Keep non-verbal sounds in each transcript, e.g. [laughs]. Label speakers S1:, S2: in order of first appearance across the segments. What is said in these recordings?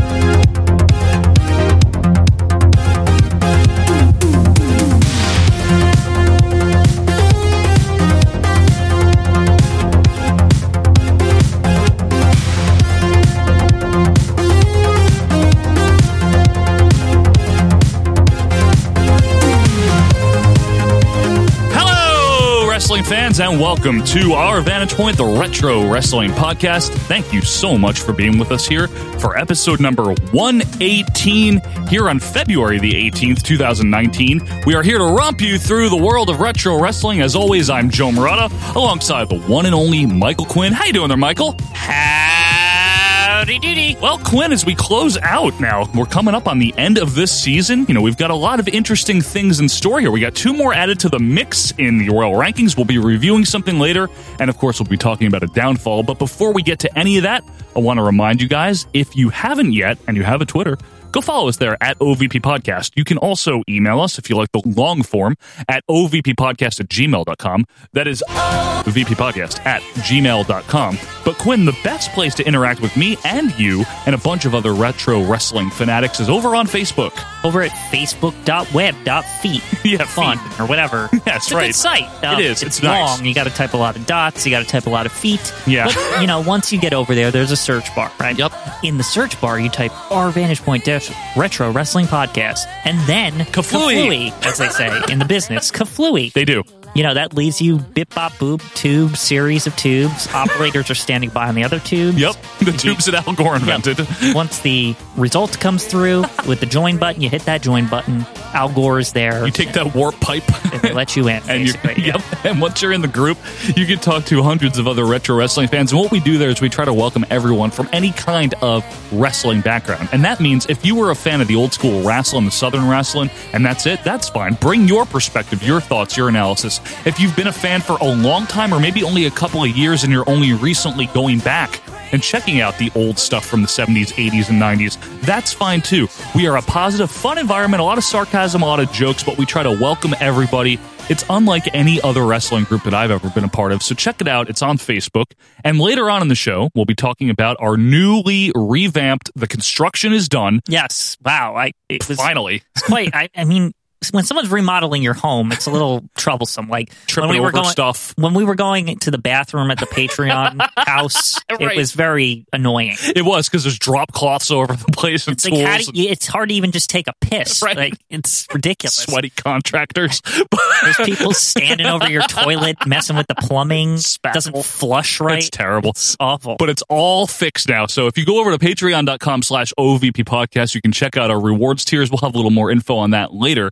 S1: Hello, wrestling fans, and welcome to our Vantage Point, the Retro Wrestling Podcast. Thank you so much for being with us here for episode number 118 here on February the 18th, 2019. We are here to romp you through the world of retro wrestling. As always, I'm Joe Murata, alongside the one and only Michael Quinn. How you doing there, Michael? Howdy doody. Well, Quinn, as we close out now, we're coming up on the end of this season. You know, we've got a lot of interesting things in store here. We got two more added to the mix in the Royal Rankings. We'll be reviewing something later, and of course, we'll be talking about a downfall. But before we get to any of that, I want to remind you guys if you haven't yet and you have a Twitter, go follow us there at OVP Podcast. You can also email us if you like the long form at ovppodcast at gmail.com. That is vppodcast at gmail.com. But Quinn, the best place to interact with me and you and a bunch of other retro wrestling fanatics is over on Facebook. [laughs]
S2: over at facebook.web.feet.
S1: Yeah,
S2: font
S1: feet.
S2: or whatever.
S1: [laughs] That's
S2: it's a
S1: right.
S2: Good site. Um,
S1: It is.
S2: It's,
S1: It's nice.
S2: long. You got to type a lot of dots. You got to type a lot of feet.
S1: Yeah.
S2: But you know, once you get over there, there's a search bar, right?
S1: Yep.
S2: In the search bar, you type "our vantage point dash retro wrestling podcast," and then
S1: Kaflooey.
S2: Kaflooey, as they say in the
S1: [laughs]
S2: business, kaflooey.
S1: They do.
S2: You know, that leaves you bip bop boop tube, series of tubes. Operators are standing by on the other tubes.
S1: Yep. [laughs] The tubes that Al Gore
S2: Yep.
S1: invented.
S2: Once the result comes through with the join button, you hit that join button. Al Gore is there.
S1: You take that warp pipe.
S2: and they let you in.
S1: [laughs] and you,
S2: basically.
S1: yep. And once you're in the group, you can talk to hundreds of other retro wrestling fans. And what we do there is we try to welcome everyone from any kind of wrestling background. And that means if you were a fan of the old school wrestling, the southern wrestling, and that's it, that's fine. Bring your perspective, your thoughts, your analysis. If you've been a fan for a long time or maybe only a couple of years and you're only recently going back and checking out the old stuff from the 70s, 80s, and 90s. That's fine too. We are a positive, fun environment, a lot of sarcasm, a lot of jokes, but we try to welcome everybody. It's unlike any other wrestling group that I've ever been a part of, so check it out. It's on Facebook. And later on in the show, we'll be talking about our newly revamped The Construction is Done.
S2: Yes. Wow. I it was
S1: Finally.
S2: it's quite. I, I mean, when someone's remodeling your home, it's a little troublesome. Like
S1: Tripping
S2: when we were
S1: over
S2: going
S1: stuff.
S2: when we were going to the bathroom at
S1: [laughs]
S2: the Patreon house,
S1: Right.
S2: it was very annoying.
S1: It was because there's drop cloths all over the place and
S2: It's
S1: tools.
S2: like how do
S1: and
S2: you, it's hard to even just take a piss.
S1: Right.
S2: Like
S1: [laughs]
S2: it's ridiculous.
S1: Sweaty contractors. [laughs]
S2: There's people standing over your toilet, messing with the plumbing. Doesn't flush right.
S1: It's terrible.
S2: It's awful.
S1: but it's all fixed now. So if you go over to patreon.com slash OVP podcast, you can check out our rewards tiers. We'll have a little more info on that later.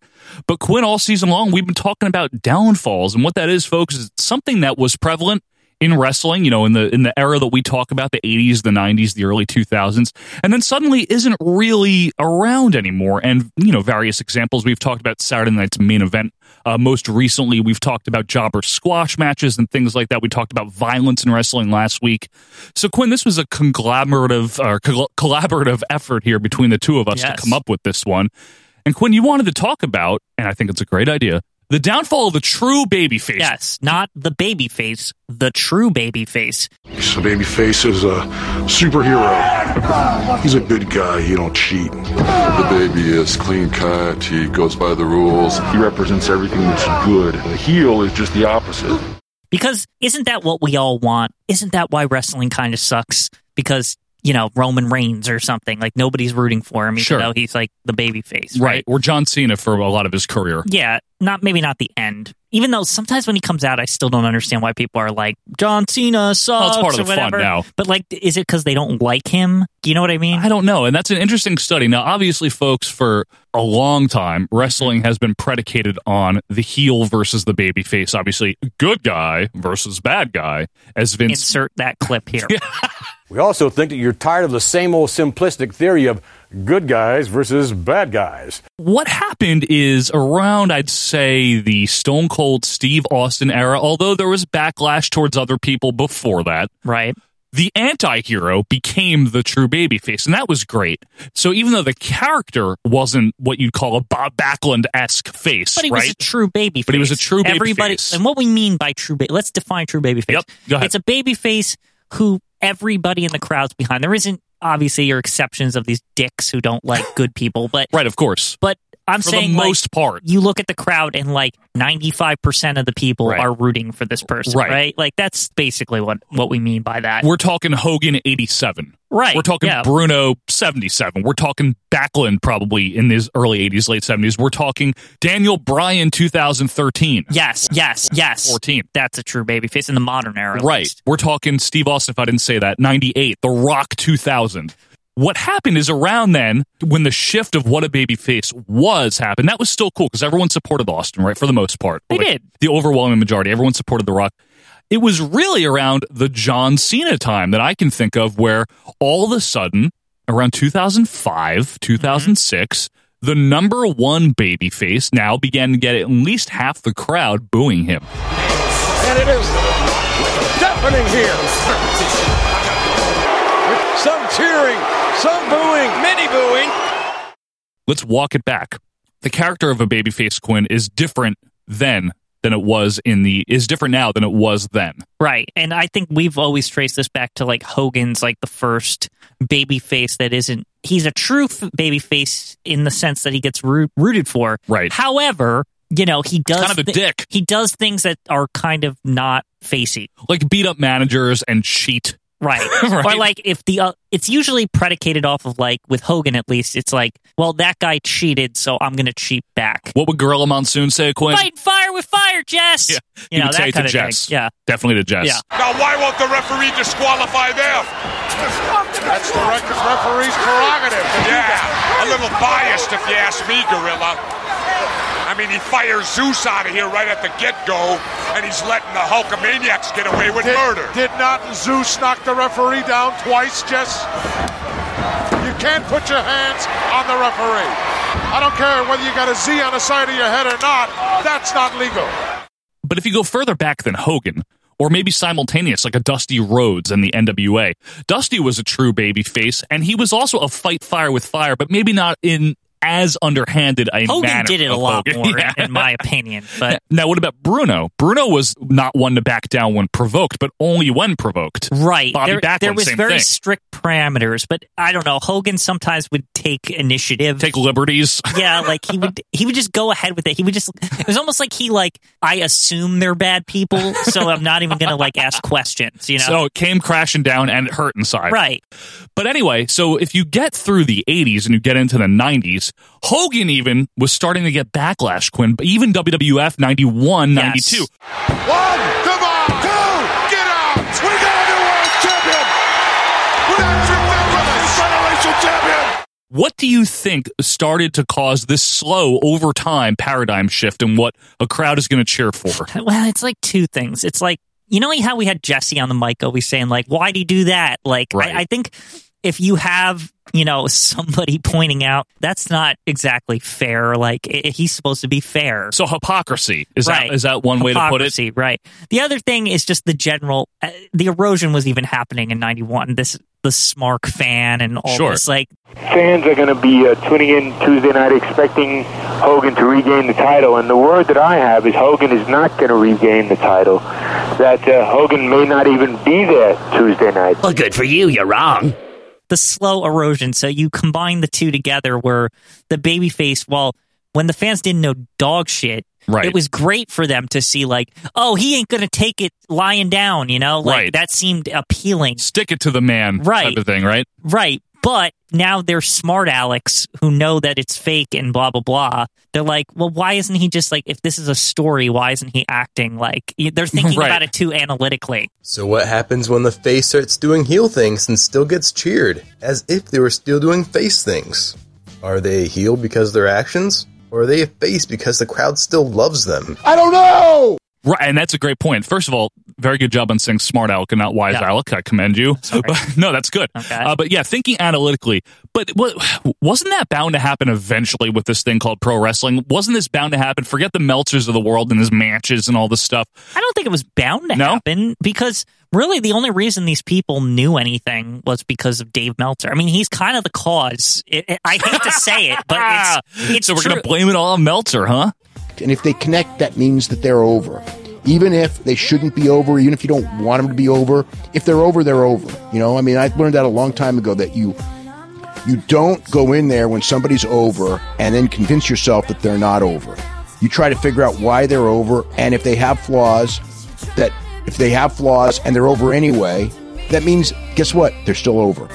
S1: But Quinn, all season long, we've been talking about downfalls. And what that is, folks, is something that was prevalent in wrestling, you know, in the in the era that we talk about, the 80s, the 90s, the early 2000s, and then suddenly isn't really around anymore. And, you know, various examples we've talked about Saturday night's main event. Uh, most recently, we've talked about jobber squash matches and things like that. We talked about violence in wrestling last week. So, Quinn, this was a conglomerative or col- collaborative effort here between the two of us to
S2: Yes.
S1: come up with this one. And Quinn, you wanted to talk about, and I think it's a great idea, the downfall of the true babyface.
S2: yes, not the baby face, the true baby face.
S3: So Babyface is a superhero. He's a good guy. He don't cheat.
S4: The baby is clean cut, he goes by the rules.
S5: He represents everything that's good. The heel is just the opposite.
S2: Because isn't that what we all want? Isn't that why wrestling kind of sucks? Because, you know, Roman Reigns or something, like nobody's rooting for him, even
S1: Sure.
S2: though he's like the baby face.
S1: Right. Or John Cena for a lot of his career.
S2: Yeah. Not maybe not the end. Even though sometimes when he comes out, I still don't understand why people are like, John Cena sucks.
S1: Oh, it's part of
S2: or
S1: the fun
S2: whatever.
S1: now.
S2: But like, is it because they don't like him? Do you know what I mean?
S1: I don't know. And that's an interesting study. Now, obviously, folks, for a long time, wrestling has been predicated on the heel versus the baby face. Obviously, good guy versus bad guy, as Vince
S2: Insert that
S1: [laughs]
S2: clip here.
S6: We also think that you're tired of the same old simplistic theory of good guys versus bad guys.
S1: what happened is around i'd say the stone cold steve austin era although there was backlash towards other people before that
S2: Right.
S1: the anti-hero became the true babyface, and that was great. So even though the character wasn't what you'd call a Bob Backlund-esque face,
S2: But he
S1: right?
S2: was a true baby.
S1: But he was
S2: face.
S1: a true baby
S2: Everybody,
S1: face.
S2: and what we mean by true baby, let's define true baby face.
S1: Yep, go ahead.
S2: It's a baby face who everybody in the crowd's behind. There isn't obviously your exceptions of these dicks who don't like good people, but
S1: right, of course.
S2: but I'm
S1: For the
S2: saying
S1: most
S2: like,
S1: part.
S2: you look at the crowd and like 95 percent of the people
S1: Right.
S2: are rooting for this person,
S1: Right.
S2: right. Like that's basically what what we mean by that.
S1: We're talking Hogan 87.
S2: Right,
S1: We're talking
S2: yeah.
S1: Bruno 77. We're talking Backlund probably in his early 80s, late 70s. We're talking Daniel Bryan 2013.
S2: yes, yes, yes.
S1: 14.
S2: That's a true baby face in the modern era, at
S1: Right.
S2: least.
S1: We're talking Steve Austin, if I didn't say that, 98, The Rock 2000. What happened is around then, when the shift of what a babyface was happened, that was still cool because everyone supported Austin, right? For the most part.
S2: They did.
S1: The overwhelming majority. Everyone supported The Rock. It was really around the John Cena time that I can think of where all of a sudden, around
S2: Mm-hmm.
S1: 2005, 2006, the number one babyface now began to get at least half the crowd booing him.
S7: And it is deafening here. Some cheering, some booing, many booing.
S1: let's walk it back. The character of a babyface Quinn is different then than it was in the is different now than it was then.
S2: Right. And I think we've always traced this back to like Hogan's like the first baby face that isn't he's a true f- baby face in the sense that he gets root, rooted for.
S1: Right.
S2: However, you know, he does
S1: kind of a dick.
S2: He does things that are kind of not facey.
S1: Like beat up managers and cheat.
S2: Right.
S1: [laughs]
S2: Or
S1: Right.
S2: like if the uh, it's usually predicated off of like with Hogan at least it's like, well that guy cheated, so I'm going to cheat back.
S1: What would Gorilla Monsoon say, Quinn?
S2: Fight fire with fire, Jess.
S1: Yeah.
S2: You
S1: He
S2: know,
S1: would say
S2: that
S1: it
S2: kind
S1: to
S2: of thing.
S1: Jess.
S2: Yeah.
S1: Definitely to Jess.
S2: Yeah.
S7: Now, why won't the referee disqualify them? That's the rec- referee's prerogative. Yeah, a little biased if you ask me, Gorilla. I mean, he fires Zeus out of here right at the get-go, and he's letting the Hulkamaniacs get away with murder. Did not Zeus knock the referee down twice, Jess? You can't put your hands on the referee. I don't care whether you got a Z on the side of your head or not. That's not legal.
S1: But if you go further back than Hogan, or maybe simultaneous, like a Dusty Rhodes and the NWA, Dusty was a true babyface, and he was also a fight fire with fire, but maybe not in as underhanded a
S2: Hogan
S1: manner
S2: did it a
S1: of
S2: lot
S1: Hogan. [laughs]
S2: more
S1: Yeah.
S2: in my opinion, but
S1: Now, what about Bruno? Bruno was not one to back down when provoked, but only when provoked.
S2: Right.
S1: Bobby
S2: there,
S1: Backlund,
S2: there was
S1: same
S2: very
S1: thing.
S2: strict parameters, but I don't know. Hogan sometimes would take initiative.
S1: Take liberties. [laughs]
S2: yeah, like he would he would just go ahead with it. He would just it was almost like he like I assume they're bad people, so I'm not even gonna like ask questions, you know.
S1: So it came crashing down and it hurt inside.
S2: right.
S1: But anyway, so if you get through the 80s and you get into the 90s, Hogan even was starting to get backlash, Quinn, but even WWF 91,
S2: Yes.
S1: 92.
S7: One, come on, two, get out. We got a new world champion. We got Jim Douglas, Federation champion.
S1: What do you think started to cause this slow over time paradigm shift in what a crowd is going to cheer
S2: [laughs]
S1: for?
S2: Well, it's like two things. It's like you know how we had Jesse on the mic always saying like, "Why'd he do that?" Like,
S1: Right.
S2: I, I think if you have you know somebody [laughs] pointing out that's not exactly fair. Like i i- he's supposed to be fair.
S1: So hypocrisy is
S2: right.
S1: that is that one way to put it?
S2: Hypocrisy, Right. The other thing is just the general. Uh, the erosion was even happening in '91. This the Smark fan and all
S1: Sure.
S2: this like
S8: fans are going to be uh, tuning in Tuesday night expecting Hogan to regain the title. And the word that I have is Hogan is not going to regain the title. That uh, Hogan may not even be there Tuesday night.
S9: Well, good for you, you're wrong.
S2: the slow erosion. So you combine the two together where the babyface, well, when the fans didn't know dog shit,
S1: Right.
S2: it was great for them to see like, oh, he ain't gonna take it lying down, you know? Like
S1: Right.
S2: that seemed appealing.
S1: Stick it to the man
S2: Right.
S1: type of thing, right?
S2: Right. But now they're smart Alex who know that it's fake and blah blah blah. They're like, well, why isn't he just like if this is a story, why isn't he acting like they're
S1: [laughs]
S2: thinking
S1: Right.
S2: about it too analytically.
S10: So, what happens when the face starts doing heel things and still gets cheered, as if they were still doing face things? Are they a heel because of their actions? Or are they a face because the crowd still loves them?
S7: I don't know.
S1: Right, and that's a great point. First of all, Very good job on saying smart aleck and not wise
S2: Yeah.
S1: aleck. I commend you. But, [laughs] no, that's good.
S2: Okay.
S1: Uh, but yeah, thinking analytically. But what, wasn't that bound to happen eventually with this thing called pro wrestling? Wasn't this bound to happen? Forget the Meltzers of the world and his matches and all this stuff.
S2: I don't think it was bound to
S1: No?
S2: happen because really the only reason these people knew anything was because of Dave Meltzer. I mean, he's kind of the cause. It, it- I hate to say it,
S1: [laughs]
S2: but it's, it's
S1: Ah, so we're
S2: true.
S1: gonna blame it all on Meltzer, huh?
S9: And if they connect, that means that they're over. Even if they shouldn't be over, even if you don't want them to be over, if they're over, they're over. You know, I mean, I learned that a long time ago that you you don't go in there when somebody's over and then convince yourself that they're not over. You try to figure out why they're over and if they have flaws that if they have flaws and they're over anyway, that means guess what? They're still over.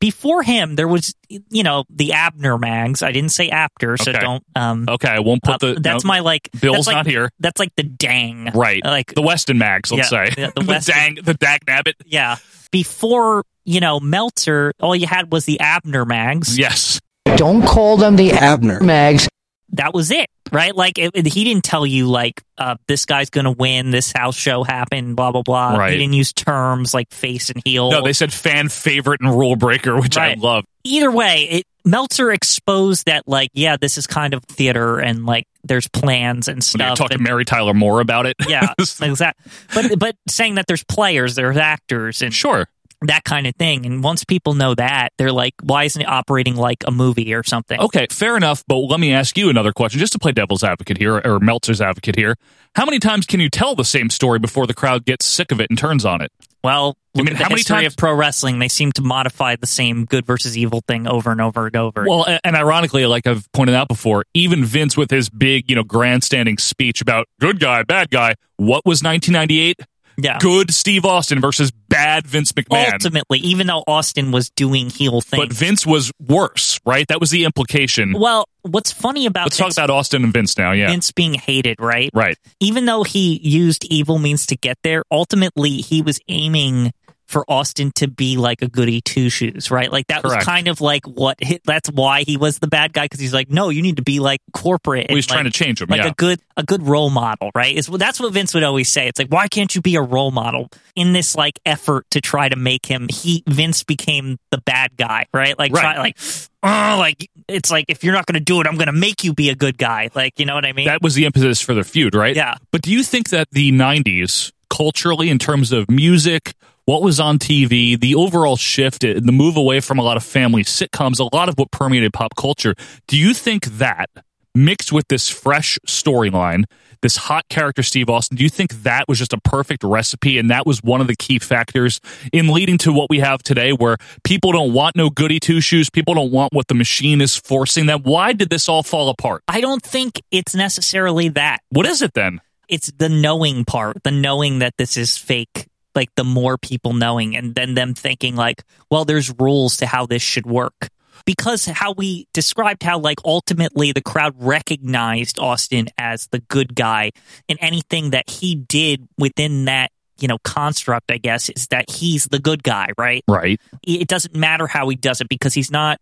S2: Before him, there was you know the Abner mags. I didn't say after, so
S1: Okay.
S2: don't. Um,
S1: Okay, I won't put
S2: uh,
S1: the.
S2: that's
S1: no.
S2: my like.
S1: Bill's
S2: that's like-
S1: not here.
S2: That's like the dang.
S1: Right,
S2: Like
S1: the Weston Mags, let's
S2: Yeah,
S1: say
S2: yeah, the Weston-
S1: dang, [laughs] the Dag Nabbit.
S2: yeah. Before you know Meltzer, all you had was the Abner mags.
S1: Yes,
S11: Don't call them the Abner Mags.
S2: that was it, right? Like it, it- he didn't tell you like uh, this guy's going to win, this house show happened, blah blah blah.
S1: Right.
S2: He didn't use terms like face and heel.
S1: no, they said fan favorite and rule breaker, which
S2: Right.
S1: I love.
S2: Either way, it, Meltzer exposed that like yeah, this is kind of theater and like there's plans and
S1: When you're
S2: stuff.
S1: talking
S2: and-
S1: Mary Tyler Moore about it, [laughs]
S2: yeah, exactly. But but saying that there's players, there's actors, and
S1: sure,
S2: that kind of thing. And once people know that, they're like, why isn't it operating like a movie or something?
S1: Okay, fair enough. But let me ask you another question, just to play devil's advocate here, or Meltzer's advocate here. How many times can you tell the same story before the crowd gets sick of it and turns on it?
S2: Well,
S1: I
S2: look
S1: mean,
S2: at the
S1: how many
S2: history
S1: times-
S2: of pro wrestling? They seem to modify the same good versus evil thing over and over and over.
S1: Well, a- and ironically, like I've pointed out before, even Vince with his big, you know, grandstanding speech about good guy, bad guy, what was 1998?
S2: yeah.
S1: Good Steve Austin versus bad Vince McMahon.
S2: Ultimately, even though Austin was doing heel
S1: But
S2: things.
S1: Vince was worse, right? That was the implication.
S2: well, what's funny about
S1: Let's talk
S2: Vince-
S1: about Austin and Vince now, yeah.
S2: Vince being hated, right?
S1: Right.
S2: Even though he used evil means to get there, ultimately he was aiming for Austin to be like a goody two shoes, right? Like that
S1: Correct.
S2: was kind of like what hi that's why he was the bad guy because he's like, no, you need to be like corporate.
S1: Well, he's
S2: and,
S1: trying
S2: like-
S1: to change him,
S2: like
S1: yeah.
S2: a good a good role model, right? Is that's what Vince would always say. It's like, why can't you be a role model in this like effort to try to make him? He Vince became the bad guy, right? Like,
S1: Right.
S2: Try, like, oh, like it's like if you're not going to do it, I'm going to make you be a good guy. Like, you know what I mean?
S1: That was the impetus for the feud, right?
S2: Yeah.
S1: But do you think that the 90s, culturally, in terms of music, what was on TV, the overall shift, uh, the move away from a lot of family sitcoms, a lot of what permeated pop culture, do you think that mixed with this fresh storyline, this hot character Steve Austin, do you think that was just a perfect recipe and that was one of the key factors in leading to what we have today where people don't want no goody two shoes, people don't want what the machine is forcing them? Why did this all fall apart?
S2: I don't think it's necessarily that.
S1: What is it then?
S2: It's the knowing part, the knowing that this is fake. Like the more people knowing, and then them thinking like, well, there's rules to how this should work. Because how we described how like ultimately the crowd recognized Austin as the good guy, and anything that he did within that you know construct, I guess, is that he's the good guy, right?
S1: Right.
S2: it doesn't matter how he does it because he's not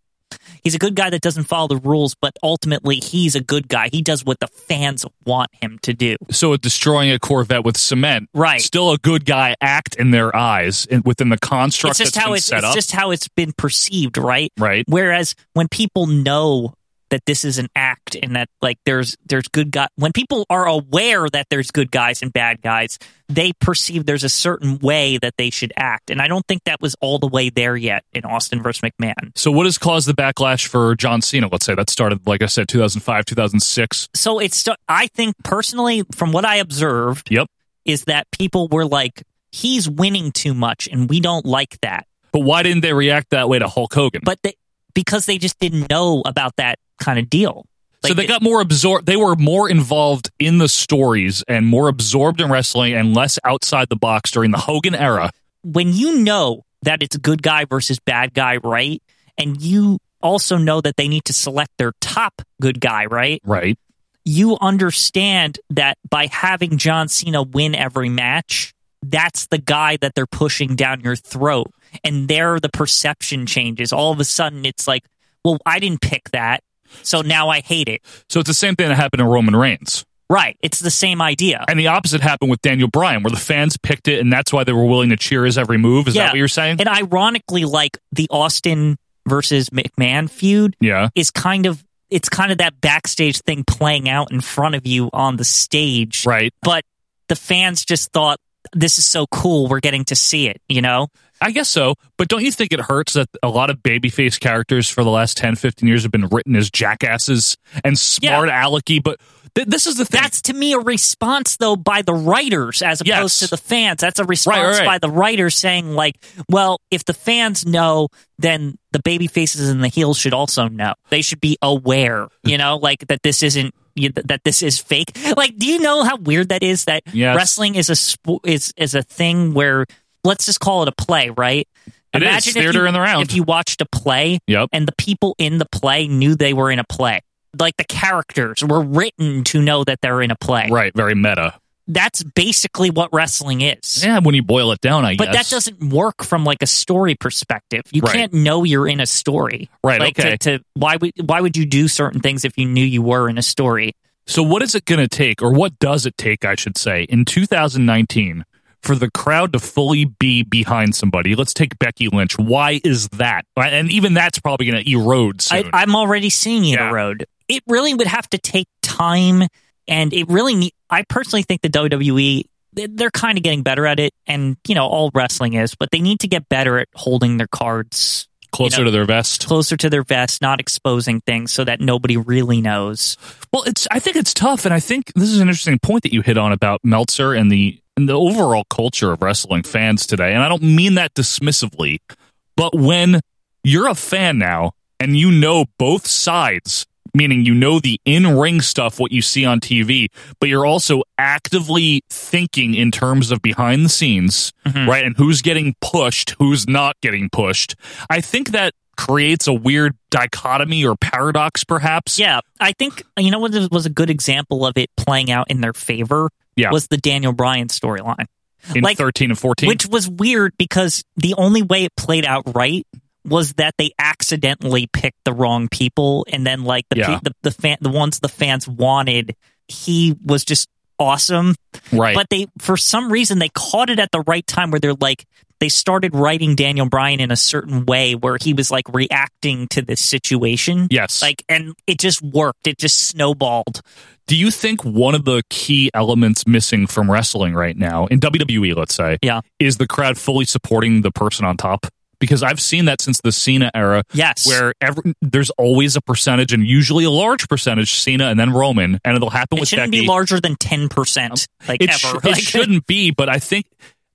S2: he's a good guy that doesn't follow the rules but ultimately he's a good guy he does what the fans want him to do
S1: So it's destroying a Corvette with cement,
S2: Right.
S1: Still a good guy act in their eyes and within the construct
S2: it's just
S1: that's
S2: how
S1: been
S2: it's,
S1: set
S2: it's
S1: up.
S2: just how it's been perceived right
S1: Right.
S2: whereas when people know that this is an act and that like there's there's good guy when people are aware that there's good guys and bad guys they perceive there's a certain way that they should act and i don't think that was all the way there yet in austin versus mcmahon
S1: so what has caused the backlash for John Cena? Let's say that started, like I said, 2005, 2006.
S2: so it's st- i think personally from what i observed
S1: Yep.
S2: is that people were like, he's winning too much, and we don't like that.
S1: But why didn't they react that way to Hulk Hogan?
S2: But they, because they just didn't know about that kind of deal.
S1: so they got more absorbed. They were more involved in the stories and more absorbed in wrestling and less outside the box during the Hogan era.
S2: when you know that it's good guy versus bad guy, right? And you also know that they need to select their top good guy, right?
S1: Right.
S2: You understand that by having John Cena win every match, that's the guy that they're pushing down your throat. And there the perception changes. All of a sudden it's like, well, I didn't pick that. So now I hate it.
S1: So it's the same thing that happened in Roman Reigns.
S2: Right. It's the same idea.
S1: And the opposite happened with Daniel Bryan, where the fans picked it and that's why they were willing to cheer his every move. Is
S2: Yeah.
S1: that what you're saying?
S2: And ironically, like the Austin versus McMahon feud
S1: Yeah.
S2: is kind of it's kind of that backstage thing playing out in front of you on the stage.
S1: Right.
S2: But the fans just thought this is so cool, we're getting to see it, you know?
S1: I guess so. But don't you think it hurts that a lot of babyface characters for the last 10, 15 years have been written as jackasses and smart alecky? But th- this is the thing.
S2: That's to me a response though by the writers as opposed
S1: Yes.
S2: to the fans. That's a response
S1: right.
S2: by the writers saying like, well, if the fans know, then the baby faces and the heels should also know. They should be aware, you know, [laughs] like that this isn't you- that this is fake. Like, do you know how weird that is that
S1: Yes.
S2: wrestling is a sp- is is a thing where let's just call it a play, right?
S1: It is.
S2: Imagine if
S1: Theater
S2: you-
S1: in the round.
S2: If you watched a play
S1: Yep.
S2: and the people in the play knew they were in a play. Like the characters were written to know that they're in a play.
S1: right. Very meta.
S2: That's basically what wrestling is.
S1: Yeah, when you boil it down, I
S2: But that
S1: guess.
S2: doesn't work from like a story perspective. You
S1: Right.
S2: can't know you're in a story.
S1: Right,
S2: Like
S1: okay.
S2: to, to why would why would you do certain things if you knew you were in a story?
S1: So, what is it going to take, or what does it take, I should say, in 2019 for the crowd to fully be behind somebody? Let's take Becky Lynch. Why is that? And even that's probably going to erode soon.
S2: I, I'm already seeing it
S1: Yeah.
S2: erode. It really would have to take time, and it really. Need, I personally think the WWE they- they're kind of getting better at it, and you know all wrestling is, but they need to get better at holding their cards you
S1: Closer
S2: know,
S1: to their vest.
S2: closer to their vest, not exposing things so that nobody really knows.
S1: Well, it's. I think it's tough, and I think this is an interesting point that you hit on about Meltzer and the and the overall culture of wrestling fans today. And I don't mean that dismissively, but when you're a fan now and you know both sides, meaning you know the in ring stuff, what you see on TV, but you're also actively thinking in terms of behind the scenes, right? And who's getting pushed, who's not getting pushed. I think that creates a weird dichotomy or paradox, perhaps.
S2: Yeah, I think you know what was a good example of it playing out in their favor.
S1: Yeah.
S2: was the Daniel Bryan storyline.
S1: in
S2: Like-
S1: 13 and 14.
S2: Which was weird because the only way it played out right was that they accidentally picked the wrong people, and then like the
S1: Yeah.
S2: pe- the the, fan, the ones the fans wanted, he was just awesome.
S1: right.
S2: But they for some reason they caught it at the right time where they're like they started writing Daniel Bryan in a certain way where he was like reacting to this situation.
S1: Yes.
S2: Like and it just worked. It just snowballed.
S1: do you think one of the key elements missing from wrestling right now, in WWE, let's say,
S2: Yeah.
S1: is the crowd fully supporting the person on top? Because I've seen that since the Cena era.
S2: Yes.
S1: Where every, there's always a percentage, and usually a large percentage, Cena and then Roman, and it'll happen
S2: It
S1: with
S2: shouldn't
S1: Becky.
S2: be larger than ten percent. Like
S1: it,
S2: ever.
S1: sh- it
S2: [laughs] Like-
S1: shouldn't be, but I think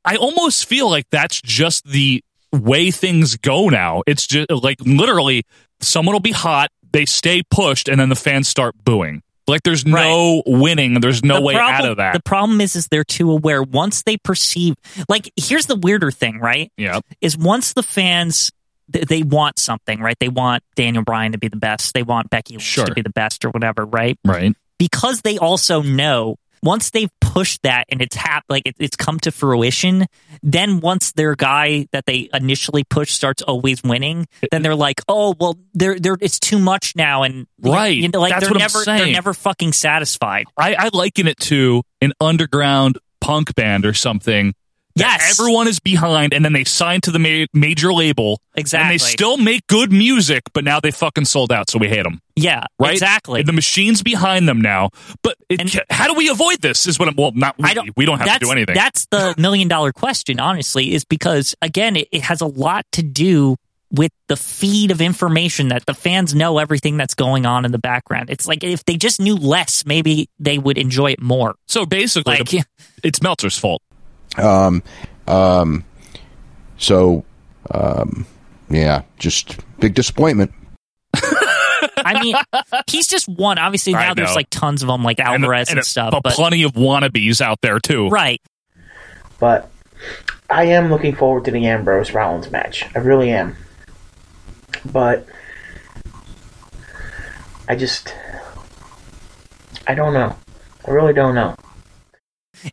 S1: I almost feel like that's just the way things go now. It's just like literally someone will be hot, they stay pushed, and then the fans start booing. Like there's no winning, there's no
S2: The
S1: way
S2: problem-
S1: out of that.
S2: The problem is, is they're too aware. Once they perceive, like, here's the weirder thing, right?
S1: yeah,
S2: Is once the fans th- they want something, right? They want Daniel Bryan to be the best. They want Becky Lynch
S1: Sure.
S2: to be the best, or whatever, right?
S1: right.
S2: Because they also know once they've pushed that and it's hap- like it, it's come to fruition. Then once their guy that they initially pushed starts always winning, then they're like, oh well, they're they're it's too much now, and
S1: Right.
S2: you know, like
S1: That's
S2: they're
S1: what I'm
S2: never
S1: saying.
S2: they're never fucking satisfied.
S1: I, I liken it to an underground punk band or something. that
S2: Yes.
S1: everyone is behind, and then they sign to the ma- major label. and
S2: Exactly.
S1: they still make good music, but now they fucking sold out, so we hate them.
S2: Yeah,
S1: right?
S2: Exactly.
S1: And the machine's behind them now. But it,
S2: And-
S1: ca- how do we avoid this? Is what I'm. Well, not we.
S2: I don't,
S1: we don't have to
S2: that's-
S1: do anything.
S2: That's
S1: [laughs]
S2: the million dollar question, honestly, is because, again, it, it has a lot to do with the feed of information that the fans know everything that's going on in the background. It's like if they just knew less, maybe they would enjoy it more.
S1: so basically,
S2: Like-
S1: the- it's Meltzer's fault.
S9: Um, um, so, um, yeah, just big disappointment.
S2: I
S1: [laughs]
S2: mean, he's just one. Obviously,
S1: I
S2: now there's
S1: know.
S2: like tons of them, like
S1: And-
S2: Alvarez and,
S1: and,
S2: stuff.
S1: but,
S2: But,
S1: plenty of wannabes out there too.
S2: right.
S12: But I am looking forward to the Ambrose Rollins match. I really am. But I just I don't know. I really don't know.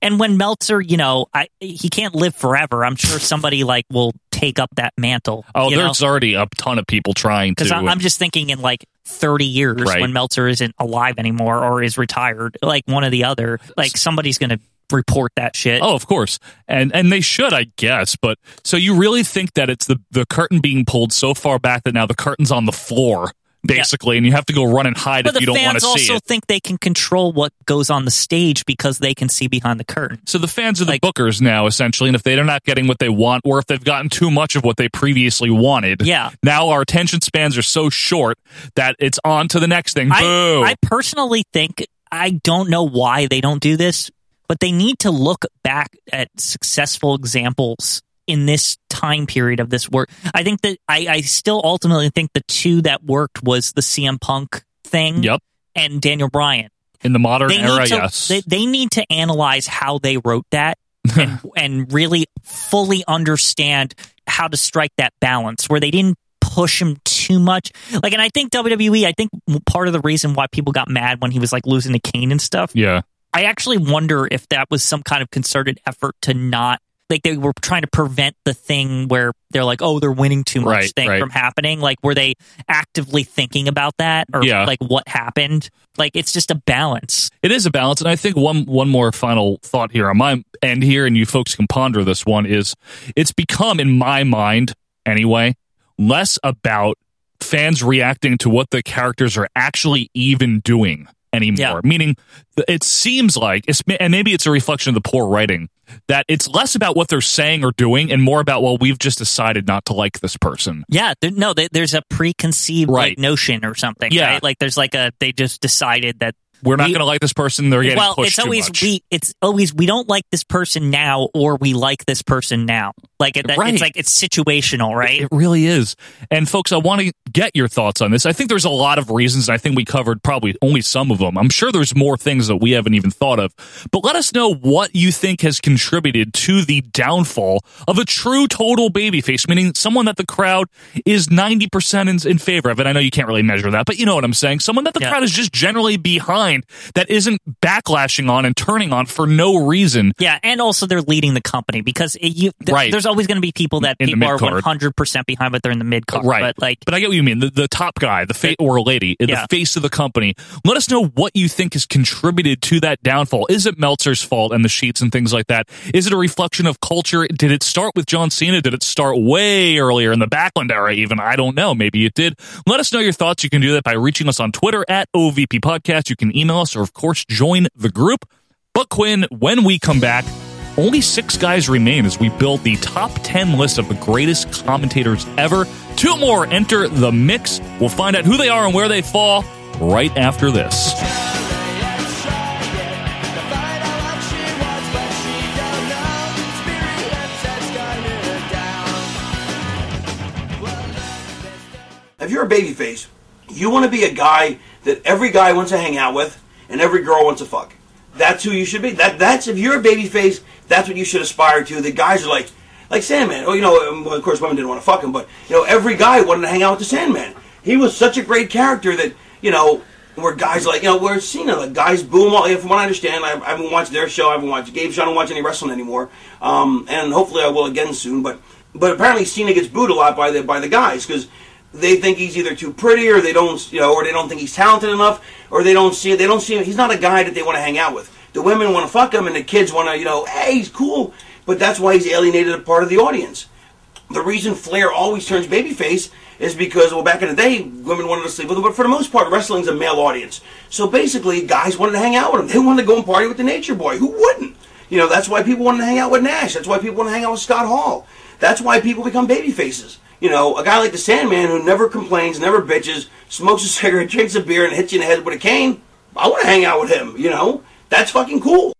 S2: And when Meltzer, you know, I, he can't live forever. I'm sure somebody like will take up that mantle.
S1: Oh,
S2: you know?
S1: there's already a ton of people trying to.
S2: Because I'm just thinking in like 30 years
S1: Right.
S2: when Meltzer isn't alive anymore or is retired, like one or the other. Like somebody's going to report that shit.
S1: Oh, of course, and and they should, I guess. But so you really think that it's the the curtain being pulled so far back that now the curtain's on the floor basically, and you have to go run and hide
S2: But
S1: if
S2: the
S1: you don't want
S2: fans
S1: to see
S2: also
S1: it.
S2: think they can control what goes on the stage because they can see behind the curtain.
S1: So the fans are the bookers now, essentially, and if they're not getting what they want, or if they've gotten too much of what they previously wanted,
S2: Yeah.
S1: Now our attention spans are so short that it's on to the next thing. Boo!
S2: I, I personally think I don't know why they don't do this, but they need to look back at successful examples in this time period of this work. I think that I, I still ultimately think the two that worked was the CM Punk thing
S1: Yep.
S2: and Daniel Bryan.
S1: In the modern
S2: They need
S1: era,
S2: to-
S1: yes.
S2: They, they need to analyze how they wrote
S1: [laughs]
S2: that and, and really fully understand how to strike that balance where they didn't push him too much. Like, and I think WWE, I think part of the reason why people got mad when he was like losing to Kane and stuff.
S1: yeah.
S2: I actually wonder if that was some kind of concerted effort to not like they were trying to prevent the thing where they're like, oh, they're winning too much
S1: Right,
S2: thing
S1: right.
S2: from happening. Like, were they actively thinking about that or
S1: Yeah.
S2: like what happened? Like, it's just a balance.
S1: It is a balance, and I think one one more final thought here on my end here, and you folks can ponder this one is it's become in my mind anyway less about fans reacting to what the characters are actually even doing anymore. Meaning, th- it seems like, it's, and maybe it's a reflection of the poor writing that it's less about what they're saying or doing, and more about well, we've just decided not to like this person.
S2: Yeah, there, no, there- there's a preconceived like,
S1: Right.
S2: notion or something.
S1: Yeah.
S2: right? like there's like a they just decided that
S1: We're not
S2: we-
S1: going to like this person. They're getting
S2: well,
S1: pushed
S2: it's
S1: too
S2: always
S1: much.
S2: we. It's always we don't like this person now, or we like this person now. Like it, that,
S1: Right.
S2: it's like it's situational, right?
S1: It really is. And folks, I want to get your thoughts on this. I think there's a lot of reasons, and I think we covered probably only some of them. I'm sure there's more things that we haven't even thought of. But let us know what you think has contributed to the downfall of a true total babyface, meaning someone that the crowd is 90% in, in favor of. And I know you can't really measure that, but you know what I'm saying. Someone that the crowd is just generally behind that isn't backlashing on and turning on for no reason.
S2: Yeah, and also they're leading the company because it, you. th-
S1: Right.
S2: There's always going to be people that
S1: In the
S2: people are
S1: mid-card.
S2: 100 percent behind, but they're in the mid card.
S1: Right.
S2: But like,
S1: but I get what you mean. The, the top guy, the fa- or lady,
S2: Yeah.
S1: the face of the company. Let us know what you think has contributed to that downfall. Is it Meltzer's fault and the sheets and things like that? Is it a reflection of culture? Did it start with John Cena? Did it start way earlier in the Backlund era? Even I don't know. Maybe it did. Let us know your thoughts. You can do that by reaching us on Twitter at OVP Podcast. You can email us, or of course, join the group. But Quinn, when we come back. Only six guys remain as we build the top 10 list of the greatest commentators ever. Two more enter the mix. We'll find out who they are and where they fall right after this.
S13: If you're a babyface, you want to be a guy that every guy wants to hang out with and every girl wants to fuck. That's who you should be. That that's if you're a babyface, that's what you should aspire to. The guys are like, like Sandman. Oh, you know, um, well, of course women didn't want to fuck him, but you know, every guy wanted to hang out with the Sandman. He was such a great character that you know, where guys like you know, where Cena, like guys boom all. From what I understand, I, I haven't watched their show. I haven't watched Gabe's show. I don't watch any wrestling anymore, um, and hopefully I will again soon. But but apparently Cena gets booed a lot by the by the guys because they think he's either too pretty or they don't you know or they don't think he's talented enough or they don't see they don't see him he's not a guy that they want to hang out with the women want to fuck him and the kids want to you know hey he's cool but that's why he's alienated a part of the audience the reason Flair always turns babyface is because, well, back in the day, women wanted to sleep with him, but for the most part, wrestling's a male audience. So basically, guys wanted to hang out with him. They wanted to go and party with the Nature Boy. Who wouldn't? You know, that's why people wanted to hang out with Nash. That's why people want to hang out with Scott Hall. That's why people become babyfaces. You know, a guy like the Sandman who never complains, never bitches, smokes a [laughs] cigarette, drinks a beer, and hits you in the head with a cane. I want to hang out with him. You know, that's fucking cool.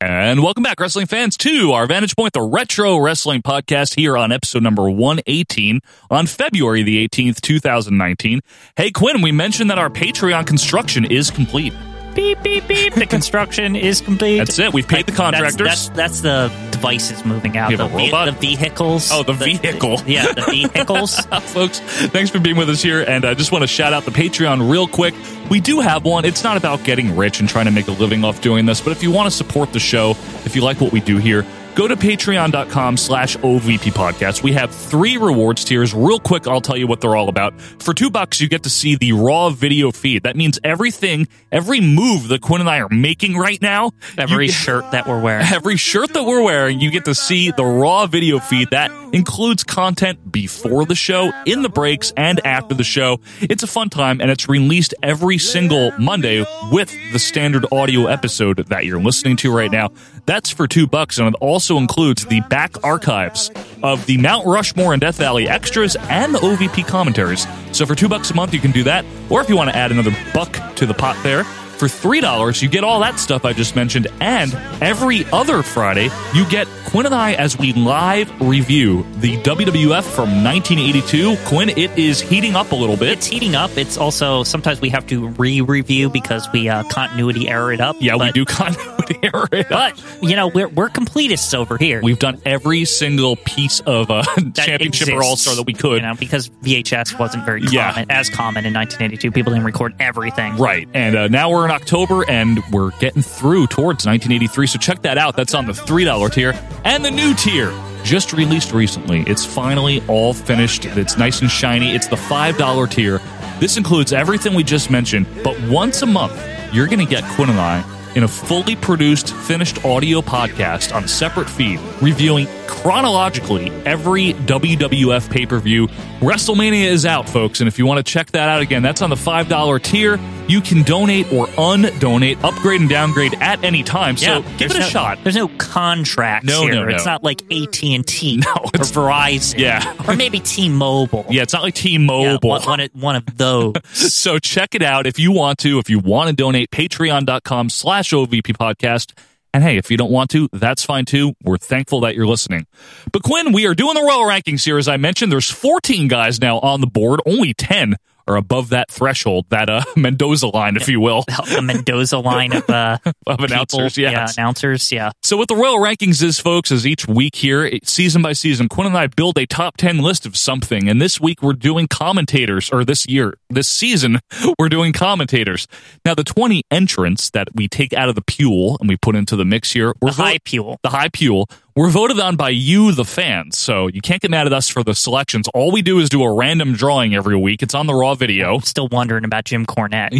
S1: And welcome back, wrestling fans, to our Vantage Point, the Retro Wrestling Podcast, here on episode number 118 on February the 18th, 2019. Hey, Quinn, we mentioned that our Patreon construction is complete.
S2: beep beep beep. The construction is complete.
S1: That's it. We've paid the contractors.
S2: That's, that's, that's the devices moving out.
S1: We have
S2: the,
S1: a
S2: ve-
S1: robot.
S2: the vehicles.
S1: Oh, the, vehicle. [laughs]
S2: yeah, the vehicles.
S1: Folks, thanks for being with us here. And I just want to shout out the Patreon real quick. We do have one. It's not about getting rich and trying to make a living off doing this, but if you want to support the show, if you like what we do here, Go to patreon.com slash OVP podcast. We have three rewards tiers. Real quick, I'll tell you what they're all about. For two bucks, you get to see the raw video feed. That means everything, every move that Quinn and I are making right now.
S2: Every
S1: [laughs]
S2: [laughs] shirt that we're wearing.
S1: Every shirt that we're wearing, you get to see the raw video feed that includes content before the show, in the breaks, and after the show. It's a fun time, and it's released every single Monday with the standard audio episode that you're listening to right now. That's for two bucks, and it also includes the back archives of the Mount Rushmore and Death Valley extras and OVP commentaries. So for two bucks a month, you can do that, or if you want to add another buck to the pot there. For $3, you get all that stuff I just mentioned, and every other Friday, you get Quinn and I as we live review the WWF from 1982. Quinn, it is heating up a little bit.
S2: It's heating up. It's also sometimes we have to re review because we uh, continuity error it up.
S1: Yeah, we do [laughs] continuity error it
S2: up. But, you know, we're, we're completists over here.
S1: We've done every single piece of uh, [laughs] championship or all star that we could.
S2: You know, because VHS wasn't very common, yeah. as common in 1982. People didn't record everything.
S1: Right. And uh, now we're in October and we're getting through towards 1983. So check that out. That's on the $3 tier and the new tier. Just released recently. It's finally all finished. It's nice and shiny. It's the $5 tier. This includes everything we just mentioned, but once a month, you're going to get Quinn and I in a fully produced, finished audio podcast on a separate feed, reviewing chronologically every WWF pay per view. WrestleMania is out, folks, and if you want to check that out again, that's on the $5 tier. You can donate or undonate, upgrade and downgrade at any time. So
S2: Yeah,
S1: give
S2: there's
S1: it a
S2: no-
S1: shot.
S2: There's no contracts
S1: No,
S2: here.
S1: no, no.
S2: It's not like AT
S1: [laughs]
S2: and T, no, or
S1: it's-
S2: Verizon,
S1: Yeah.
S2: or
S1: [laughs]
S2: maybe T-Mobile.
S1: Yeah, it's not like T-Mobile.
S2: one, one of- one of those.
S1: [laughs] so check it out if you want to. If you want to donate, patreon.com slash OVP podcast. And hey, if you don't want to, that's fine too. We're thankful that you're listening. But Quinn, we are doing the Royal Rankings here. As I mentioned, there's 14 guys now on the board. Only 10 are above that threshold, that uh, [laughs] Mendoza line, if you will.
S2: the Mendoza line of uh,
S1: Of announcers,
S2: people.
S1: yes.
S2: yeah, announcers, yeah.
S1: So what the Royal Rankings is, folks, is each week here, it- season by season, Quinn and I build a top 10 list of something. And this week we're doing commentators, or this year, this season, [laughs] we're doing commentators. Now, the 20 entrants that we take out of the Pule and we put into the mix here. We're the
S2: high Pule.
S1: The high Pule. We're voted on by you, the fans. So you can't get mad at us for the selections. All we do is do a random drawing every week. It's on the Raw video.
S2: Still wondering about Jim Cornette.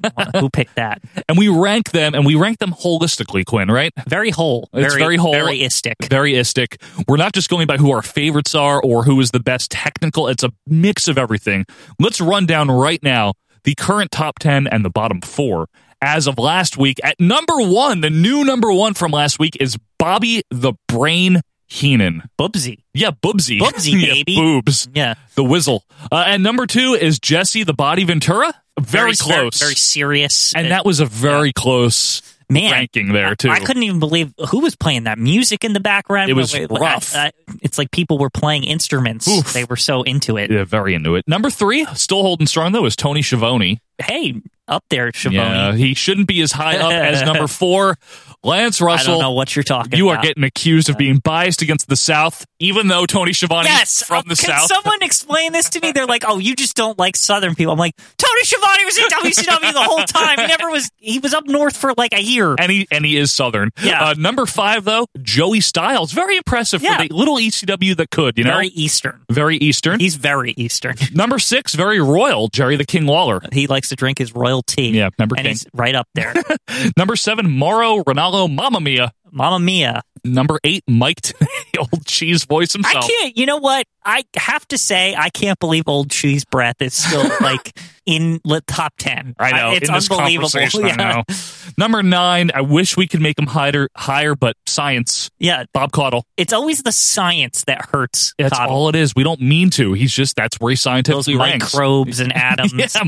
S2: but Who picked that?
S1: And we rank them, and we rank them holistically, Quinn, right?
S2: Very whole.
S1: It's very, whole.
S2: Very istic.
S1: Veryistic. We're not just going by who our favorites are or who is the best technical. It's a mix of everything. Let's run down right now the current top 10 and the bottom four. As of last week, at number one, the new number one from last week is Bobby the Brain Heenan.
S2: Bubsy.
S1: Yeah, Boobsy.
S2: Bubsy,
S1: [laughs] Yeah,
S2: baby.
S1: boobs.
S2: Yeah.
S1: The Whizzle. Uh, and number two is Jesse the Body Ventura. Very, close.
S2: Very, serious.
S1: and that was a very close
S2: Man,
S1: ranking there, too.
S2: I couldn't even believe who was playing that music in the background.
S1: It was
S2: I-
S1: rough.
S2: I- it's like people were playing instruments.
S1: Oof.
S2: They were so into it.
S1: Yeah, very into it. Number three, still holding strong though, is Tony Schiavone.
S2: Hey, up there, Shavoni.
S1: Yeah, he shouldn't be as high up as
S2: [laughs]
S1: number four. Lance
S2: I
S1: Russell.
S2: don't know what you're talking
S1: you
S2: about.
S1: are getting accused of being biased against the South, even though Tony Schiavone
S2: Yes,
S1: from
S2: uh,
S1: the
S2: can
S1: South.
S2: someone explain this to me? They're like, "Oh, you just don't like Southern people." I'm like, Tony Schiavone was in WCW the whole time. He never was. He was up north for like a year.
S1: and he and he is Southern.
S2: Yeah.
S1: Uh, number five though, Joey Styles, very impressive
S2: Yeah.
S1: for the little ECW that could. You know,
S2: Very E- Eastern.
S1: Very Eastern.
S2: He's very Eastern. [laughs]
S1: number six, very royal, Jerry the King Lawler.
S2: He likes to drink his royal tea.
S1: Yeah, number
S2: and
S1: king.
S2: he's right up there. [laughs]
S1: Number seven, Mauro Ronaldo, Mamma Mia.
S2: Mamma Mia.
S1: Number eight, Mike, [laughs] Tenay, old cheese voice
S2: I
S1: himself.
S2: can't. You know what? I have to say, I can't believe Old Cheese Breath
S1: [laughs]
S2: is still like in the top ten.
S1: I know.
S2: it's
S1: in this
S2: unbelievable.
S1: conversation, I
S2: [laughs] yeah.
S1: know. Number nine. I wish we could make him higher, higher, but science.
S2: yeah,
S1: Bob Caudle.
S2: it's always the science that hurts.
S1: That's
S2: Coddle.
S1: all it is. We don't mean to. He's just that's where he
S2: Those
S1: scientifically ranks.
S2: microbes and atoms,
S1: Yeah,
S2: and things,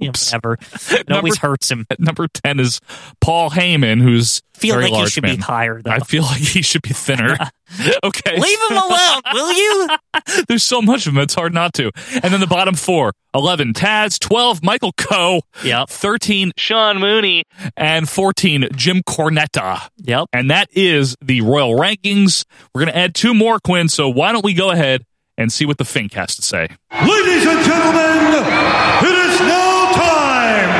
S2: you know,
S1: microbes.
S2: whatever. It always
S1: Number-
S2: hurts him.
S1: At [laughs] number ten is Paul Heyman, who's
S2: Feel
S1: very
S2: like he
S1: large
S2: should
S1: man.
S2: be higher though.
S1: I [laughs] feel like he should be
S2: [laughs]
S1: thinner. [laughs] okay,
S2: Leave him alone, will you?
S1: [laughs] There's so much of him; it's hard not to. And then the bottom four: eleven, Taz; twelve, Michael Coe;
S2: Yep.
S1: thirteen, Sean Mooney; and fourteen, Jim Cornetta.
S2: Yep.
S1: And that is the Royal Rankings. We're going to add two more, Quinn. So why don't we go ahead and see what the Fink has to say?
S14: Ladies and gentlemen, it is now time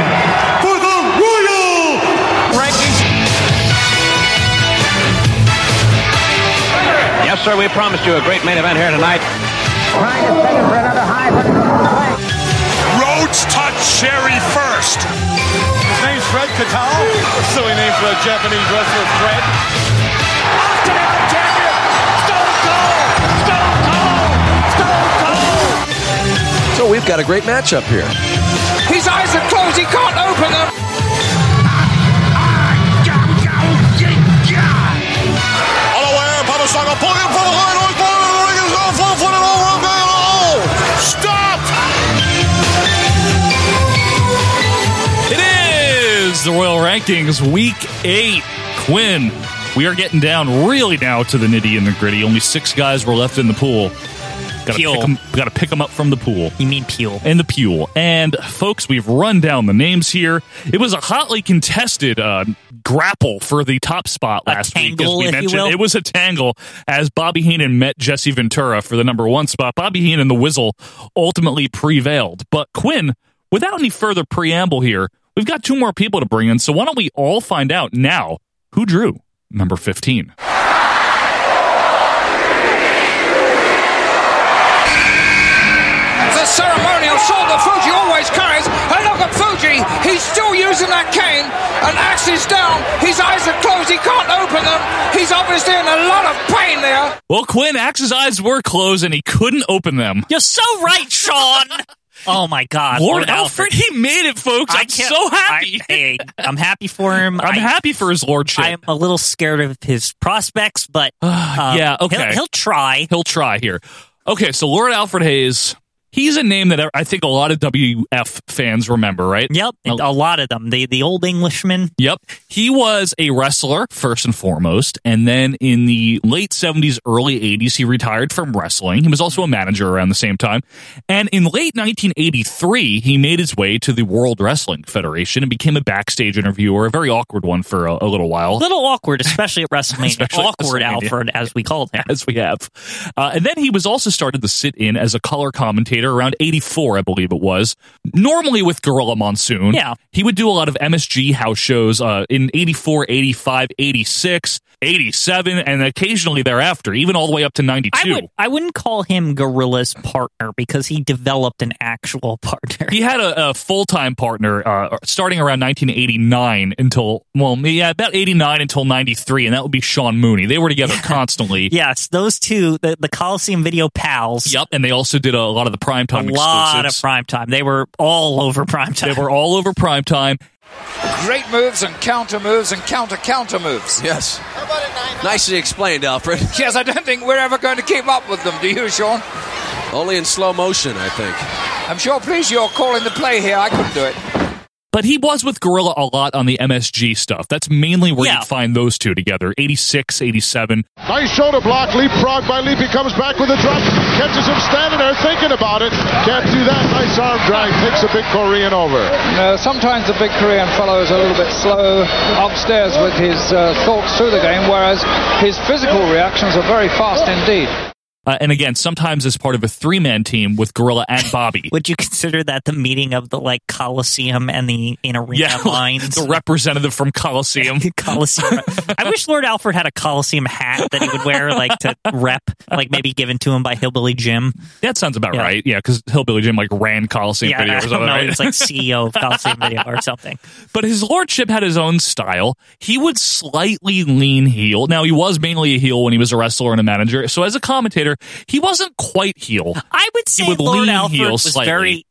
S14: for the Royal Rankings.
S15: sir, we promised you a great main event here tonight.
S7: Rhodes touched Sherry first.
S16: His name's Fred Catal. Silly name for a Japanese wrestler, Fred. Austin Allen champion, Stone Cold, Stone Cold, Stone Cold.
S10: So we've got a great matchup here.
S16: His eyes are closed. He can't open them.
S1: It is the Royal Rankings Week 8. Quinn, we are getting down really now to the nitty and the gritty. Only six guys were left in the pool. Gotta
S2: Peel.
S1: pick 'em- gotta pick them up from the pool.
S2: You mean Peel.
S1: And the Pule. And folks, we've run down the names here. It was a hotly contested uh, grapple for the top spot last
S2: tangle,
S1: week, as
S2: if
S1: we
S2: you
S1: mentioned.
S2: will.
S1: It was a tangle as Bobby Heenan met Jesse Ventura for the number one spot. Bobby Heenan and the Whistle ultimately prevailed. But Quinn, without any further preamble here, we've got two more people to bring in. So why don't we all find out now who drew number 15?
S16: The ceremonial sword that Fuji always carries. And look at Fuji. He's still using that cane. An axe is down. His eyes are closed. He can't open them. He's obviously in a lot of pain there.
S1: Well, Quinn, Axe's eyes were closed and he couldn't open them.
S2: You're so right, Sean. oh my God,
S1: Lord Alfred, he made it, folks. I'm
S2: can't-
S1: so happy.
S2: I'm, hey, I'm happy
S1: [laughs]
S2: for him. I'm
S1: happy for his lordship.
S2: I'm a little scared of his prospects, but uh,
S1: [sighs] yeah, okay.
S2: he'll, he'll try.
S1: He'll try here. Okay, so Lord Alfred Hayes, he's a name that I think a lot of WF fans remember, right?
S2: Yep, and a lot of them. The the
S1: [laughs]
S2: old Englishman.
S1: Yep. He was a wrestler, first and foremost. And then in the late 70s, early 80s, he retired from wrestling. He was also a manager around the same time. And in late 1983, he made his way to the World Wrestling Federation and became a backstage interviewer, a very awkward one for a, a little while.
S2: A little awkward, especially at
S1: [laughs]
S2: WrestleMania.
S1: Especially at
S2: awkward
S1: WrestleMania.
S2: Alfred, as we called him.
S1: [laughs] as we have. Uh, and then he was also started to sit in as a color commentator around 84, I believe it was. Normally with Gorilla Monsoon.
S2: Yeah.
S1: He would do a lot of MSG house shows uh, in 84, 85, 86, 87, and occasionally thereafter, even all the way up to 92.
S2: I, would, I wouldn't call him Gorilla's partner because he developed an actual [laughs] partner.
S1: he had a, a full-time partner uh, starting around 1989 until well yeah about 89 until 93 and that would be sean mooney they were together
S2: [laughs]
S1: constantly
S2: Yes, those two, the, the Coliseum video pals.
S1: yep and they also did a, lot of the
S2: A
S1: primetime
S2: lot of
S1: exclusives
S2: primetime. They were all over primetime.
S1: they were all over primetime
S17: Great moves and counter moves and counter counter moves.
S18: Yes. Nicely explained, Alfred.
S17: [laughs] Yes, I don't think we're ever going to keep up with them, do you, Sean?
S18: Only in slow motion, I think.
S17: I'm sure, please, you're calling the play here. I couldn't do it.
S1: But he was with Gorilla a lot on the MSG stuff. That's mainly where
S17: Yeah.
S1: you'd find those two together 86, 87.
S19: Nice shoulder block, leapfrog by Leap. He comes back with a drop, catches him standing there thinking about it. Can't do that. Nice arm drag, takes a big Korean over.
S20: No, sometimes the big Korean fellow is a little bit slow upstairs with his uh, thoughts through the game, whereas his physical reactions are very fast indeed.
S1: Uh, and again, sometimes as part of a three man team with Gorilla and
S2: [laughs]
S1: Bobby.
S2: Would you consider that the meeting of the like Coliseum and the in arena
S1: yeah, [laughs]
S2: lines?
S1: the representative from
S2: [laughs]
S1: Coliseum.
S2: Coliseum. I wish Lord Alfred had a Coliseum hat that he would wear, like to rep, like maybe given to him by Hillbilly Jim.
S1: That sounds about right. Yeah, because Hillbilly Jim like ran Coliseum
S2: Yeah,
S1: video
S2: I
S1: or
S2: don't
S1: something.
S2: know.
S1: right?
S2: He was like CEO of Coliseum Video or something.
S1: [laughs] But his lordship had his own style. He would slightly lean heel. Now, he was mainly a heel when he was a wrestler and a manager. So, as a commentator, he wasn't quite heel.
S2: I would say
S1: would
S2: Lord
S1: lean
S2: Alfred
S1: heel
S2: was
S1: slightly.
S2: very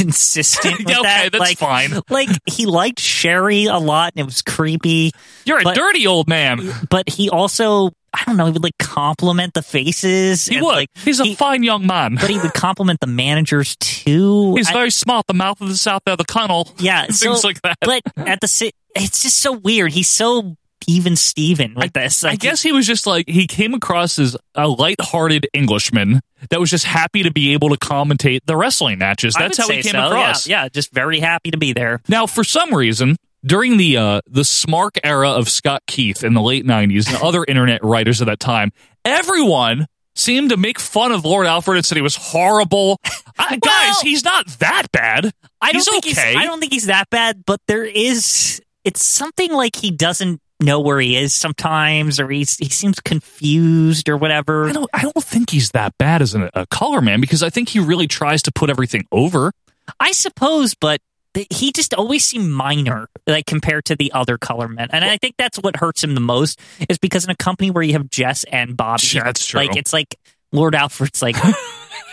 S2: inconsistent. With
S1: Yeah, [laughs] okay,
S2: that.
S1: that's
S2: like,
S1: fine.
S2: Like he liked Sherry a lot, and it was creepy.
S1: You're a dirty old man.
S2: [laughs] But he also, I don't know, he would like compliment the faces. He would. Like,
S1: He's a fine young man.
S2: But he would compliment the managers too.
S1: He's
S2: I-
S1: very smart, the mouth of the South, there, the [laughs] Connell.
S2: yeah,
S1: things
S2: so-
S1: like that.
S2: But at the si- it's just so weird. He's so even Steven with this. Like,
S1: I guess he was just like he came across as a light-hearted Englishman that was just happy to be able to commentate the wrestling matches.
S2: I
S1: That's
S2: would
S1: how he
S2: say
S1: came
S2: so,
S1: across.
S2: Yeah, yeah, just very happy to be there.
S1: Now, for some reason, during the uh, the Smark era of Scott Keith in the late '90s and other internet writers of that time, everyone seemed to make fun of Lord Alfred and said he was
S2: [laughs]
S1: horrible. I, guys, he's not that bad.
S2: I don't
S1: he's
S2: think
S1: okay.
S2: he's I don't think he's that bad, but there is it's something like he doesn't know where he is sometimes, or he's he seems confused or whatever.
S1: I don't, I don't think he's that bad as an, a color man because I think he really tries to put everything over.
S2: I suppose, but th- he just always seemed minor, like compared to the other color men, and I think that's what hurts him the most is because in a company where you have Jess and Bobby,
S1: Yeah, that's true.
S2: Like it's like Lord
S1: [laughs]
S2: Alfred's like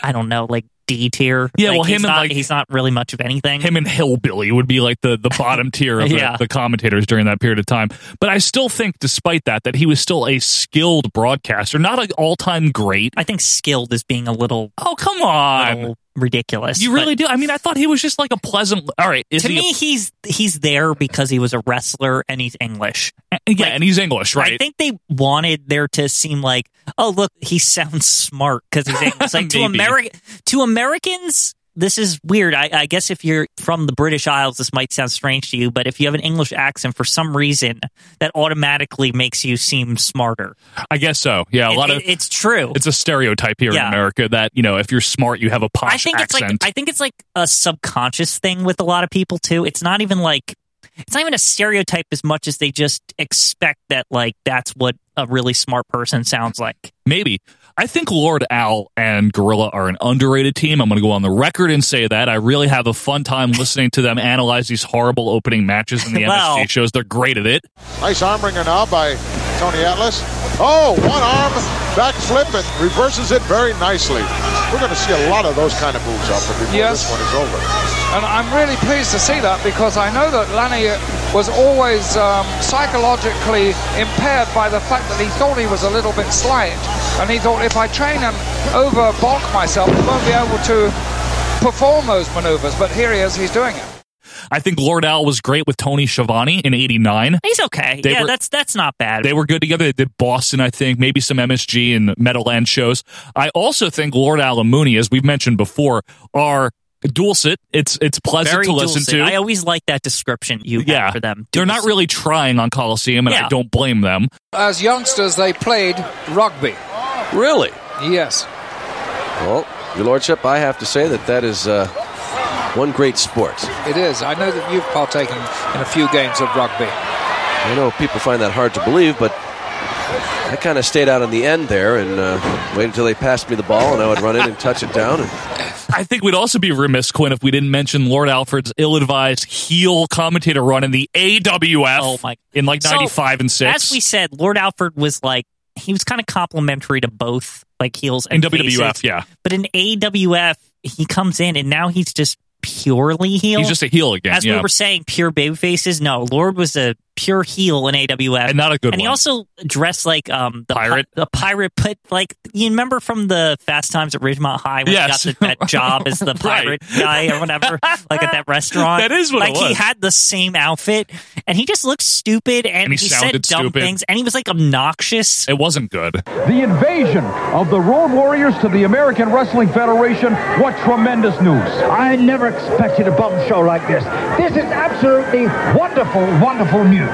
S2: I don't know, like D tier.
S1: Yeah, well,
S2: he's
S1: him and,
S2: not,
S1: like-
S2: he's not really much of anything.
S1: Him and Hillbilly would be like the,
S2: [laughs]
S1: the bottom tier of the-
S2: Yeah.
S1: the, commentators during that period of time. But I still think, despite that, that he was still a skilled broadcaster, not an all time great.
S2: I think skilled is being a little
S1: oh come on
S2: ridiculous.
S1: You
S2: but-
S1: really do. I mean, I thought he was just like a pleasant. All right, is
S2: to
S1: he a-
S2: me, he's he's there because he was a wrestler and he's English.
S1: yeah, and he's English, right?
S2: I think they wanted there to seem like, oh look, he sounds smart because he's English. Like
S1: [laughs]
S2: to
S1: Maybe.
S2: American to Americans, this is weird. I, I guess if you're from the British Isles, this might sound strange to you, but if you have an English accent for some reason, that automatically makes you seem smarter.
S1: I guess so. Yeah, a
S2: It-
S1: lot of
S2: it- it's true.
S1: It's a stereotype here in
S2: Yeah.
S1: America that you know if you're smart, you have a posh
S2: I think
S1: accent.
S2: it's like I think it's like a subconscious thing with a lot of people too. It's not even like it's not even a stereotype as much as they just expect that like that's what a really smart person sounds like.
S1: Maybe. I think Lord Al and Gorilla are an underrated team. I'm going to go on the record and say that. I really have a fun time listening to them analyze these horrible opening matches
S2: [laughs]
S1: in the
S19: Wow.
S1: MSG shows. They're great at it.
S19: Nice armbringer now by Tony Atlas. Oh, one arm backflip and reverses it very nicely. We're going to see a lot of those kind of moves up before
S20: Yes.
S19: this one is over.
S20: And I'm really pleased to see that because I know that Lanny was always um, psychologically impaired by the fact that he thought he was a little bit slight. And he thought if I train and over bulk myself, I won't be able to perform those maneuvers. But here he is, he's doing it.
S1: I think Lord Al was great with Tony Schiavone in 89.
S2: He's okay.
S1: They
S2: yeah,
S1: were-
S2: that's that's not bad.
S1: They were good together. They did Boston, I think, maybe some MSG and Meadowland shows. I also think Lord Al and Mooney, as we've mentioned before, are dulcet. It's it's pleasant
S2: Very
S1: to listen
S2: dulcet.
S1: to.
S2: I always like that description you yeah.
S1: yeah,
S2: for them.
S1: They're not really trying on Coliseum, and I
S20: Yeah.
S1: don't blame them.
S20: As youngsters, they played rugby.
S18: Really?
S20: Yes.
S18: Well, Your Lordship, I have to say that that is uh, one great sport.
S20: It is. I know that you've partaken in a few games of rugby.
S18: I know people find that hard to believe, but I kind of stayed out on the end there and uh, waited until they passed me the ball, and I would run in and touch it down. And
S1: I think we'd also be remiss, Quinn, if we didn't mention Lord Alfred's ill-advised heel commentator run in the AWF in like
S2: Oh So,
S1: '95 and '6.
S2: As we said, Lord Alfred was like he was kind of complimentary to both like heels
S1: In
S2: and
S1: WWF,
S2: faces.
S1: yeah.
S2: But in AWF, he comes in and now he's just purely heel.
S1: He's just a heel again,
S2: As
S1: yeah.
S2: we were saying, pure baby faces. No, Lord was a pure heel in AWF, and
S1: not a good
S2: And he
S1: one.
S2: also dressed like um the pirate, the pirate. But like you remember from the Fast Times at Ridgemont High, when
S1: Yes.
S2: he
S1: [laughs]
S2: got the, that job as the pirate guy or whatever, like at that restaurant.
S1: [laughs] That is what
S2: like
S1: it
S2: he
S1: was.
S2: had the same outfit, and he just looked stupid, and,
S1: And he
S2: said
S1: sounded
S2: dumb
S1: stupid.
S2: things, and he was like obnoxious.
S1: It wasn't good. [laughs]
S21: The invasion of the Road Warriors to the American Wrestling Federation. What tremendous news. I never expected a bomb show like this. This is absolutely wonderful, wonderful news.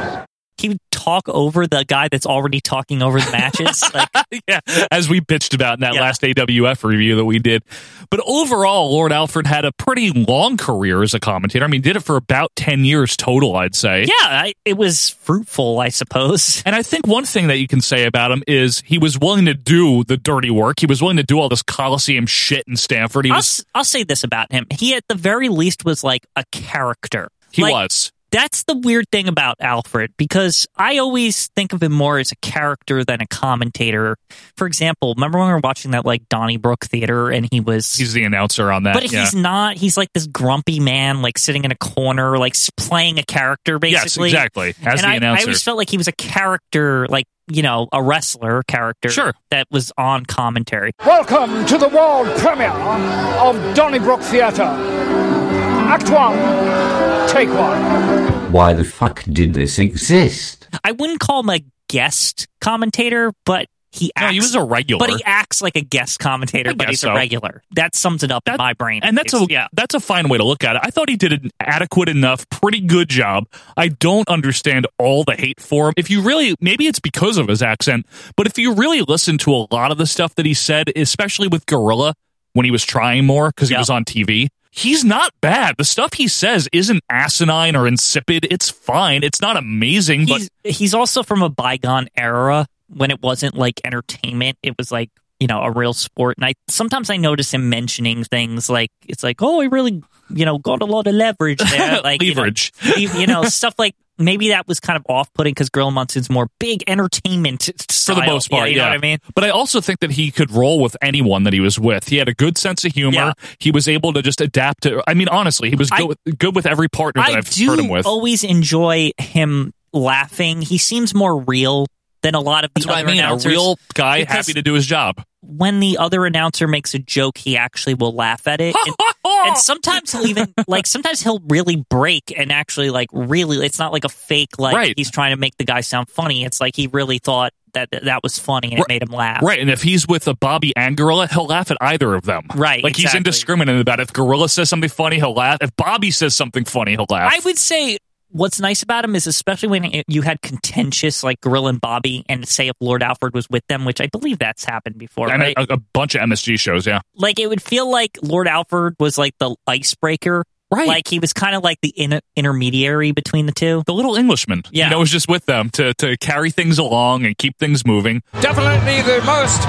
S2: He would talk over the guy that's already talking over the
S1: [laughs]
S2: matches. like
S1: yeah, as we bitched about in that last AWF review that we did. But overall, Lord Alfred had a pretty long career as a commentator. I mean, did it for about 10 years total, I'd say. Yeah,
S2: I, it was fruitful, I suppose.
S1: And I think one thing that you can say about him is he was willing to do the dirty work. He was willing to do all this Coliseum shit in Stanford. He
S2: I'll,
S1: was
S2: s- I'll say this about him. He, at the very least, was like a character.
S1: He
S2: Like,
S1: was.
S2: That's the weird thing about Alfred because I always think of him more as a character than a commentator. For example, remember when we were watching that like Donnybrook Theater and he was.
S1: he's the announcer on that.
S2: But
S1: yeah.
S2: he's not. He's like this grumpy man, like sitting in a corner, like s- playing a character,
S1: Yes,
S2: basically.
S1: exactly, as
S2: and
S1: the
S2: I, I
S1: announcer.
S2: always felt like he was a character, like, you know, a wrestler character sure. that was on commentary.
S22: Welcome to the world premiere of Donnybrook Theatre. Act one, take one.
S23: Why the fuck did this exist?
S2: I wouldn't call him a guest commentator, but he acts,
S1: he was a regular.
S2: But he acts like a guest commentator,
S1: I
S2: but
S1: guess
S2: he's
S1: so.
S2: a regular. That sums it up in my brain.
S1: and that's a that's a fine way to look at it. I thought he did an adequate enough, pretty good job. I don't understand all the hate for him. If you really, maybe it's because of his accent, but if you really listen to a lot of the stuff that he said, especially with Gorilla when he was trying more because he was on TV, he's not bad. The stuff he says isn't asinine or insipid. It's fine. It's not amazing, but
S2: he's also from a bygone era when it wasn't like entertainment. It was like you know a real sport. And I sometimes I notice him mentioning things like it's like oh he really you know got a lot of leverage
S1: [laughs]
S2: there, like you know,
S1: Leverage.
S2: you you know stuff like. Maybe that was kind of off-putting because Gorilla Monsoon's more big entertainment
S1: for the most part,
S2: You know
S1: yeah.
S2: what I mean?
S1: But I also think that he could roll with anyone that he was with. He had a good sense of humor. He was able to just adapt to. I mean, honestly, he was
S2: I-
S1: go, good with every partner that
S2: I
S1: have
S2: do
S1: heard him with.
S2: always enjoy him laughing. He seems more real than a lot of the
S1: That's what I
S2: other
S1: mean. A
S2: announcers.
S1: real guy
S2: because
S1: happy to do his job.
S2: When the other announcer makes a joke, he actually will laugh at it, [laughs]
S1: [laughs]
S2: and, and sometimes he'll even like sometimes he'll really break and actually like really. It's not like a fake like
S1: Right.
S2: he's trying to make the guy sound funny. It's like he really thought that that, that was funny and
S1: Right.
S2: it made him laugh.
S1: Right, and if he's with a Bobby and Gorilla, he'll laugh at either of them.
S2: Right,
S1: like he's
S2: exactly.
S1: indiscriminate about it. If Gorilla says something funny, he'll laugh. If Bobby says something funny, he'll laugh.
S2: I would say what's nice about him is especially when it- you had contentious like Gorilla and Bobby, and say if Lord Alfred was with them, which I believe that's happened before.
S1: and
S2: right?
S1: a, a bunch of MSG shows, yeah.
S2: like it would feel like Lord Alfred was like the icebreaker.
S1: Right.
S2: Like he was kind of like the in- intermediary between the two.
S1: The little Englishman.
S2: Yeah.
S1: You know, was just with them to, to carry things along and keep things moving.
S20: Definitely the most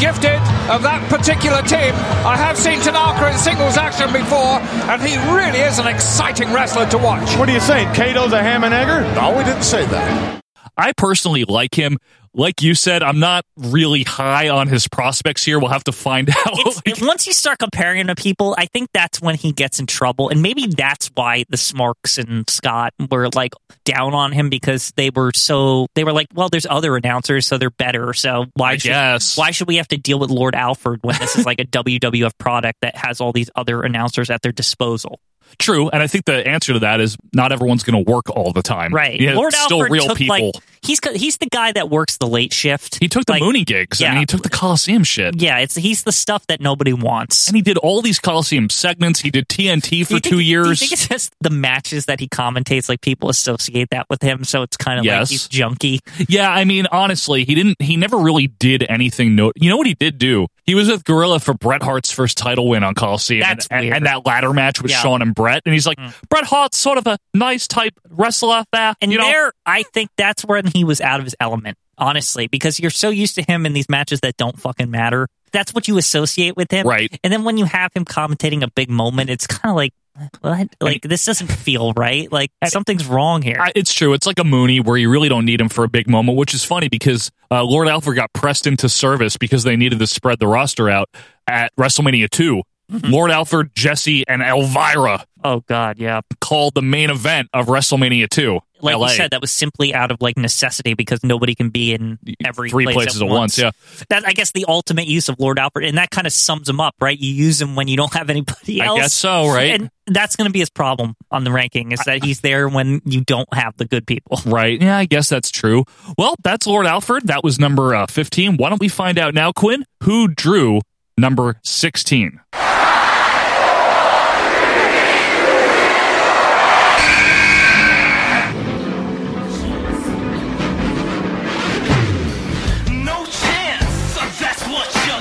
S20: gifted of that particular team. I have seen Tanaka in singles action before, and he really is an exciting wrestler to watch.
S3: What are you saying? Kato's a ham and egger? No, we didn't say that.
S1: I personally like him. Like you said, I'm not really high on his prospects here. We'll have to find [laughs] out.
S2: It's- once you start comparing him to people, I think that's when he gets in trouble. And maybe that's why the Smarks and Scott were like down on him because they were so they were like, well, there's other announcers, so they're better. So why should why should we have to deal with Lord Alfred when this is like a [laughs] WWF product that has all these other announcers at their disposal?
S1: True, and I think the answer to that is not everyone's going to work all the time.
S2: Right.
S1: Yeah,
S2: Lord
S1: it's still
S2: Alford
S1: real
S2: took,
S1: people.
S2: Like, he's co- he's the guy that works the late shift.
S1: he took the
S2: like-
S1: Mooney gigs. I
S2: yeah.
S1: mean, he took the Coliseum shit.
S2: Yeah, it's he's the stuff that nobody wants.
S1: And he did all these Coliseum segments. He did TNT
S2: Do
S1: for
S2: you
S1: two
S2: think- Do you
S1: years.
S2: think it's just the matches that he commentates? Like people associate that with him, so it's kind of
S1: Yes.
S2: like he's junky.
S1: Yeah, I mean, honestly, he didn't. He never really did anything. No, you know what he did do? He was with Gorilla for Bret Hart's first title win on Coliseum,
S2: That's
S1: and, and,
S2: weird.
S1: and that ladder match with
S2: Yeah. Mm.
S1: Shawn and Bret. And he's like, Bret Hart's sort of a nice type wrestler. There,
S2: And
S1: you know?
S2: there, I think that's when he was out of his element, honestly, because you're so used to him in these matches that don't fucking matter. That's what you associate with him,
S1: Right.
S2: And then when you have him commentating a big moment, it's kind of like, what? Like this doesn't feel right. Like something's wrong here.
S1: I, it's true. It's like a Mooney where you really don't need him for a big moment, which is funny because uh, Lord Alfred got pressed into service because they needed to spread the roster out at WrestleMania 2.
S2: Mm-hmm.
S1: Lord Alfred, Jesse, and Elvira
S2: oh God, yeah.
S1: called the main event of WrestleMania 2.
S2: Like
S1: LA.
S2: you said, that was simply out of like necessity because nobody can be in every
S1: Three
S2: place
S1: places
S2: at
S1: at once, yeah.
S2: that I guess the ultimate use of Lord Alfred, and that kind of sums him up, right? You use him when you don't have anybody
S1: I
S2: else.
S1: guess so, right?
S2: And that's going to be his problem on the ranking is that he's there when you don't have the good people.
S1: Right. Yeah, I guess that's true. Well, that's Lord Alfred. That was number uh, 15. Why don't we find out now, Quinn, who drew number 16?
S4: No chance, so that's what you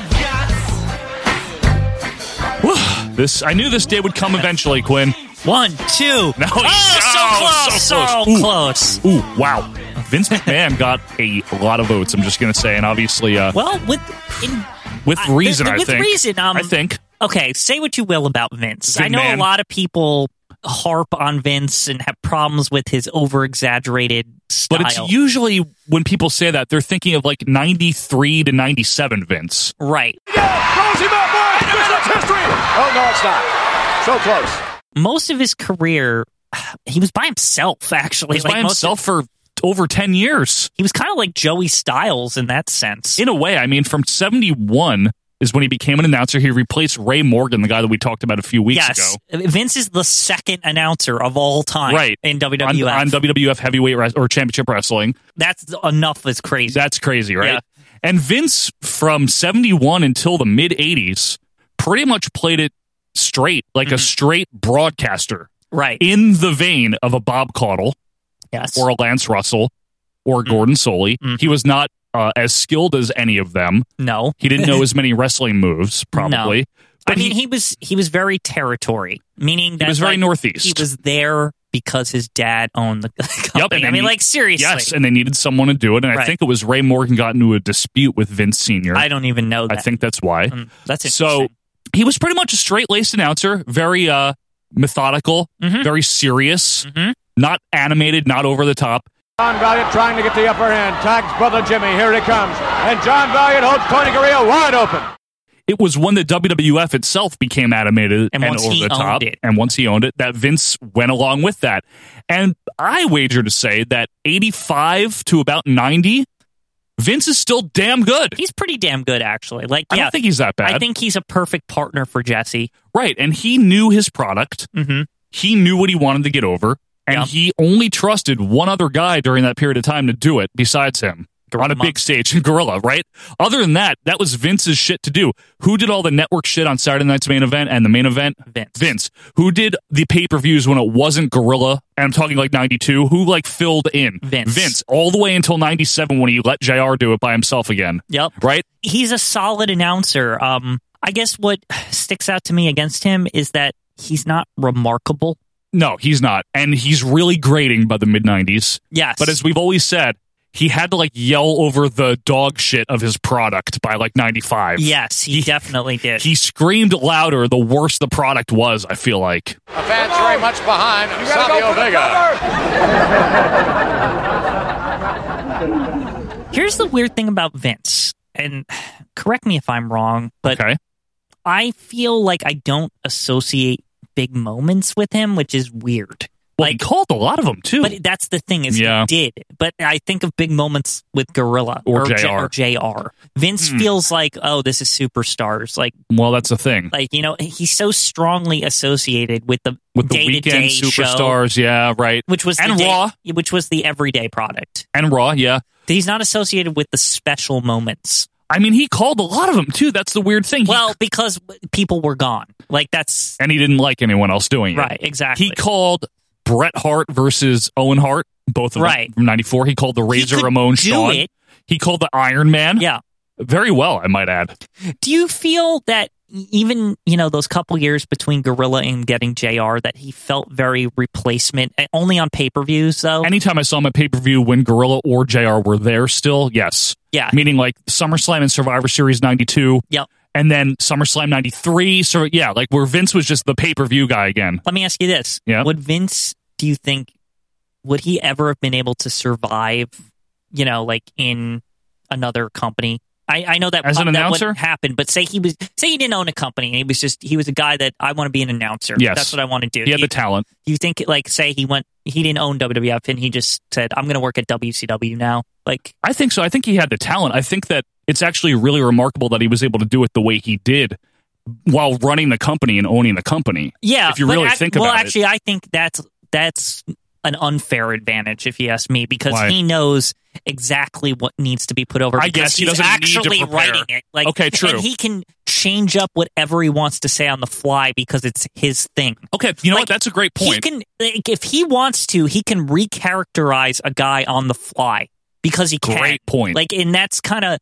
S4: got.
S1: Whew. this I knew this day would come eventually, Quinn.
S2: One, two. No,
S1: oh,
S2: Oh, so close, so
S1: Ooh, Ooh, wow. Vince McMahon got a lot of votes, I'm just going to say. And obviously, uh,
S2: Well, with in,
S1: with
S2: I-
S1: reason,
S2: with,
S1: I
S2: with
S1: think.
S2: reason, um,
S1: I think.
S2: Okay, say what you will about Vince.
S1: Good
S2: I know
S1: man.
S2: a lot of people harp on Vince and have problems with his over exaggerated style.
S1: But it's usually when people say that, they're thinking of like 93 to 97 Vince.
S2: right.
S3: Throws him up, boy! This is history! Oh, no, it's not. So close.
S2: Most of his career, he was by himself. Actually,
S1: He was by
S2: most of-
S1: himself for over 10 years.
S2: he was kind of like Joey Styles in that sense.
S1: in a way, I mean, from 71 is when he became an announcer. He replaced Ray Morgan, the guy that we talked about a few weeks
S2: yes,
S1: ago.
S2: Vince is the second announcer of all time,
S1: Right.
S2: in
S1: On,
S2: WWF.
S1: on WWF Heavyweight Wres- or Championship Wrestling.
S2: That's enough is crazy.
S1: That's crazy, right?
S2: Yeah.
S1: And Vince, from 71 until the mid 80s, pretty much played it straight, like
S2: Mm-hmm.
S1: a straight broadcaster.
S2: Right.
S1: In the vein of a Bob Caudle
S2: yes.
S1: or a Lance Russell
S2: Mm-hmm.
S1: or Gordon Soley. He was not uh, as skilled as any of them.
S2: No. [laughs]
S1: He didn't know as many wrestling moves, probably.
S2: I mean, he, was he was very territory, meaning that
S1: was very
S2: like,
S1: northeast.
S2: He was there because his dad owned the [laughs] company.
S1: Yep, and they
S2: I mean,
S1: need-
S2: like seriously.
S1: Yes, and they needed someone to do it. And I
S2: Right.
S1: think it was Ray Morgan got into a dispute with Vince Senior. I
S2: don't even know. Um,
S1: I think that's why.
S2: that's
S1: so. He was pretty much a straight laced announcer, very uh, methodical,
S2: Mm-hmm.
S1: very serious, not animated, not over the top.
S5: John Valiant trying to get the upper hand. Tags brother Jimmy. Here he comes. And John Valiant holds Tony Garea wide open.
S1: It was when the WWF itself became animated and,
S2: once
S1: over
S2: he
S1: the top,
S2: owned it.
S1: and once he owned it, that Vince went along with that. And I wager to say that eighty-five to about ninety, Vince is still damn good.
S2: He's pretty damn good, actually. Like,
S1: I
S2: yeah.
S1: don't think he's that bad.
S2: I think he's a perfect partner for Jesse.
S1: Right. And he knew his product.
S2: Mhm.
S1: He knew what he wanted to get over. And he only trusted one other guy during that period of time to do it besides him on a big stage, [laughs] Gorilla, right? Other than that, that was Vince's shit to do. Who did all the network shit on Saturday night's main event and the main event?
S2: Vince.
S1: Vince. Who did the pay per views when it wasn't Gorilla? And I'm talking like 92. Who like filled in? Vince. Vince. All the way until 97 when he let JR do it by himself again.
S2: Yep.
S1: Right?
S2: He's a solid announcer. Um, I guess what sticks out to me against him is that he's not remarkable.
S1: No, he's not. And he's really grating by the mid 90s.
S2: Yes.
S1: But as we've always said, he had to like yell over the dog shit of his product by like 95.
S2: Yes, he, definitely did.
S1: He screamed louder the worse the product was, I feel like.
S15: The fans very much behind
S5: You gotta
S15: Savio
S5: go for the
S2: Here's the weird thing about Vince, and [sighs] correct me if I'm wrong, but I feel like I don't associate big moments with him, which is weird.
S1: Well, he called a lot of them too.
S2: But that's the thing is
S1: Yeah.
S2: he did. But I think of big moments with Gorilla
S1: Or Hmm.
S2: J-
S1: JR.
S2: or JR. Vince feels like, oh, this is superstars. Like,
S1: Well, that's the thing.
S2: like you know, he's so strongly associated with the
S1: With the
S2: day-to-day
S1: weekend
S2: show,
S1: superstars, yeah, right.
S2: which was
S1: and
S2: the day-
S1: Raw
S2: which was the everyday product.
S1: and Raw, yeah.
S2: He's not associated with the special moments.
S1: I mean, he called a lot of them too. That's the weird thing.
S2: Well, because people were gone. Like that's
S1: And he didn't like anyone else doing it.
S2: right, exactly.
S1: He called Bret Hart versus Owen Hart, both of them
S2: Right.
S1: from '94. He called the Razor
S2: could
S1: Ramon
S2: do
S1: Shawn.
S2: it.
S1: He called the Iron Man.
S2: Yeah,
S1: very well, I might add.
S2: Do you feel that e-, even you know those couple years between Gorilla and getting Jr. that he felt very replacement eh, only on pay per views though?
S1: Anytime I saw him at pay per view when Gorilla or Jr. were there, still yes,
S2: Yeah.
S1: meaning like SummerSlam and Survivor Series '92.
S2: Yep.
S1: And then SummerSlam '93. So yeah, like where Vince was just the pay per view guy again.
S2: Let me ask you this:
S1: Yeah.
S2: Would Vince? Do you think would he ever have been able to survive? You know, like in another company. I, I know that
S1: As an
S2: that
S1: announcer?
S2: wouldn't happen, but say he was say he didn't own a company and he was just he was a guy that I want to be an announcer.
S1: Yes.
S2: that's what I want to do.
S1: He had
S2: Do
S1: the
S2: you-
S1: talent.
S2: Do you think like say he went he didn't own WWF and he just said I'm going to work at WCW now? Like
S1: I think so. I think he had the talent. I think that it's actually really remarkable that he was able to do it the way he did while running the company and owning the company.
S2: yeah,
S1: If you
S2: but
S1: really
S2: ac-
S1: think
S2: well,
S1: about
S2: actually,
S1: it.
S2: I think that's that's an unfair advantage if you ask me because
S1: Why?
S2: he knows exactly what needs to be put over.
S1: I
S2: because
S1: guess he
S2: he's
S1: doesn't need to
S2: actually
S1: prepare.
S2: writing it. Like
S1: Okay, true.
S2: And he can change up whatever he wants to say on the fly because it's his thing.
S1: Okay, you know what? That's a great
S2: He
S1: point.
S2: can, like, if he wants to, he can recharacterize a guy on the fly because he can.
S1: Great point.
S2: Like, and that's kind of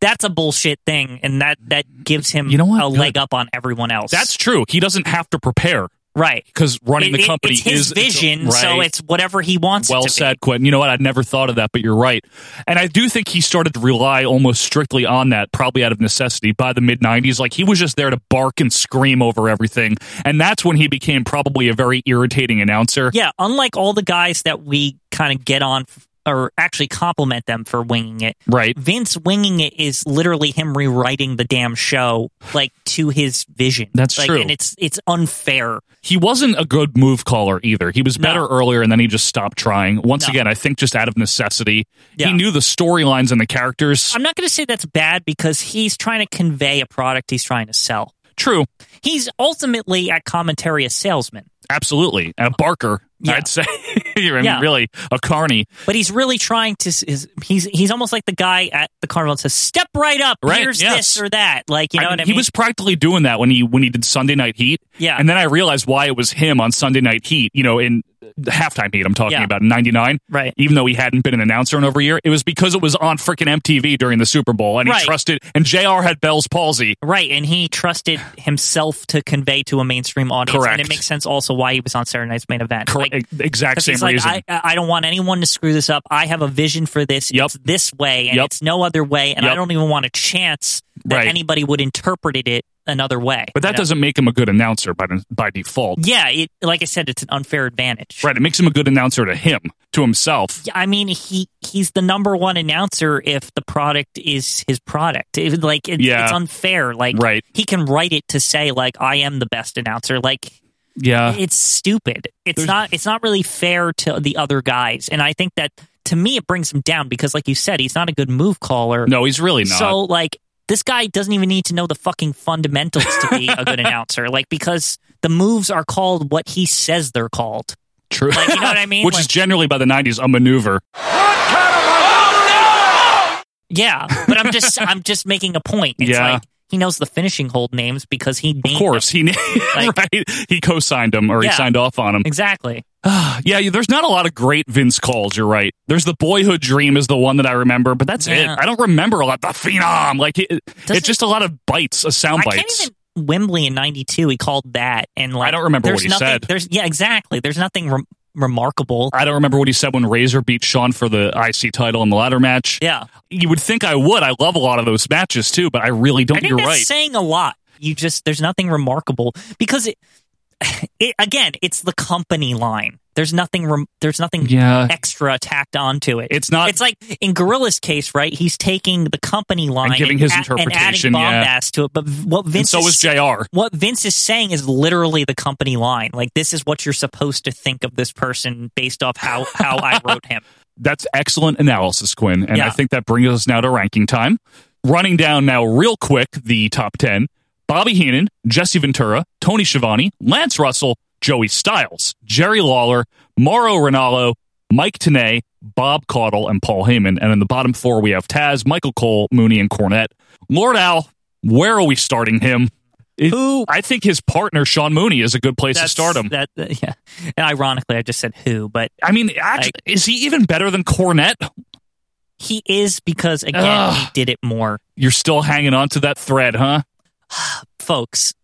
S2: that's a bullshit thing, and that that gives him you know a leg up on everyone else.
S1: That's true. He doesn't have to prepare.
S2: Right.
S1: Because running
S2: It-
S1: the
S2: it-
S1: company
S2: it's his
S1: is
S2: vision, so it's whatever he wants.
S1: Well
S2: it to
S1: said,
S2: Be.
S1: Quentin. You know what? I'd never thought of that, but you're right. And I do think he started to rely almost strictly on that, probably out of necessity, by the mid 90s. Like he was just there to bark and scream over everything. And that's when he became probably a very irritating announcer.
S2: Yeah, unlike all the guys that we kind of get on f- or actually compliment them for winging it.
S1: Right.
S2: Vince winging it is literally him rewriting the damn show like to his vision.
S1: That's
S2: like,
S1: true.
S2: and it's it's unfair.
S1: He wasn't a good move caller either. He was better earlier and then he just stopped trying. Once
S2: No.
S1: again, I think just out of necessity.
S2: Yeah.
S1: He knew the storylines and the characters.
S2: I'm not going to say that's bad because he's trying to convey a product he's trying to sell.
S1: True.
S2: He's ultimately at commentary a salesman,
S1: Absolutely. And a barker, I'd say. [laughs] I mean,
S2: Yeah.
S1: really, a carney.
S2: but he's really trying to. s- Is, he's he's almost like the guy at the carnival that says, "Step right up.
S1: Right,
S2: here's
S1: yes.
S2: this or that." Like you know what I mean?
S1: He was practically doing that when he when he did Sunday Night Heat.
S2: Yeah.
S1: and then I realized why it was him on Sunday Night Heat. You know, in halftime heat. I'm talking about '99,
S2: right?
S1: Even though he hadn't been an announcer in over a year, it was because it was on freaking MTV during the Super Bowl, and he
S2: Right.
S1: trusted. And Jr. had Bell's palsy,
S2: Right, and he
S1: [sighs]
S2: trusted himself to convey to a mainstream audience,
S1: Correct.
S2: and it makes sense also why he was on Saturday Night's Main Event.
S1: Correct. exact
S2: 'cause
S1: same
S2: he's like,
S1: reason.
S2: I, I don't want anyone to screw this up. I have a vision for this. It's this way, and
S1: Yep.
S2: it's no other way. And I
S1: Yep.
S2: don't even want a chance that
S1: Right.
S2: anybody would interpret it another way.
S1: but that
S2: you know?
S1: doesn't make him a good announcer by by default.
S2: Yeah, it, like I said, it's an unfair advantage.
S1: Right, it makes him a good announcer to him, to himself.
S2: Yeah, I mean, he he's the number one announcer if the product is his product. It, like, it,
S1: Yeah.
S2: it's unfair. Like,
S1: Right.
S2: he can write it to say like, "I am the best announcer." Like,
S1: Yeah.
S2: it's stupid. It's not. It's not really fair to the other guys, and I think that to me it brings him down because, like you said, he's not a good move caller.
S1: No, he's really not.
S2: So like. This guy doesn't even need to know the fucking fundamentals to be
S1: [laughs]
S2: a good announcer, like because the moves are called what he says they're called.
S1: True. [laughs]
S2: Like, you know what I mean?
S1: Which
S2: Like-
S1: is generally by the 90s a maneuver.
S2: Yeah, but I'm just [laughs] I'm just making a point. It's
S1: Yeah.
S2: like he knows the finishing hold names because he named
S1: Of course, he [laughs] right. He co-signed him or he
S2: Yeah.
S1: signed off on him.
S2: exactly.
S1: "Ah, Yeah, you- there's not a lot of great Vince calls. You're right. There's the boyhood dream is the one that I remember, but that's
S2: Yeah.
S1: it. I don't remember a lot. The phenom, like it,
S2: Doesn't-
S1: it's just a lot of bites, uh, sound
S2: I
S1: bites.
S2: can't even Wembley in '92. He called that, and like I don't
S1: remember
S2: there's
S1: what he
S2: nothing,
S1: said.
S2: There's yeah, exactly. There's nothing rem- remarkable.
S1: I don't remember what he said when Razor beat Sean for the IC title in the ladder match.
S2: Yeah,
S1: you would think I would. I love a lot of those matches too, but I really don't.
S2: I think
S1: you're
S2: that's
S1: right.
S2: saying a lot. You just there's nothing remarkable because it, it again it's the company line. There's nothing rem- there's nothing
S1: Yeah.
S2: extra tacked onto it.
S1: It's not-
S2: It's like in Gorilla's case, right? He's taking the company line
S1: giving his
S2: a-
S1: interpretation,
S2: and adding
S1: yeah.
S2: bombast to it. But v- what Vince
S1: so
S2: is,
S1: is JR.
S2: What Vince is saying is literally the company line. Like this is what you're supposed to think of this person based off how how
S1: [laughs]
S2: I wrote him.
S1: That's excellent analysis, Quinn. And I
S2: Yeah.
S1: think that brings us now to ranking time. Running down now, real quick, the top 10 Bobby Heenan, Jesse Ventura, Tony Schiavone, Lance Russell, Joey Styles, Jerry Lawler, Mauro Ranallo, Mike Tanay, Bob Caudle, and Paul Heyman. And in the bottom four, we have Taz, Michael Cole, Mooney, and Cornette. Lord Al, where are we starting him? It- I think his partner, Sean Mooney, is a good place to
S2: That's-
S1: start him.
S2: That, that- yeah. And ironically, I just said who, but
S1: I mean, actually, is he even better than Cornette?
S2: he is because again
S1: Ugh.
S2: he did it more.
S1: You're still hanging on to that thread, huh?
S2: folks,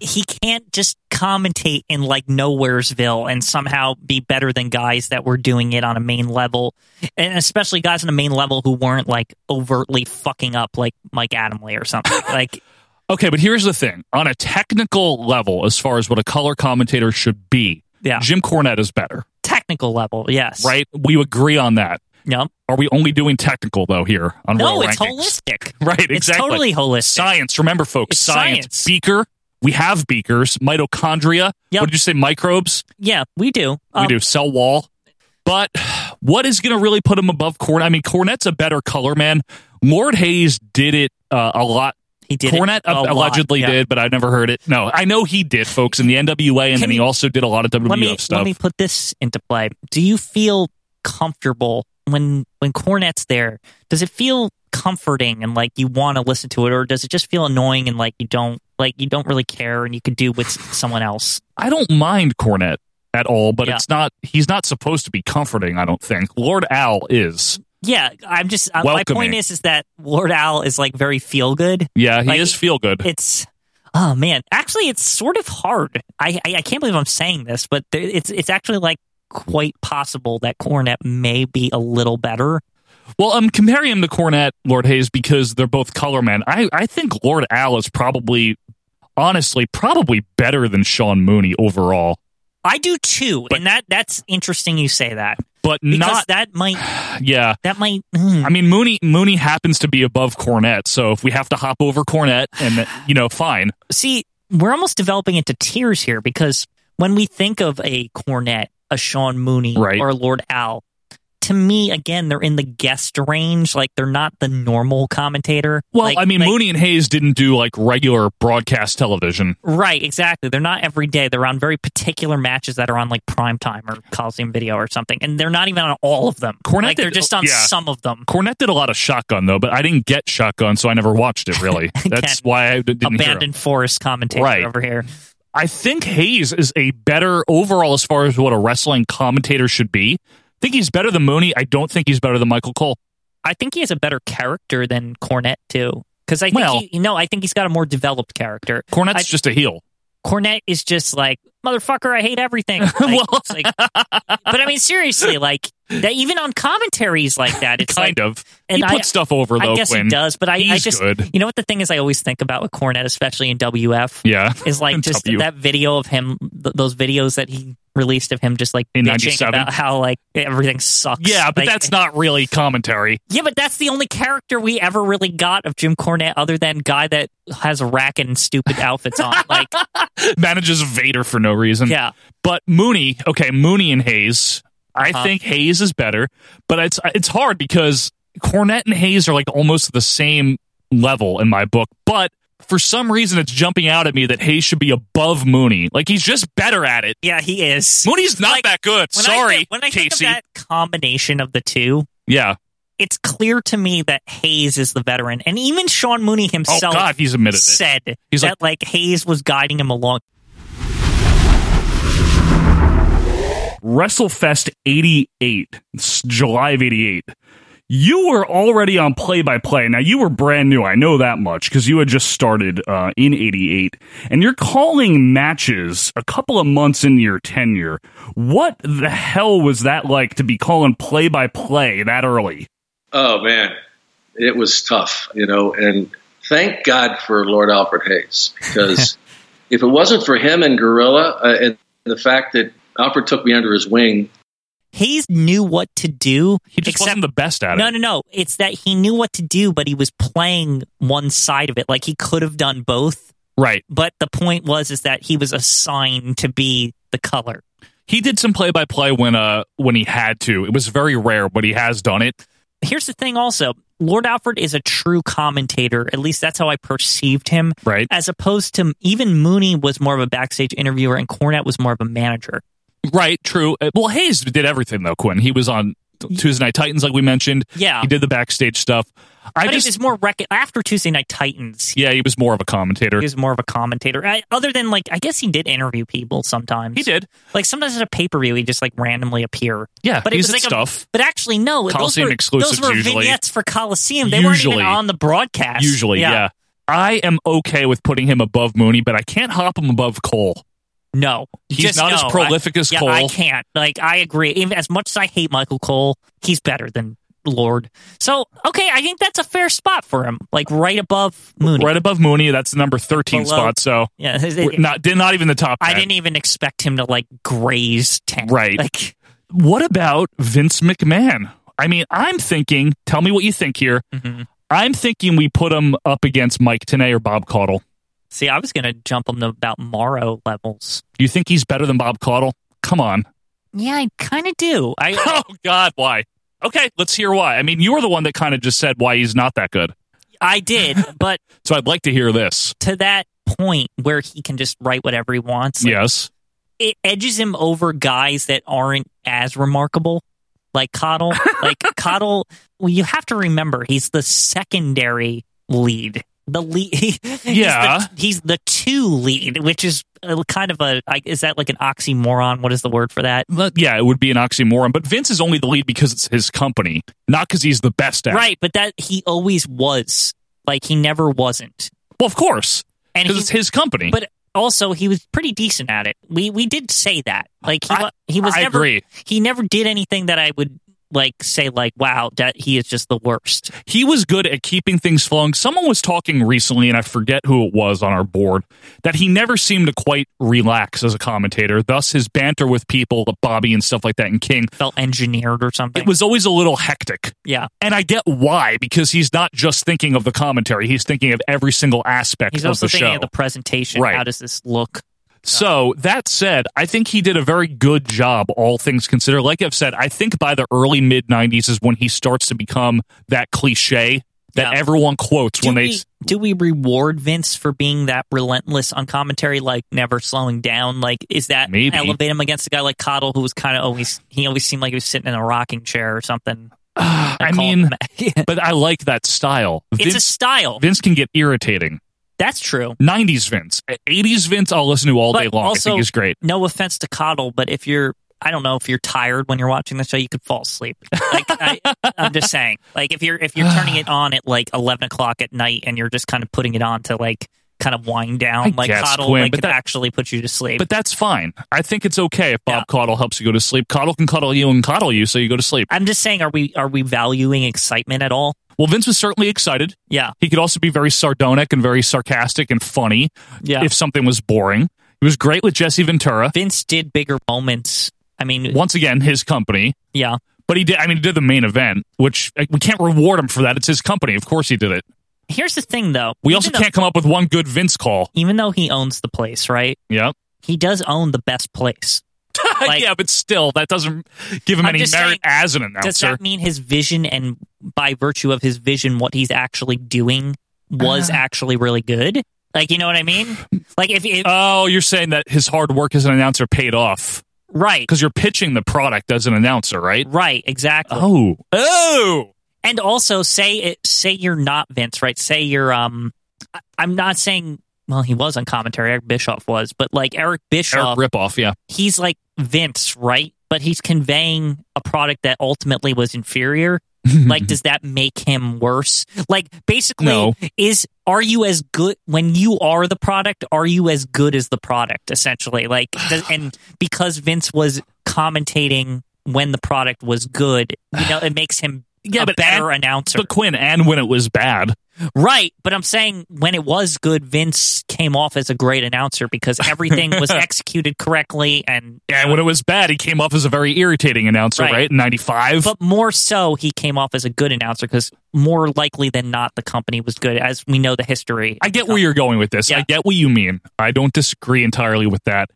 S2: he can't just commentate in like Nowheresville and somehow be better than guys that were doing it on a main level, and especially guys on a main level who weren't like overtly fucking up like Mike Adamley
S1: [laughs]
S2: or something. like,
S1: Okay, but here's the thing. On a technical level, as far as what a color commentator should be,
S2: Yeah.
S1: Jim Cornette is better,
S2: technical level, yes.
S1: right? We agree on that.
S2: Yep.
S1: Are we only doing technical, though, here on
S2: No,
S1: Royal
S2: it's
S1: Rankings?
S2: holistic.
S1: [laughs] Right,
S2: It's
S1: exactly.
S2: totally holistic.
S1: Science. Remember, folks,
S2: It's
S1: science.
S2: science.
S1: Beaker. We have beakers. Mitochondria.
S2: Yep.
S1: What did you say? Microbes?
S2: Yeah, we do. Um,
S1: we do. Cell wall. But what is going to really put him above Cornette? I mean, Cornette's a better color man. Lord Hayes did it uh, a lot.
S2: He did it
S1: Cornette uh,
S2: a lot,
S1: allegedly
S2: yeah.
S1: did, but I've never heard it. No, I know he did, folks, in the NWA, and
S2: Can
S1: then he
S2: you-
S1: also did a lot of WWF
S2: Let me
S1: stuff.
S2: let me put this into play. Do you feel comfortable when when Cornette's there? Does it feel comforting and like you want to listen to it, or does it just feel annoying and like you don't like you don't really care and you could do with someone else?
S1: I don't mind Cornette at all, but
S2: Yeah.
S1: it's not. He's not supposed to be comforting. I don't think Lord Al is.
S2: Yeah, I'm just uh, my
S1: Welcoming.
S2: point is is that Lord Al is like very feel good.
S1: Yeah, he
S2: Like,
S1: is feel good.
S2: It's oh man, actually, it's sort of hard. I I, I can't believe I'm saying this, but there, it's it's actually like quite possible that Cornette may be a little better.
S1: Well, I'm comparing him to Cornette, Lord Hayes, because they're both color men. I, I think Lord Al is probably, honestly, probably better than Sean Mooney overall.
S2: I do too, and that that's interesting. You say that,
S1: But
S2: because
S1: not-
S2: that might
S1: Yeah.
S2: that might. hmm.
S1: I mean, Mooney Mooney happens to be above Cornette, so if we have to hop over Cornette, and you know, fine.
S2: see, we're almost developing into tiers here because when we think of a Cornette, a Sean Mooney,
S1: Right.
S2: or a Lord Al, to me, again, they're in the guest range. Like they're not the normal commentator.
S1: Well,
S2: Like-
S1: I mean,
S2: like-
S1: Mooney and Hayes didn't do like regular broadcast television.
S2: Right, exactly. They're not every day. They're on very particular matches that are on like prime time or Coliseum Video or something, and they're not even on all of them.
S1: Cornette
S2: like, they're
S1: did-
S2: just on
S1: yeah.
S2: some of them.
S1: Cornette did a lot of shotgun though, but I didn't get shotgun, so I never watched it. Really, that's
S2: [laughs] Again,
S1: why I d- didn't hear him.
S2: Abandoned forest commentator
S1: Right.
S2: over here.
S1: I think Hayes is a better overall as far as what a wrestling commentator should be. I think he's better than Mooney. I don't think he's better than Michael Cole.
S2: I think he has a better character than Cornette too. Because I think
S1: Well-
S2: he, you know, I think he's got a more developed character.
S1: Cornette's
S2: I-
S1: just a heel.
S2: Cornette is just like motherfucker. I
S1: [laughs]
S2: hate everything. Like, it's like- but I mean, seriously, like that. Even on commentaries like that, it's
S1: Kind
S2: like-
S1: of. He puts stuff over,
S2: I
S1: though,
S2: guess
S1: Quinn.
S2: he does. But I, I
S1: He's
S2: just
S1: good.
S2: you know what the thing is, I always think about with Cornette, especially in WF.
S1: Yeah. [laughs]
S2: is like just
S1: W.
S2: that video of him, th- those videos that he released of him just like
S1: In
S2: bitching
S1: 97?
S2: about how like everything sucks.
S1: Yeah, but
S2: Like,
S1: that's not really commentary.
S2: yeah, but that's the only character we ever really got of Jim Cornette, other than guy that has a racket and stupid
S1: [laughs]
S2: outfits on. Like,
S1: Manages Vader for no reason.
S2: Yeah.
S1: But Mooney, okay, Mooney and Hayes. I
S2: Uh-huh.
S1: think Hayes is better, but it's it's hard because Cornette and Hayes are like almost the same level in my book, but for some reason it's jumping out at me that Hayes should be above Mooney. Like he's just better at it.
S2: yeah, he is.
S1: Mooney's not that good.
S2: when I
S1: Sorry,
S2: thi- when I think of
S1: Casey.
S2: that combination of the two,
S1: yeah.
S2: it's clear to me that Hayes is the veteran, and even Sean Mooney himself.
S1: Oh, God, he's admitted it.
S2: said
S1: He's
S2: that like, Hayes was guiding him along.
S1: WrestleFest 88, s- July of 88. You were already on play by play. Now, you were brand new. I know that much because you had just started uh, in 88. And you're calling matches a couple of months into your tenure. What the hell was that like to be calling play by play that early?
S6: Oh man, it was tough, you know. And thank God for Lord Alfred Hayes
S13: [laughs]
S6: because if it wasn't for him and Gorilla uh, and the fact that Alfred took me under his wing,
S2: Hayes knew what to do. He
S1: just wasn't the best at
S2: no,
S1: it.
S2: No, no, It's that he knew what to do, but he was playing one side of it. Like he could have done both.
S1: Right.
S2: But the point was is that he was assigned to be the color.
S1: He did some play by play when uh when he had to. It was very rare, but he has done it.
S2: Here's the thing also. Lord Alfred is a true commentator. At least that's how I perceived him.
S1: Right.
S2: As opposed to even Mooney was more of a backstage interviewer and Cornette was more of a manager.
S1: Right, true. Uh, Well, Hayes did everything though, Quinn. He was on Tuesday Night Titans, like we mentioned.
S2: Yeah.
S1: he did the backstage stuff. I
S2: but
S1: just
S2: he was more rec- after Tuesday Night Titans.
S1: yeah, he was more of a commentator.
S2: He was more of a commentator. I, other than like, I guess he did interview people sometimes. He
S1: did.
S2: Like sometimes at a pay per view, he just like randomly appear.
S1: Yeah,
S2: but it
S1: he's
S2: was like
S1: at
S2: a-
S1: stuff.
S2: but actually, no,
S1: Coliseum
S2: those were,
S1: exclusives
S2: Those were
S1: usually.
S2: vignettes for Coliseum. They weren't
S1: Usually.
S2: even on the broadcast.
S1: Usually, yeah. I am okay with putting him above Mooney, but I can't hop him above Cole.
S2: No,
S1: He's
S2: Just
S1: not as
S2: no.
S1: prolific
S2: I,
S1: as
S2: yeah,
S1: Cole.
S2: I can't. Like, I agree. Even as much as I hate Michael Cole, he's better than Lord. So okay, I think that's a fair spot for him. Like right above Mooney.
S1: Right above Mooney, that's the number thirteen
S2: Below-
S1: spot. So
S2: Yeah,
S1: we're not did not even the top.
S2: I didn't e even expect him to like graze ten.
S1: Right.
S2: [laughs] Like
S1: What about Vince McMahon? I mean, I'm thinking. Tell me what you think here.
S2: mm-hmm.
S1: I'm thinking we put him up against Mike Tenay or Bob Caudle.
S2: see, I was gonna jump him to about Morrow levels.
S1: You think he's better than Bob Caudle? Come on.
S2: Yeah, I kind of do. I
S1: [laughs] oh God, why? Okay, let's hear why. I mean, you were the one that kind of just said why he's not that good.
S2: I did, but
S1: So I'd like to hear this.
S2: to that point where he can just write whatever he wants, like,
S1: Yes.
S2: it edges him over guys that aren't as remarkable, like
S1: [laughs]
S2: Coddle. like Coddle, well, you have to remember he's the secondary lead. The [laughs] lead,
S1: Yeah.
S2: he's the, he's the two lead, which is a, kind of a like, is that like an oxymoron? What is the word for that?
S1: But yeah, it would be an oxymoron. But Vince is only the lead because it's his company, not because he's the best at. it.
S2: Right, but that he always was. Like he never wasn't.
S1: Well, of course,
S2: And
S1: because
S2: he-
S1: it's his company.
S2: But also he was pretty decent at it. We we did say that. Like he wa- he was
S1: I
S2: never
S1: agree.
S2: he never did anything that I would like say like wow that he is just the worst.
S1: he was good at keeping things flowing. Someone was talking recently, and I forget who it was on our board, that he never seemed to quite relax as a commentator. Thus, his banter with people, Bobby and stuff like that, and King
S2: felt engineered or something.
S1: It was always a little hectic.
S2: Yeah.
S1: And I get why, because he's not just thinking of the commentary, he's thinking of every single aspect
S2: He's
S1: of
S2: also
S1: the
S2: thinking
S1: show.
S2: of the presentation.
S1: Right.
S2: How does this look?
S1: so, that said, I think he did a very good job, all things considered. Like I've said, I think by the early mid 90s is when he starts to become that cliche that everyone quotes
S2: Do
S1: when they.
S2: we, do we reward Vince for being that relentless on commentary, like never slowing down? Like, is that
S1: Maybe.
S2: elevate him against a guy like Coddle, who was kind of always he always seemed like he was sitting in a rocking chair
S1: [sighs]
S2: or something? [laughs]
S1: I mean, but I like that style.
S2: It's a style.
S1: Vince can get irritating.
S2: That's true.
S1: 90s Vince. 80s Vince, I'll listen to all day long. I think is great.
S2: No offense to Coddle, but if you're, I don't know, if you're tired when you're watching the show, you could fall asleep. Like,
S1: [laughs]
S2: I, I'm just saying, like if you're if you're turning it on at like 11 o'clock at night and you're just kind of putting it on to like kind of wind down,
S1: I
S2: like
S1: guess,
S2: Coddle,
S1: Quinn,
S2: like
S1: but
S2: could
S1: that-
S2: actually put you to sleep.
S1: But that's fine. I think it's okay if Bob Caudle helps you go to sleep. Caudle can cuddle you and coddle you so you go to sleep.
S2: I'm just saying, are we are we valuing excitement at all?
S1: Well, Vince was certainly excited.
S2: Yeah.
S1: He could also be very sardonic and very sarcastic and funny
S2: Yeah.
S1: if something was boring. He was great with Jesse Ventura.
S2: Vince did bigger moments. I mean,
S1: once again, his company.
S2: Yeah.
S1: But he did, I mean, he did the main event, which like, we can't reward him for that. It's his company. Of course he did it.
S2: Here's the thing, though.
S1: We
S2: Even
S1: also
S2: though-
S1: can't come up with one good Vince call.
S2: Even though he owns the place, right?
S1: Yeah. [laughs]
S2: He does own the best place.
S1: yeah, but still, that doesn't give him
S2: I'm
S1: any merit
S2: just saying,
S1: as an announcer.
S2: Does that mean his vision and by virtue of his vision, what he's actually doing was
S1: Uh.
S2: actually really good? Like, you know what I mean? Like, if, if uh,
S1: oh, you're saying that his hard work as an announcer paid off.
S2: Right.
S1: Because you're pitching the product as an announcer, right?
S2: Right, exactly.
S1: Oh. Oh.
S2: And also say it say you're not Vince, right? Say you're um I- I'm not saying well, he was on commentary, Eric Bischoff was, but like Eric Bischoff
S1: Eric Ripoff, yeah.
S2: he's like Vince, right? But he's conveying a product that ultimately was inferior. like, does that make him worse? Like, basically,
S1: Mm-hmm. No.
S2: is are you as good when you are the product? Are you as good as the product?
S1: [sighs]
S2: Essentially, like, does, and because Vince was commentating when the product was good, you
S1: [sighs]
S2: know, it makes him a better announcer.
S1: But Quinn, and when it was bad.
S2: Right, but I'm saying when it was good, Vince came off as a great announcer
S1: [laughs]
S2: because everything was executed correctly and
S1: And when it was bad, he came off as a very irritating announcer,
S2: Right.
S1: right? In 95.
S2: But more so, he came off as a good announcer because more likely than not, the company was good, as we know the history.
S1: I get where you're going with this. I get what you mean. I don't disagree entirely with that.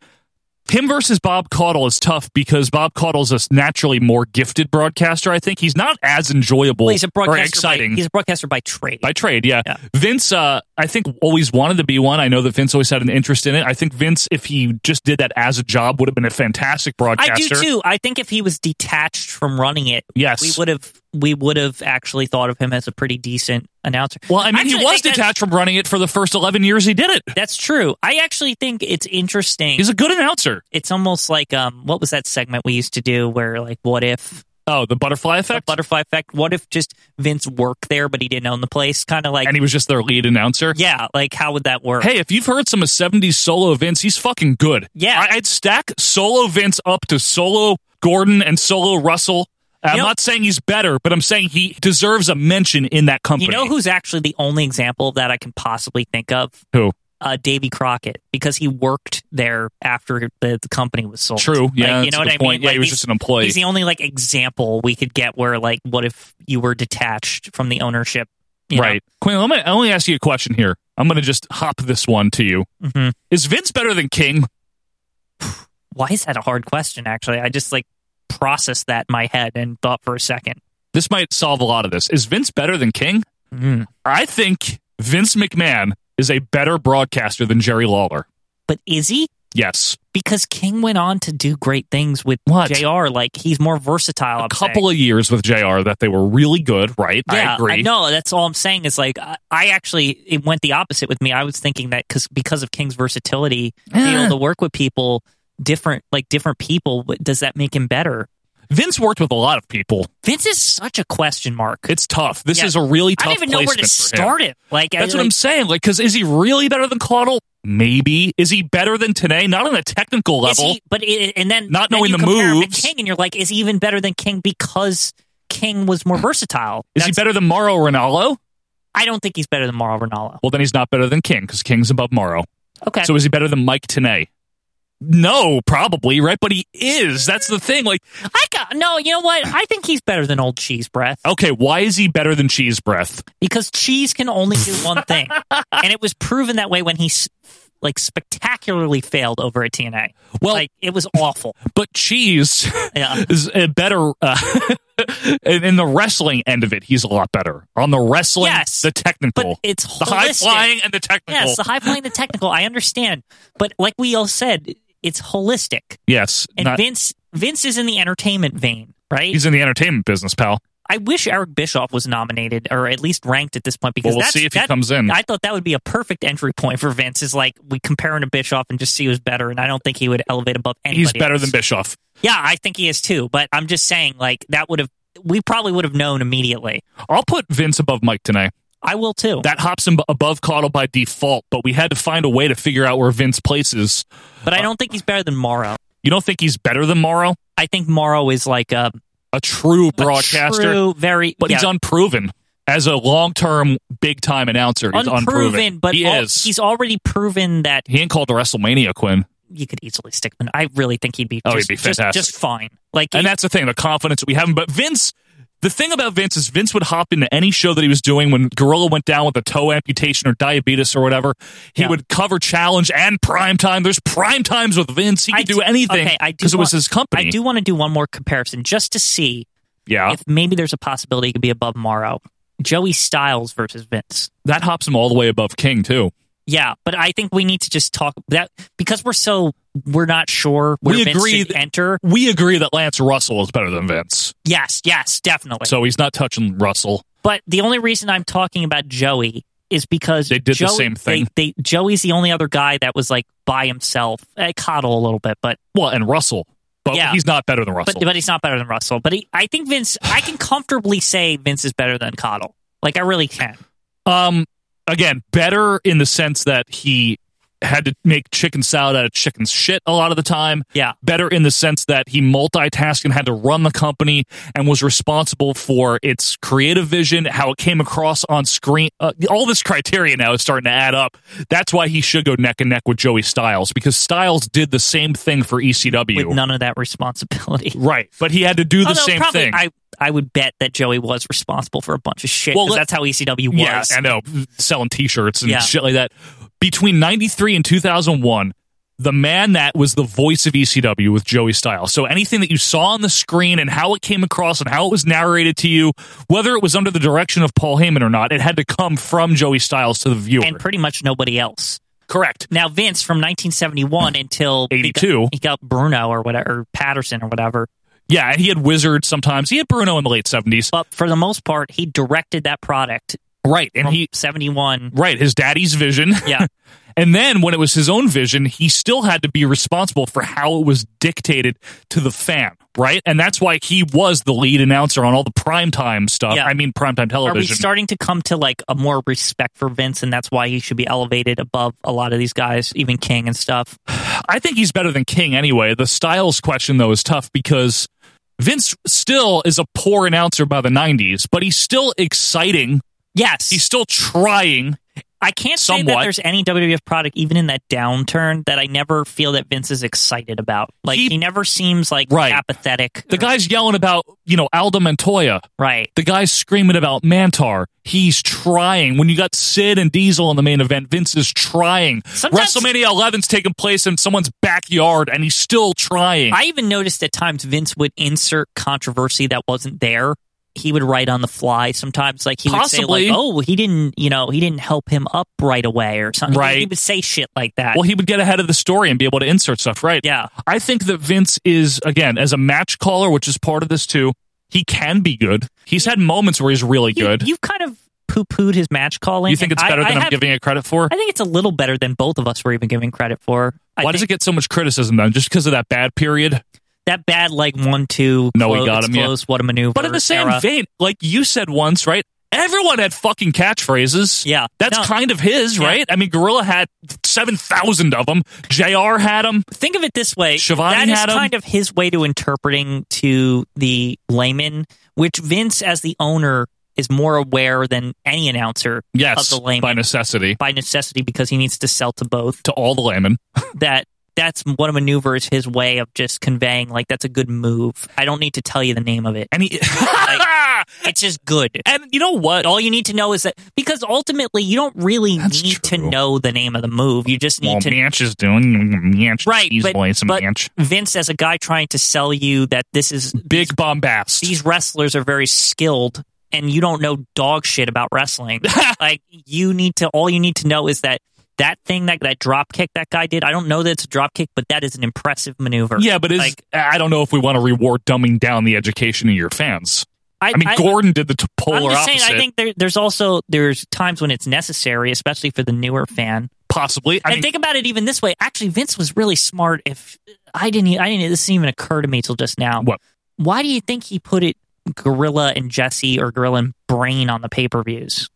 S1: Him versus Bob Caudle is tough because Bob Caudle's a naturally more gifted broadcaster. I think he's not as enjoyable
S2: Well, he's a
S1: or
S2: broadcaster.
S1: exciting.
S2: By, he's a broadcaster by trade.
S1: by trade, yeah. Vince, uh, I think, always wanted to be one. I know that Vince always had an interest in it. I think Vince, if he just did that as a job, would have been a fantastic broadcaster.
S2: I do too. I think if he was detached from running it,
S1: Yes.
S2: we would have we would have actually thought of him as a pretty decent announcer.
S1: Well, I mean,
S2: actually
S1: he was
S2: think that-
S1: detached from running it for the first 11 years he did it.
S2: That's true. I actually think it's interesting.
S1: He's a good announcer.
S2: It's almost like um, what was that segment we used to do where like, what if?
S1: Oh, the butterfly effect.
S2: butterfly effect. What if just Vince worked there, but he didn't own the place? Kind of like,
S1: And he was just their lead announcer.
S2: yeah, like how would that work?
S1: Hey, if you've heard some of 70s solo Vince, he's fucking good.
S2: Yeah.
S1: I, I'd stack solo Vince up to solo Gordon and solo Russell. I'm
S2: You know-
S1: not saying he's better, but I'm saying he deserves a mention in that company.
S2: you know who's actually the only example that I can possibly think of?
S1: Who?
S2: Uh, Davy Crockett, because he worked there after the, the company was sold.
S1: True.
S2: Like,
S1: Yeah,
S2: you
S1: that's
S2: know
S1: a
S2: what
S1: good
S2: I
S1: point.
S2: mean?
S1: Yeah, he was
S2: he's-
S1: just an employee.
S2: He's the only like example we could get where like, what if you were detached from the ownership? you know?
S1: Right. Quinn, let me, I only ask you a question here. I'm going to just hop this one to you.
S2: Mhm.
S1: Is Vince better than King?
S2: Why is that a hard question? Actually, I just like processed that in my head and thought for a second.
S1: This might solve a lot of this. Is Vince better than King?
S2: Mm.
S1: I think Vince McMahon is a better broadcaster than Jerry Lawler.
S2: But is he?
S1: Yes.
S2: because King went on to do great things with JR. Like he's more versatile.
S1: A couple of years with JR that they were really good, right?
S2: yeah,
S1: I agree.
S2: know. That's all I'm saying is like I, I actually it went the opposite with me. I was thinking that because because of King's versatility, being able to work with people different like different people, what- does that make him better?
S1: Vince worked with a lot of people.
S2: Vince is such a question mark.
S1: It's tough. This
S2: Yeah.
S1: is a really
S2: I
S1: tough
S2: don't even know where to
S1: placement for him.
S2: start it. Like I-
S1: That's what
S2: like-
S1: I'm saying. Like, because is he really better than Caudle? Maybe. Is he better than today? Not on a technical
S2: Is
S1: level.
S2: he, but it, and then
S1: Not
S2: then
S1: knowing
S2: you
S1: the
S2: compare him to
S1: moves.
S2: King, and you're like, is he even better than King because King was more versatile?
S1: Is he better than Mauro Ranallo?
S2: I don't think he's better than Mauro Ranallo.
S1: Well, then he's not better than King because King's above Morrow.
S2: Okay.
S1: So is he better than Mike Tenay? No, probably right, but he is. That's the thing. Like,
S2: I got no. You know what? I think he's better than old cheese breath
S1: okay, why is he better than Cheese Breath?
S2: because cheese can only
S1: [laughs]
S2: do one thing, and it was proven that way when he s- like spectacularly failed over at TNA.
S1: Well-
S2: like it was awful.
S1: But Cheese
S2: Yeah.
S1: is a better. Uh, [laughs] in in the wrestling end of it, he's a lot better on the wrestling.
S2: Yes.
S1: the technical,
S2: It's
S1: the high
S2: holistic.
S1: flying and the technical.
S2: Yes, uh, the high flying, the technical. I understand, but like we all said, it's holistic.
S1: Yes,
S2: And
S1: not-
S2: Vince, Vince is in the entertainment vein, right?
S1: he's in the entertainment business, pal.
S2: I wish Eric Bischoff was nominated or at least ranked at this point because
S1: Well, we'll
S2: that's,
S1: see if he
S2: that-
S1: comes in.
S2: I thought that would be a perfect entry point for Vince. Is like we compare him to Bischoff and just see who's better, and I don't think he would elevate above anybody.
S1: He's better
S2: else.
S1: than Bischoff.
S2: Yeah, I think he is too. But I'm just saying, like that would have we probably would have known immediately.
S1: I'll put Vince above Mike tonight.
S2: I will too.
S1: That hops him above Caudle by default, but we had to find a way to figure out where Vince places.
S2: But I don't think he's better than Morrow.
S1: You don't think he's better than Morrow?
S2: I think Morrow is like a
S1: a true broadcaster,
S2: true, very-
S1: but he's
S2: yeah.
S1: unproven as a long-term big-time announcer. He's unproven,
S2: but
S1: he
S2: al-
S1: is.
S2: he's already proven that
S1: He ain't called to WrestleMania, Quinn.
S2: you could easily stick him. in. I really think he'd be
S1: Oh,
S2: just,
S1: he'd be
S2: just-
S1: fantastic.
S2: just fine. Like
S1: and that's the thing, the confidence we have. in- But Vince, the thing about Vince is Vince would hop into any show that he was doing when Gorilla went down with a toe amputation or diabetes or whatever. He would cover challenge and prime time. There's prime times with Vince. He could do anything
S2: okay, I do
S1: because it was
S2: want-
S1: his company. Uh.
S2: I do want to do one more comparison just to see
S1: yeah.
S2: if maybe there's a possibility he could be above Morrow. Joey Styles versus Vince.
S1: that hops him all the way above King too.
S2: Yeah, but I think we need to just talk that because we're so we're not sure where
S1: we
S2: Vince
S1: agree.
S2: should
S1: that-
S2: enter.
S1: We agree that Lance Russell is better than Vince,
S2: Yes, yes, definitely.
S1: so he's not touching Russell.
S2: But the only reason I'm talking about Joey is because they
S1: did the same thing.
S2: They, they Joey's the only other guy that was like by himself. I coddle a little bit, but
S1: Well, and Russell, but
S2: Yeah.
S1: he's not better than Russell.
S2: but, but he's not better than Russell. But he, I think Vince. I can comfortably say Vince is better than Coddle. Like I really can.
S1: Um, again, better in the sense that he had to make chicken salad out of chicken's shit a lot of the time.
S2: Yeah.
S1: Better in the sense that he multitasked and had to run the company and was responsible for its creative vision, how it came across on screen. Uh, all this criteria now is starting to add up. That's why he should go neck and neck with Joey Styles because Styles did the same thing for ECW.
S2: With none of that
S1: [laughs]
S2: responsibility.
S1: right. But he had to do the
S2: Although
S1: same
S2: probably
S1: thing.
S2: I I would bet that Joey was responsible for a bunch of shit.
S1: Well,
S2: Well,
S1: let-
S2: that's how ECW was.
S1: Yeah, I know. Selling T-shirts and
S2: Yeah.
S1: shit like that. Between '93 and 2001, the man that was the voice of ECW with Joey Styles. So anything that you saw on the screen and how it came across and how it was narrated to you, whether it was under the direction of Paul Heyman or not, it had to come from Joey Styles to the viewer.
S2: and pretty much nobody else.
S1: Correct.
S2: Now Vince from 1971 until he got-
S1: 82.
S2: he got Bruno or whatever, or Patterson or whatever.
S1: Yeah, and he had Wizard sometimes. He had Bruno in the late '70s.
S2: But for the most part, he directed that product.
S1: Right, and
S2: from
S1: he
S2: 71.
S1: Right, his daddy's vision. [laughs]
S2: Yeah.
S1: and then when it was his own vision, he still had to be responsible for how it was dictated to the fan, right? And that's why he was the lead announcer on all the primetime stuff.
S2: Yeah.
S1: I mean, primetime
S2: Are we
S1: television.
S2: starting to come to like a more respect for Vince, and that's why he should be elevated above a lot of these guys, even King and stuff?
S1: I think he's better than King anyway. The Styles question, though, is tough because Vince still is a poor announcer by the 90s, but he's still exciting.
S2: Yes,
S1: He's still trying.
S2: I can't say that
S1: Somewhat.
S2: there's any WWF product, even in that downturn, that I never feel that Vince is excited about. Like he, never seems like
S1: Right.
S2: apathetic.
S1: The guy's yelling about, you know, Aldo Montoya.
S2: Right.
S1: The guy's screaming about Mantar. He's trying. When you got Sid and Diesel in the main event, Vince is trying.
S2: Sometimes-
S1: WrestleMania 11's taking place in someone's backyard, and he's still trying.
S2: I even noticed at times Vince would insert controversy that wasn't there. He would write on the fly sometimes, like he
S1: Possibly.
S2: would say, like, "Oh, he didn't, you know, he didn't help him up right away or something."
S1: Right.
S2: He would say shit like that.
S1: well, he would get ahead of the story and be able to insert stuff, right?
S2: Yeah.
S1: I think that Vince is, again, as a match caller, which is part of this too, he can be good. He's had moments where he's really
S2: You-
S1: good.
S2: You've kind of poo-pooed his match calling.
S1: You think
S2: and
S1: it's
S2: I-
S1: better
S2: I
S1: than I am
S2: have-
S1: giving it credit for?
S2: I think it's a little better than both of us were even giving credit for. I
S1: Why does it get so much criticism then? Just because of that bad period?
S2: that bad like one two?
S1: No, we
S2: close,
S1: got
S2: it's
S1: him, yeah.
S2: Close, what a maneuver!
S1: But in the same
S2: era.
S1: vein, like you said once, right? Everyone had fucking catchphrases.
S2: Yeah.
S1: That's
S2: No.
S1: kind of his, right? I mean, Gorilla had 7,000 of them. JR had them.
S2: think of it this way:
S1: Shivani
S2: that is
S1: had 'em.
S2: kind of his way to interpreting to the layman, which Vince, as the owner, is more aware than any announcer
S1: Yes,
S2: of the layman
S1: by necessity
S2: by necessity because he needs to sell to both.
S1: to all the laymen.
S2: That that's what a maneuver is his way of just conveying like that's a good move. I don't need to tell you the name of it.
S1: And he, [laughs]
S2: Like, it's just good.
S1: and you know what?
S2: All you need to know is that because ultimately you don't really
S1: That's
S2: need
S1: true.
S2: to know the name of the move. You just need
S1: Well,
S2: to
S1: Manch is doing Manch.
S2: right.
S1: He's
S2: But,
S1: playing some
S2: but
S1: Manch.
S2: Vince, as a guy trying to sell you that this is
S1: Big bombast.
S2: these wrestlers are very skilled and you don't know dog shit about
S1: [laughs]
S2: wrestling. like you need to all you need to know is that that thing that that drop kick that guy did, I don't know that it's a drop kick, but that is an impressive maneuver.
S1: yeah, but is,
S2: like
S1: I don't know if we want to reward dumbing down the education of your fans. I, mean, Gordon did the t- polar
S2: I'm just
S1: opposite.
S2: saying. I think there, there's also there's times when it's necessary, especially for the newer fan.
S1: Possibly. I
S2: and
S1: mean-
S2: think about it even this way. Actually, Vince was really smart. If I didn't, e- I didn't. This didn't even occur to me till just now.
S1: What?
S2: Why do you think he put it Gorilla and Jesse or Gorilla and Brain on the pay per views?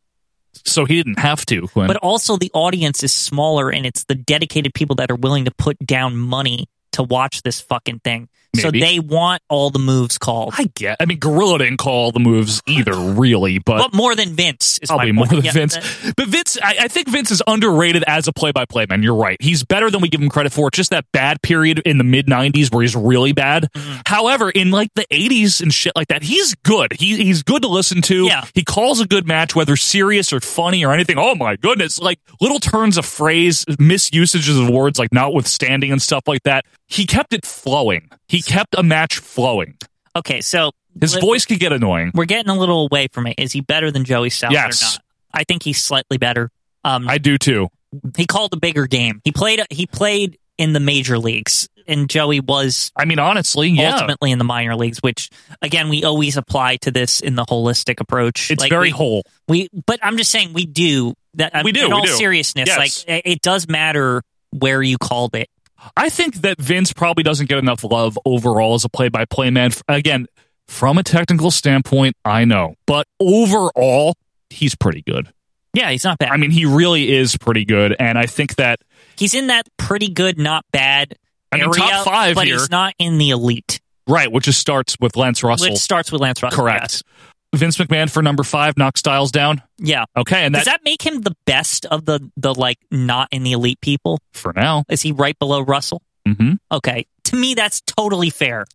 S1: so he didn't have to. Quinn.
S2: But also, the audience is smaller, and it's the dedicated people that are willing to put down money to watch this fucking thing. So
S1: Maybe.
S2: they want all the moves called.
S1: I get. I mean, Gorilla didn't call the moves either, really, but
S2: but more than Vince is
S1: probably
S2: my
S1: more
S2: point.
S1: than
S2: Yeah,
S1: Vince.
S2: that-
S1: But Vince, I, I think Vince is underrated as a play-by-play man. You're right. He's better than we give him credit for. It's Just that bad period in the mid '90s where he's really bad.
S2: Mm-hmm.
S1: However, in like the '80s and shit like that, he's good. He he's good to listen to.
S2: Yeah.
S1: He calls a good match, whether serious or funny or anything. Oh my goodness! Like little turns of phrase, misusages of words, like notwithstanding and stuff like that. He kept it flowing. He kept a match flowing.
S2: Okay, so
S1: His
S2: let-
S1: voice could get annoying.
S2: we're getting a little away from it. Is he better than Joey Styles?
S1: Yes.
S2: Or not? I think he's slightly better. Um,
S1: I do too.
S2: he called a bigger game. He played. He played in the major leagues, and Joey was.
S1: I mean, honestly, yeah.
S2: Ultimately, in the minor leagues, which again we always apply to this in the holistic approach.
S1: It's very
S2: we,
S1: whole.
S2: We, but I'm just saying we do that. uh,
S1: We do,
S2: In
S1: we
S2: all
S1: do.
S2: seriousness,
S1: Yes.
S2: like it- it does matter where you called it.
S1: I think that Vince probably doesn't get enough love overall as a play-by-play man. F- Again, from a technical standpoint, I know, but overall, he's pretty good.
S2: Yeah, he's not bad.
S1: I mean, he really is pretty good, and I think that
S2: He's in that pretty good, not bad
S1: I mean,
S2: area,
S1: top five
S2: but
S1: here.
S2: he's not in the elite.
S1: right, which just starts with Lance Russell.
S2: Which starts with Lance Russell.
S1: Correct. Vince McMahon for number five knocks Styles down.
S2: Yeah.
S1: Okay, and
S2: Does that make him the best of the the like not in the elite people?
S1: for now.
S2: Is he right below Russell?
S1: hmm
S2: Okay. To me that's totally fair.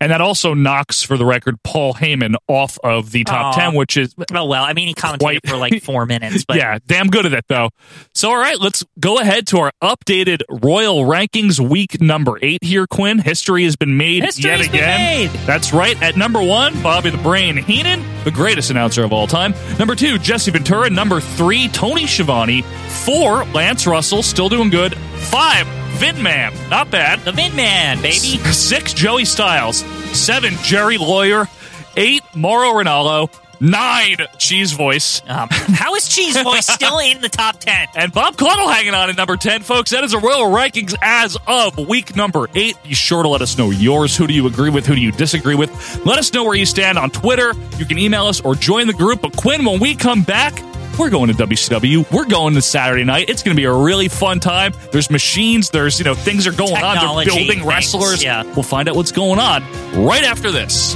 S1: And that also knocks, for the record, Paul Heyman off of the top
S2: Aw.
S1: ten, which is
S2: Oh well, I mean he commented
S1: Quite-
S2: for
S1: [laughs]
S2: like 4 minutes, but
S1: yeah, damn good at it though. So all right, let's go ahead to our updated Royal Rankings week number eight here, Quinn. History has been made
S2: History's
S1: yet
S2: been
S1: again.
S2: made.
S1: That's right. At number one, Bobby the Brain Heenan, the greatest announcer of all time. Number two, Jesse Ventura. Number three, Tony Schiavone. Four, Lance Russell, still doing good. Five, Vin Man, not bad.
S2: the Vin Man, baby.
S1: S- Six, Joey Styles. Seven, Jerry Lawyer. Eight, Mauro Ronaldo. Nine, Cheese Voice.
S2: Um, how is Cheese
S1: [laughs]
S2: Voice still in the top 10?
S1: And Bob Cottle hanging on at number 10, folks. That is a Royal Rankings as of week number eight. Be sure to let us know yours. Who do you agree with? Who do you disagree with? Let us know where you stand on Twitter. You can email us or join the group. But Quinn, when we come back, we're going to WCW. We're going to Saturday night. It's going to be a really fun time. There's machines. There's, you know, things are going on.
S2: Technology
S1: They're building
S2: things,
S1: wrestlers.
S2: yeah.
S1: We'll find out what's going on right after this.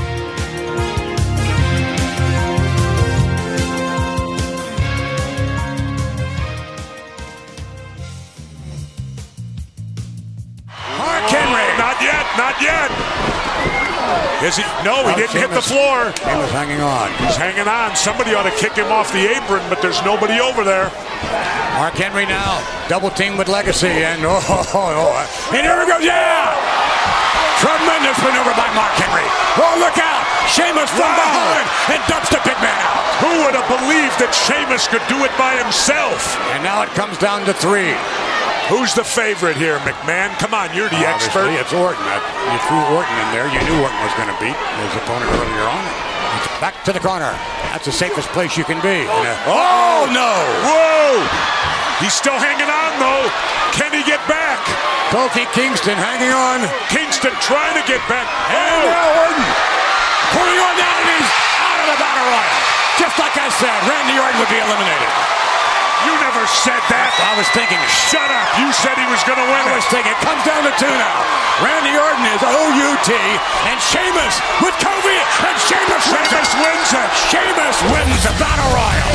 S7: Mark Henry. Not yet, not yet. Is he? No, he
S14: Now
S7: didn't hit the
S14: Sheamus-
S7: floor.
S14: He was hanging on.
S7: He's hanging on. Somebody ought to kick him off the apron, but there's nobody over there.
S14: Mark Henry now, double team with Legacy, and oh, oh, oh. and here we go, yeah! Tremendous maneuver by Mark Henry. Oh, look out! Sheamus from behind and dumps the big man out.
S7: Who would have believed that Sheamus could do it by himself?
S14: And now it comes down to three.
S7: Who's the favorite here, McMahon? Come on, you're the expert.
S14: Obviously, it's Orton. That- You threw Orton in there. You knew Orton was going to beat his opponent earlier on. It's back to the corner. That's the safest place you can be. And, uh, oh, no!
S7: Whoa! He's still hanging on though. Can he get back?
S14: Kofi Kingston hanging on.
S7: Kingston trying to get back. Oh!
S14: Now Orton pulling on down and he's out of the battle royal. Just like I said, Randy Orton would be eliminated.
S7: You never said that.
S14: I was thinking, shit,
S7: Shut up. You said he was going to win
S14: I was
S7: it.
S14: thinking. It comes down to two now. Randy Orton is OUT and Sheamus with Kofi and Sheamus wins
S7: Sheamus
S14: it.
S7: wins it.
S14: Sheamus wins the battle royal.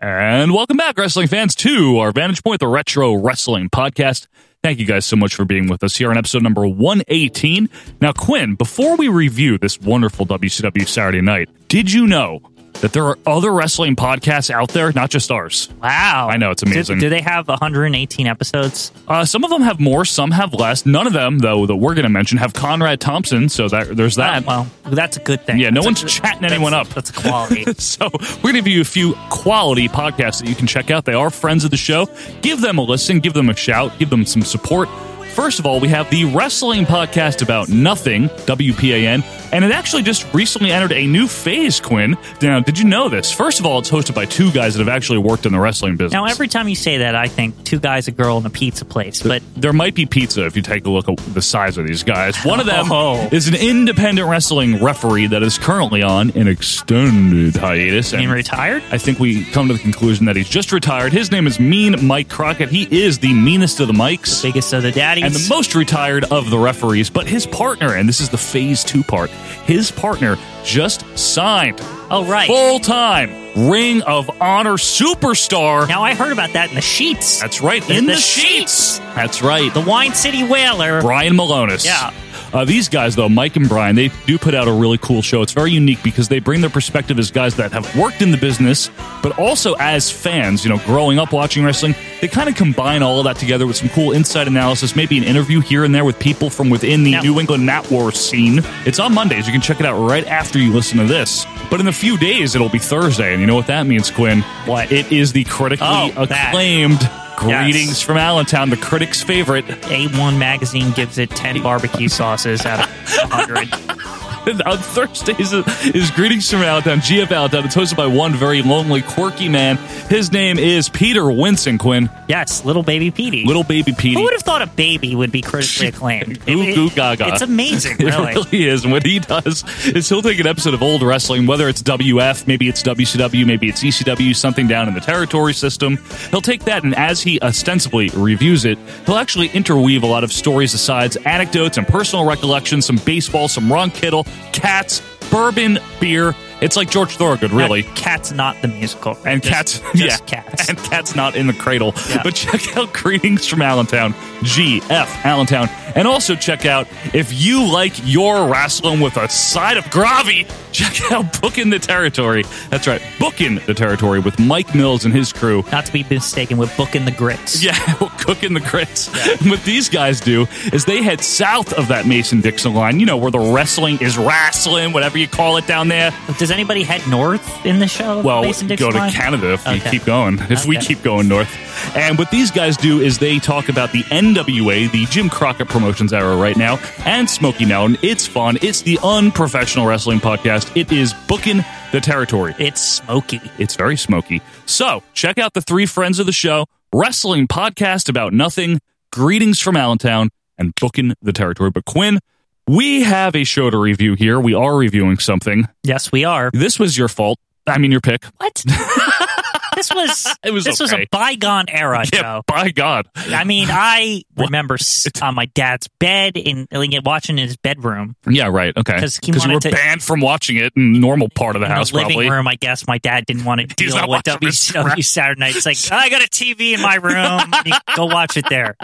S1: And welcome back, wrestling fans, to our Vantage Point, the Retro Wrestling Podcast. Thank you guys so much for being with us here on episode number 118. Now, Quinn, before we review this wonderful WCW Saturday night, did you know that there are other wrestling podcasts out there, not just ours?
S2: Wow.
S1: I know, it's
S2: Do-
S1: amazing.
S2: Do, they have 118 episodes?
S1: Uh, some of them have more, some have less. None of them, though, that we're going to mention have Conrad Thompson, so that, there's that.
S2: Uh, Well, that's a good thing.
S1: Yeah, no
S2: That's a
S1: one's
S2: good-
S1: chatting
S2: that's-
S1: anyone up.
S2: That's a
S1: [laughs]
S2: quality.
S1: so we're going to give you a few quality podcasts that you can check out. They are friends of the show. Give them a listen, give them a shout, give them some support. First of all, we have the wrestling podcast about nothing, WPAN, And it actually just recently entered a new phase, Quinn. Now, did you know this? First of all, it's hosted by two guys that have actually worked in the wrestling business.
S2: Now, every time you say that, I think two guys, a girl, and a pizza place. But
S1: there might be pizza if you take a look at the size of these guys. One of them
S2: Oh.
S1: is an independent wrestling referee that is currently on an extended hiatus. And
S2: retired?
S1: I think we come to the conclusion that he's just retired. His name is Mean Mike Crockett. He is the meanest of the mics, the
S2: biggest of the daddies,
S1: and the most retired of the referees. But his partner, and this is the phase two part, his partner just signed.
S2: Oh, right.
S1: Full time Ring of Honor superstar.
S2: Now, I heard about that in the sheets.
S1: That's right.
S2: In
S1: In
S2: the
S1: the sheets. That's right.
S2: The Wine City Whaler.
S1: Brian Malonis.
S2: Yeah.
S1: Uh, these guys, though, Mike and Brian, they do put out a really cool show. It's very unique because they bring their perspective as guys that have worked in the business, but also as fans, you know, growing up watching wrestling. They kind of combine all of that together with some cool inside analysis, maybe an interview here and there with people from within the
S2: Now-
S1: New England Mat War scene. It's on Mondays. You can check it out right after you listen to this. But in a few days, it'll be Thursday. And you know what that means, Quinn? What? It is the critically
S2: Oh, that.
S1: acclaimed Greetings
S2: Yes.
S1: from Allentown, the critics' favorite.
S2: A1 Magazine gives it 10 barbecue sauces out
S1: [laughs]
S2: of 100.
S1: on Thursdays is Greetings from Allentown, GF Allentown. It's hosted by one very lonely, quirky man. His name is Peter Winston Quinn.
S2: Yes, Little Baby Petey.
S1: Little Baby Petey.
S2: Who
S1: [laughs]
S2: would have thought a baby would be critically acclaimed?
S1: Goo
S2: It-
S1: goo gaga. [laughs]
S2: It's amazing,
S1: It
S2: really.
S1: really is. And what he does is he'll take an episode of old wrestling, whether it's WF, maybe it's WCW, maybe it's ECW, something down in the territory system. He'll take that, and as he ostensibly reviews it, he'll actually interweave a lot of stories, asides, anecdotes, and personal recollections, some baseball, some Ron Kittle, cats, bourbon, beer. It's like George Thorogood, really.
S2: Cat's not the musical.
S1: And
S2: Just-
S1: cats,
S2: just
S1: yeah,
S2: cats.
S1: and cats not in the cradle.
S2: Yeah.
S1: But check out greetings from Allentown, GF Allentown, and also check out if you like your wrestling with a side of gravy. Check out booking the territory. That's right, booking the territory with Mike Mills and his crew. [laughs]
S2: Not to be mistaken with booking the grits.
S1: Yeah, we'll cook in the grits. [laughs] What these guys do is they head south of that Mason Dixon line, you know, where the wrestling is wrestling, whatever you call it down there.
S2: Does anybody head north in the show?
S1: Well,
S2: Mason-Dixon
S1: go to
S2: line?
S1: Canada if we
S2: Okay.
S1: keep going. If we
S2: Okay.
S1: keep going north. And what these guys do is they talk about the NWA, the Jim Crockett Promotions era right now, and Smokey Mountain. It's fun. It's the unprofessional wrestling podcast. It is booking the territory.
S2: It's smoky.
S1: It's very smoky. So check out the three friends of the show: wrestling podcast about nothing, greetings from Allentown, and booking the territory. But Quinn. We have a show to review here. We are reviewing something.
S2: Yes, we are.
S1: This was your fault. I mean, your pick. [laughs]
S2: What? [laughs] this was
S1: It was
S2: this was
S1: okay.
S2: a bygone era
S1: Yeah,
S2: show.
S1: by God.
S2: I mean,
S1: [laughs]
S2: I remember s- on my dad's bed in like, watching in his bedroom
S1: Yeah, right. Okay.
S2: 'Cause he
S1: we
S2: wanted
S1: were
S2: to-
S1: banned from watching it in the normal part of the
S2: in
S1: house,
S2: the living
S1: probably.
S2: room. I guess my dad didn't want to
S1: [laughs] He's
S2: deal
S1: not
S2: with
S1: watching this
S2: WCW Saturday night. It's like
S1: [laughs]
S2: I got a TV in my room. You go watch it there.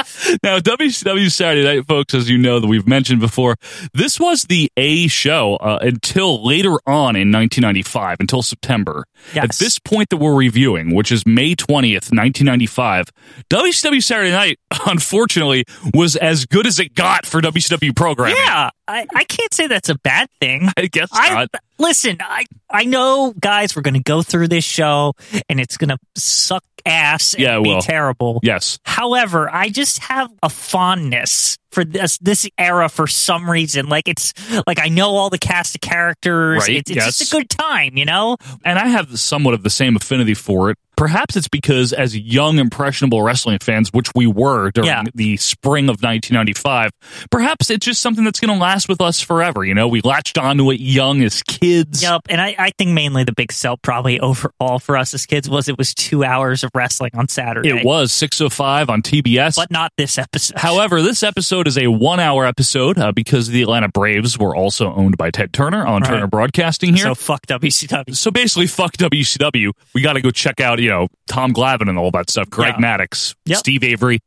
S1: Now, WCW Saturday Night, folks, as you know that we've mentioned before, this was the A show uh, until later on in 1995, until September.
S2: Yes.
S1: At this point that we're reviewing, which is May 20th, 1995, WCW Saturday Night, [laughs] unfortunately, was as good as it got for WCW programming.
S2: Yeah, I, I can't say that's a bad thing.
S1: I guess
S2: I
S1: not.
S2: listen. I I know, guys, we're going to go through this show, and it's going to suck ass and
S1: Yeah, it
S2: be
S1: will.
S2: terrible.
S1: Yes.
S2: However, I just have a fondness for this this era for some reason. Like it's like I know all the cast of characters.
S1: Right,
S2: it's it's
S1: yes.
S2: just a good time, you know.
S1: and I have somewhat of the same affinity for it. Perhaps it's because as young, impressionable wrestling fans, which we were during
S2: Yeah.
S1: the spring of 1995, perhaps it's just something that's going to last with us forever. You know, we latched onto it young as kids.
S2: Yep, and I, I think mainly the big sell probably overall for us as kids was it was two hours of wrestling on Saturday.
S1: It was 605 on TBS.
S2: but not this episode.
S1: However, this episode is a one hour episode uh, because the Atlanta Braves were also owned by Ted Turner on
S2: Right.
S1: Turner Broadcasting here.
S2: so fuck WCW.
S1: So basically, fuck WCW. We got to go check out, you know, Tom Glavin and all that stuff. Greg
S2: Yeah.
S1: Maddox,
S2: Yep.
S1: Steve Avery.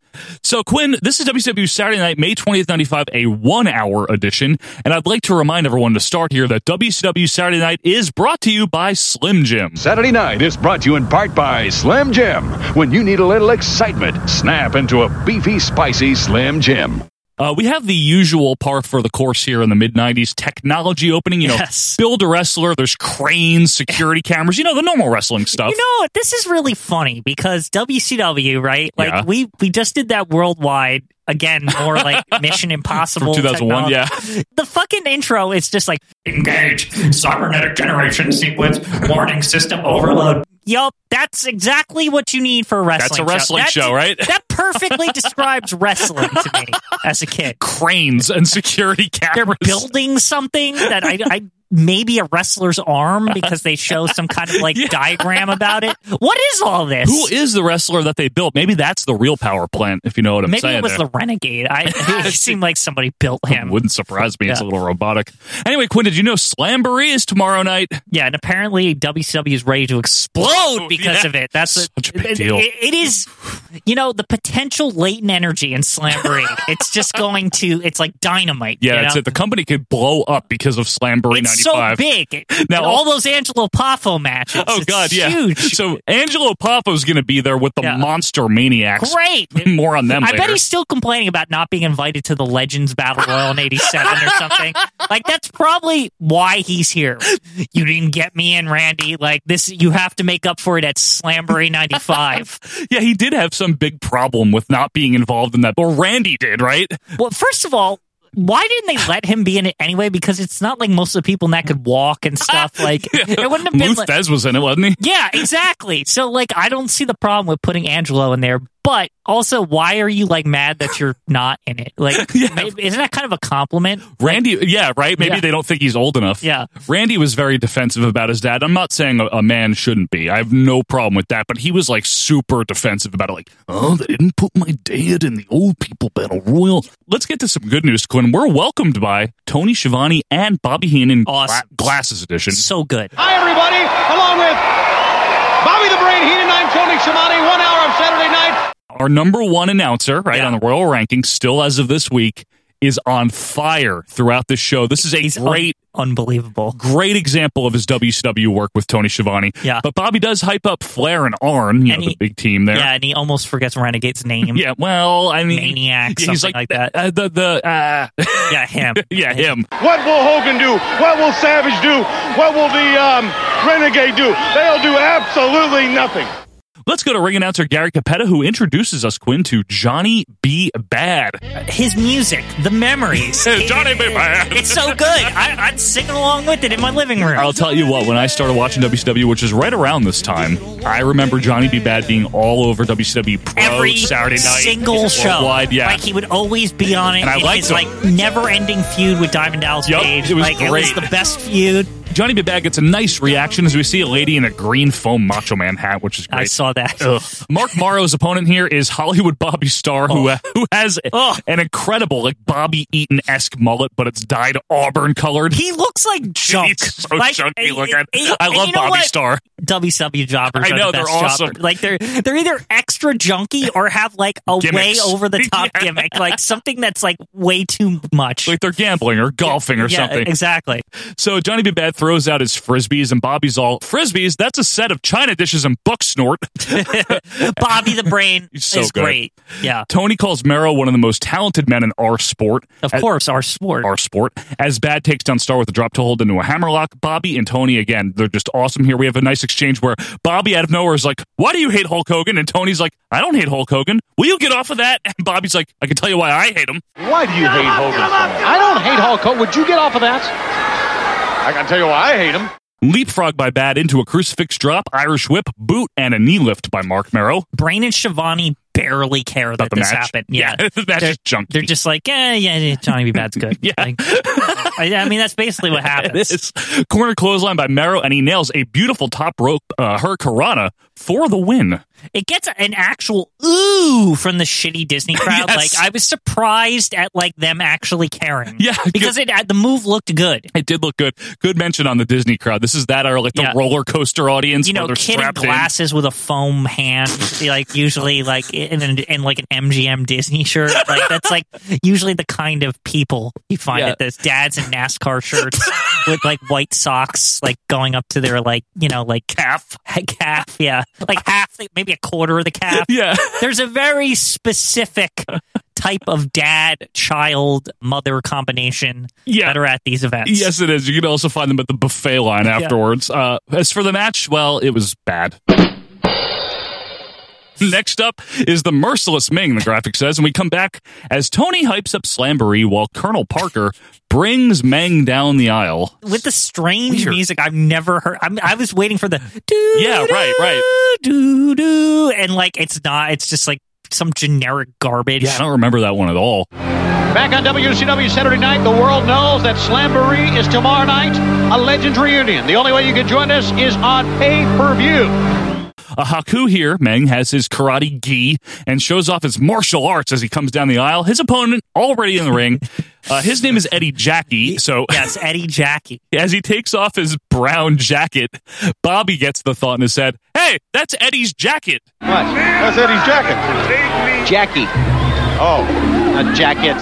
S1: So Quinn, this is WCW Saturday Night, May twentieth, ninety five, a one hour edition, and I'd like to remind everyone to start here that WCW Saturday Night is brought to you by Slim Jim.
S8: Saturday night is brought to you in part by Slim Jim. When you need a little excitement, snap into a beefy, spicy Slim Jim.
S1: Uh, we have the usual par for the course here in the mid 90s technology opening. You know,
S2: Yes.
S1: build a wrestler, there's cranes, security cameras, you know, the normal wrestling stuff.
S2: You know, this is really funny because WCW, right? Like
S1: Yeah.
S2: we we just did that worldwide again,
S1: [laughs]
S2: more like Mission Impossible.
S1: From 2001,
S2: technology. The fucking intro is just like engage cybernetic generation sequence warning system overload. Yup, that's exactly what you need for a wrestling.
S1: That's a wrestling
S2: That-
S1: show, right?
S2: That perfectly describes wrestling to
S1: [laughs]
S2: me as a kid.
S1: Cranes and security [laughs]
S2: They're
S1: cameras.
S2: building something that I, I maybe a wrestler's arm because they show some kind
S1: [laughs]
S2: of like diagram about it. What is all this?
S1: Who is the wrestler that they built? Maybe that's the real power plant, if you know what I'm
S2: Maybe
S1: saying.
S2: it was
S1: there.
S2: the Renegade.
S1: [laughs]
S2: I it seemed like somebody built him.
S1: Wouldn't surprise me. It's a
S2: Yeah.
S1: little robotic. Anyway, Quinn, did you know Slamboree is tomorrow night?
S2: Yeah, and apparently WCW is ready to explode because
S1: Oh, yeah.
S2: of it. That's what-
S1: Such a big
S2: it-
S1: deal.
S2: it- it is, you know, the potential latent energy
S1: [laughs]
S2: in Slamboree. it's just going to. It's like dynamite.
S1: Yeah,
S2: you
S1: that's
S2: know?
S1: it. The company could blow up because of Slamboree 95.
S2: It's so big.
S1: Now-
S2: Now all those Angelo Poffo matches.
S1: Oh
S2: it's
S1: God! Yeah.
S2: huge.
S1: So Angelo Papa's going to be there with the Monster Maniacs. [laughs]
S2: Great.
S1: More on them.
S2: I
S1: later.
S2: bet he's still complaining about not being invited to the Legends Battle Royal in '87 or something. Like that's probably why he's here. You didn't get me in, Randy. Like this, you have to make up for it at Slamboree '95.
S1: Yeah, he did have some big problem with not being involved in that. Or Randy did, right?
S2: Well, first of all, why didn't they let him be in it anyway? Because it's not like most of the people in that could walk and stuff. Like
S1: [laughs]
S2: it wouldn't have been.
S1: Muth
S2: like-
S1: Fez was in it, wasn't he?
S2: yeah, exactly. So like, I don't see the problem with putting Angelo in there, but also, why are you like mad that you're not in it? Like, maybe- isn't that kind of a compliment?
S1: Randy, yeah, right. Maybe
S2: Yeah.
S1: they don't think he's old enough.
S2: Yeah.
S1: Randy was very defensive about his dad. I'm not saying a, a man shouldn't be. I have no problem with that, but he was like super defensive about it. Like, oh, they didn't put my dad in the old people battle royal. Let's get to some good news, Quinn. We're welcomed by Tony Schiavone and Bobby Heenan in
S2: Awesome.
S1: Gla- Glasses Edition.
S2: So good.
S3: Hi, everybody, along with Bobby the Brain Heenan. I'm Tony Schiavone. One hour of Saturday night.
S1: Our number one announcer, right, on the royal ranking, still as of this week, is on fire throughout this show. This is a great
S2: Unbelievable.
S1: great example of his WCW work with Tony Schiavone.
S2: Yeah.
S1: But Bobby does hype up Flair and Arn, you know,
S2: And
S1: the
S2: he-
S1: big team there.
S2: Yeah, and he almost forgets Renegade's
S1: [laughs]
S2: name.
S1: Yeah, well, I mean,
S2: Maniac,
S1: yeah,
S2: something
S1: he's
S2: like,
S1: like,
S2: that.
S1: uh, the the uh, [laughs]
S2: yeah, him.
S1: yeah, him.
S3: What will Hogan do? What will Savage do? What will the um, Renegade do? They'll do absolutely nothing.
S1: Let's go to ring announcer Gary Capetta, who introduces us Quinn to Johnny B. Bad.
S2: His music, the
S1: [laughs]
S2: memories.
S1: Johnny B. Bad.
S2: It's so good. I, I'd sing along with it in my living room.
S1: I'll tell you what, when I started watching WCW, which is right around this time, I remember Johnny B. Bad being all over WCW Pro
S2: Every
S1: Saturday night.
S2: single show.
S1: worldwide, yeah.
S2: Like he would always be on it.
S1: And I
S2: in
S1: liked
S2: his,
S1: him.
S2: like never ending feud with Diamond Dallas
S1: Yup,
S2: Page.
S1: it was
S2: like it
S1: great.
S2: was the best feud.
S1: Johnny B. Bad gets a nice reaction as we see a lady in a green foam Macho Man hat, which is great.
S2: I saw that.
S1: Ugh. Mark Morrow's opponent here is Hollywood Bobby Starr, who
S2: Oh.
S1: uh, [laughs] who has an incredible like Bobby Eaton esque mullet, but it's dyed auburn colored. [laughs]
S2: He looks like junk.
S1: He's so
S2: like,
S1: chunky
S2: eh,
S1: looking.
S2: eh,
S1: I
S2: and
S1: love
S2: you know
S1: Bobby
S2: what?
S1: Starr.
S2: WCW jobbers.
S1: I
S2: are
S1: know,
S2: the
S1: they're
S2: best
S1: awesome.
S2: jobbers. Like they're they're either extra junky or have like a
S1: Gimmicks.
S2: way over the
S1: [laughs]
S2: top
S1: Yeah.
S2: gimmick, like something that's like way too much.
S1: Like they're gambling or golfing or
S2: yeah,
S1: something.
S2: exactly.
S1: So Johnny B. Bad throws out his frisbees, and Bobby's all frisbees. That's a set of china dishes and buck snort.
S2: Bobby the Brain
S1: [laughs] He's so
S2: is
S1: good.
S2: great. Yeah.
S1: Tony calls Merrow one of the most talented men in our sport.
S2: Of course, our sport.
S1: Our sport. As Bad takes down Star with a drop to hold into a hammerlock, Bobby and Tony again, they're just awesome here. We have a nice exchange where Bobby out of nowhere is like, Why do you hate Hulk Hogan? And Tony's like, I don't hate Hulk Hogan. Will you get off of that? [laughs] And Bobby's like, I can tell you why I hate him.
S3: Why do you hate Hogan? I don't hate Hulk Hogan. Would you get off of that? I can tell you why I hate him.
S1: Leapfrog by Bad into a crucifix drop, Irish whip, boot, and a knee lift by Mark Merrow.
S2: Brain and Shivani barely care that
S1: the
S2: this
S1: match?
S2: happened. Yeah.
S1: [laughs] Yeah, the match
S2: they're,
S1: is junky.
S2: They're just like, eh, yeah, yeah, Johnny B. Bad's good.
S1: [laughs] Yeah.
S2: Like, I, I mean, that's
S1: [laughs]
S2: basically what happens.
S1: This corner clothesline by Merrow, and he nails a beautiful top rope uh, hurricanrana for the win.
S2: It gets an actual ooh from the shitty Disney crowd.
S1: Yes.
S2: Like I was surprised at like them actually caring.
S1: Yeah,
S2: because it uh, the move looked good.
S1: It did look good. Good mention on the Disney crowd. This is that or like the
S2: Yeah.
S1: roller coaster audience.
S2: You know,
S1: where they're
S2: kid in
S1: strapped in.
S2: glasses with a foam hand, like usually like in, in, in like an MGM Disney shirt. Like that's like usually the kind of people you find
S18: Yeah.
S2: at this. Dads in NASCAR shirts with like white socks, like going up to their like you know like calf, [laughs] calf, yeah, like half, the, maybe a quarter of the calf.
S1: Yeah.
S2: There's a very specific type of dad child mother combination
S1: Yeah.
S2: that are at these events.
S1: [laughs] Yes, it is. You can also find them at the buffet line afterwards. Uh, as for the match, well, it was bad. [laughs] Next up is the merciless Ming, the graphic says, and we come back as Tony hypes up Slamboree while Colonel Parker brings Meng down the aisle.
S2: With the strange music I've never heard. I'm, I was waiting for the
S1: Yeah, right, right.
S2: doo doo, and like it's not. It's just like some generic garbage.
S1: Yeah, I don't remember that one at all.
S9: Back on WCW Saturday night, the world knows that Slamboree is tomorrow night, a Legends reunion. The only way you can join us is on pay-per-view.
S1: A Haku here, Meng, has his karate gi and shows off his martial arts as he comes down the aisle. His opponent already in the
S2: [laughs]
S1: ring. Uh, his name is Eddie Jackie. So [laughs]
S2: yes, Eddie Jackie. [laughs]
S1: As he takes off his brown jacket, Bobby gets the thought in his head: "Hey, that's Eddie's jacket."
S9: What? That's Eddie's jacket. Jackie. Oh. A jacket.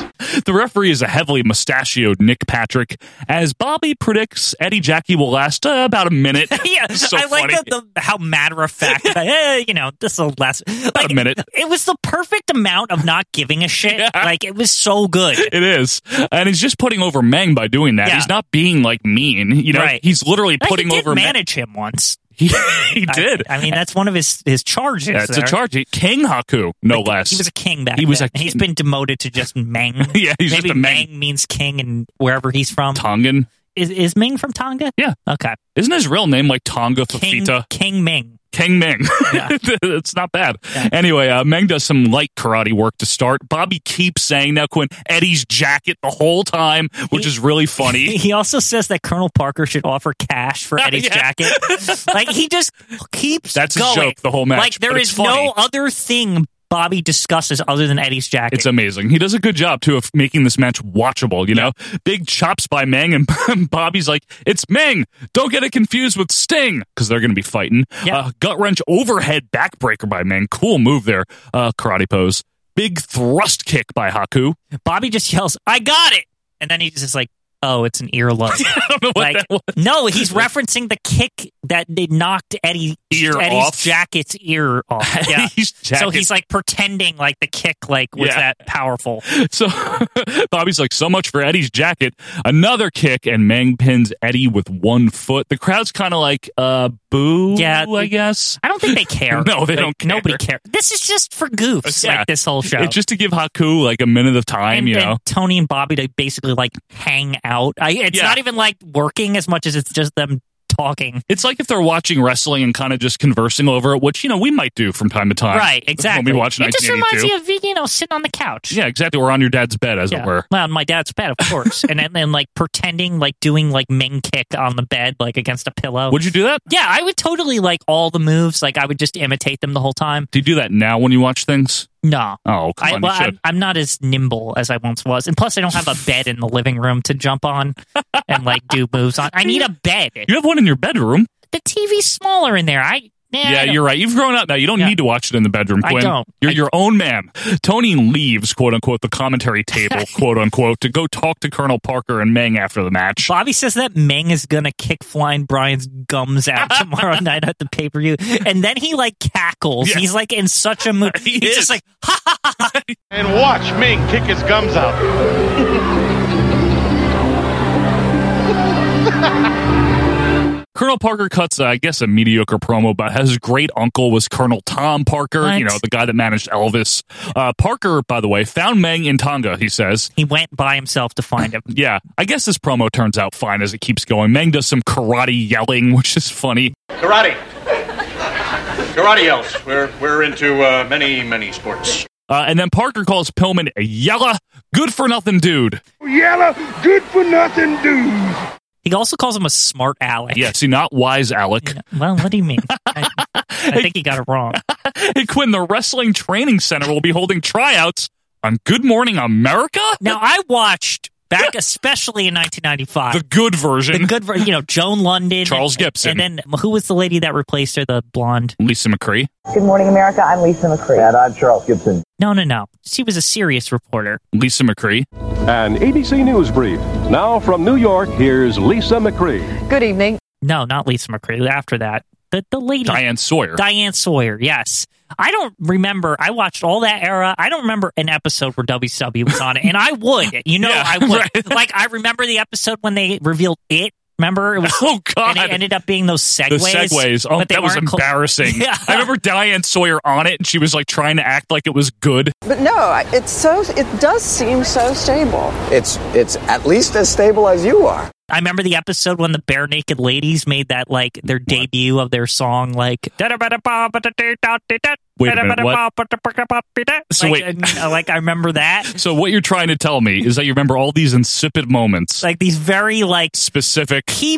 S1: The referee is a heavily mustachioed Nick Patrick. As Bobby predicts, Eddie Jackie will last uh, about a minute.
S2: [laughs] yeah,
S1: So
S2: I like
S1: funny.
S2: the, the, how matter of fact. [laughs] that, eh, you know, this will last like,
S1: a minute.
S2: It was the perfect amount of not giving
S1: [laughs]
S2: a shit. Like it was so good.
S1: It is, and he's just putting over Meng by doing that.
S2: Yeah.
S1: He's not being like mean, you know.
S2: Right.
S1: He's literally
S2: He
S1: putting
S2: did
S1: over Meng.
S2: manage him once.
S1: [laughs] He, he did.
S2: I, mean, that's one of his his charges.
S1: That's
S2: there.
S1: a charge. King Haku, no less. [laughs]
S2: He was a king back.
S1: He was
S2: then.
S1: a
S2: He's been demoted to just Meng.
S1: [laughs] Yeah, he's
S2: Maybe
S1: just a
S2: Meng. means king, and wherever he's from,
S1: Tongan.
S2: Is is Ming from Tonga?
S1: Yeah.
S2: Okay.
S1: Isn't his real name like Tonga
S2: King
S1: Fafita?
S2: King Ming.
S1: King Meng. [laughs] it's not bad. Anyway, uh, Meng does some light karate work to start. Bobby keeps saying now, Quinn, Eddie's jacket the whole time, which is really funny.
S2: [laughs] He also says that Colonel Parker should offer cash for
S1: [laughs]
S2: Eddie's
S1: Yeah.
S2: jacket. like he just keeps
S1: That's his
S2: going.
S1: joke the whole match,
S2: Like there
S1: but it's
S2: is
S1: funny.
S2: no other thing Bobby discusses other than Eddie's jacket.
S1: It's amazing. He does a good job too of making this match watchable. You know, big chops by Meng, and [laughs] Bobby's like, "It's Meng. Don't get it confused with Sting because they're going to be fighting." Uh, gut wrench overhead backbreaker by Meng. Cool move there. Uh, karate pose. Big thrust kick by Haku. [laughs]
S2: Bobby just yells, "I got it!" and then he's just like, "Oh, it's an earlobe."
S1: [laughs]
S2: like, No, he's referencing the kick that they knocked Eddie
S1: Ear
S2: Eddie's
S1: off. [laughs]
S2: jacket's ear off. Yeah.
S1: Eddie's
S2: So
S1: jacket.
S2: he's like pretending like the kick like was
S1: Yeah.
S2: that powerful.
S1: [laughs] So [laughs] Bobby's like, so much for Eddie's jacket. Another kick, and Meng pins Eddie with one foot. The crowd's kind of like, uh, boo,
S2: Yeah,
S1: I guess.
S2: I don't think they care.
S1: [laughs] no, they
S2: Like,
S1: don't care. Uh,
S2: Nobody cares. This is just for goofs.
S1: Yeah.
S2: Like this whole show.
S1: It's just to give Haku like a minute of time,
S2: and,
S1: you
S2: and
S1: know?
S2: Tony and Bobby to basically like hang out. I, it's
S1: Yeah.
S2: not even like working as much as it's just them talking.
S1: It's like if they're watching wrestling and kind of just conversing over it, which, you know, we might do from time to time.
S2: right, exactly.
S1: When we watch
S2: it just
S1: 1982.
S2: reminds me of you know sitting on the couch.
S1: yeah, exactly. We're on your dad's bed, as it
S2: Yeah.
S1: were.
S2: Well, on my dad's bed, of course, and then, then like pretending like doing like Ming kick on the bed, like against a pillow.
S1: Would you do that?
S2: Yeah, I would totally like all the moves. Like I would just imitate them the whole time.
S1: Do you do that now when you watch things?
S2: No.
S1: Oh, come
S2: I,
S1: on,
S2: well,
S1: you should.
S2: I'm, I'm not as nimble as I once was, and plus, I don't have a bed in the living room to jump on and like do moves on. I need a bed.
S1: you have one in your bedroom.
S2: The TV's smaller in there. I nah,
S1: Yeah,
S2: I don't-
S1: you're right. You've grown up now. You don't need to watch it in the bedroom,
S2: I
S1: Quinn.
S2: don't.
S1: You're your own man. Tony leaves, quote unquote, the commentary table,
S2: [laughs]
S1: quote unquote, to go talk to Colonel Parker and Meng after the match.
S2: Bobby says that Meng is gonna kick flying Brian's
S1: [laughs]
S2: gums out tomorrow night at the pay per view, and then he like cackles. He's like in such a
S1: [laughs]
S2: mood. He's just like,
S3: And watch Ming kick his gums out.
S1: Colonel Parker cuts, uh, I guess, a mediocre promo about how his great uncle was Colonel Tom Parker,
S2: What?
S1: you know, the guy that managed Elvis. Uh, Parker, by the way, found Meng in Tonga, he says.
S2: He went by himself to find him.
S1: yeah, I guess this promo turns out fine as it keeps going. Meng does some karate yelling, [laughs] which is funny.
S15: Karate. Karate else. We're, we're into uh, many, many sports.
S1: Uh, and then Parker calls Pillman a yella, good for nothing dude.
S11: Yellow, good for nothing dude.
S2: he also calls him a smart aleck.
S1: Yeah, see, not wise
S2: [laughs]
S1: Alec. [laughs]
S2: Well, what do you mean? I, I think he got it wrong.
S1: hey, Quinn, the Wrestling Training Center will be holding tryouts on Good Morning America?
S2: Now I watched back, especially in 1995,
S1: The good version.
S2: the good, ver- you know, Joan London,
S1: Charles
S2: and-
S1: Gibson.
S2: and then who was the lady that replaced her, the blonde
S1: Lisa McCree?
S12: Good morning, America. I'm Lisa McCree.
S24: And I'm Charles Gibson.
S2: No, no, no. She was a serious reporter.
S1: Lisa McCree.
S25: An ABC News brief. Now from New York, here's Lisa McCree.
S2: Good evening. No, not Lisa McCree. After that, the the lady
S1: Diane Sawyer.
S2: Diane Sawyer. Yes, I don't remember. I watched all that era. I don't remember an episode where WCW was on it, and I would.
S1: [laughs]
S2: You know, I would. Like I remember the episode when they revealed it. Remember, it was
S1: [laughs] oh god,
S2: and it ended up being those
S1: the
S2: segues.
S1: segues. Oh,
S2: but they
S1: that was
S2: weren't cl-
S1: embarrassing.
S2: [laughs] Yeah.
S1: I remember Diane Sawyer on it, and she was like trying to act like it was good.
S10: But no, Oh, it's so it does seem so stable.
S13: It's it's at least as stable as you are.
S2: I remember the episode when the bare naked ladies made that like their debut of their song, like. Wait
S1: Wait a minute, what? So
S2: like,
S1: wait.
S2: and, uh, like I remember that.
S1: So what you're trying to tell me is that you remember all these insipid moments,
S2: Like these very like
S1: specific.
S2: key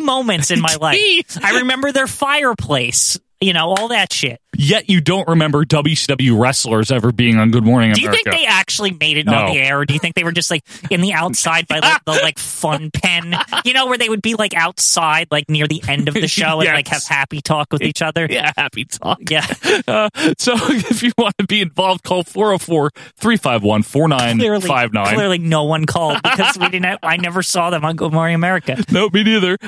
S1: [laughs]
S2: moments in my life. I remember their fireplace. You know all that shit.
S1: Yet you don't remember WCW wrestlers ever being on Good Morning
S2: Do you
S1: America.
S2: think they actually made it
S1: No.
S2: on the air? Or do you think they were just like in the outside by like the like fun pen?
S1: [laughs]
S2: You know where they would be like outside, like near the end of the show, and like have
S1: Yes.
S2: happy talk with each other.
S1: Yeah, happy talk.
S2: Yeah,
S1: Uh, [laughs] so [laughs] if you want to be involved, call 404 351
S2: clearly,
S1: 4959.
S2: clearly no one called because we didn't. I never saw them on Good Morning America.
S1: Nope, me neither. [laughs]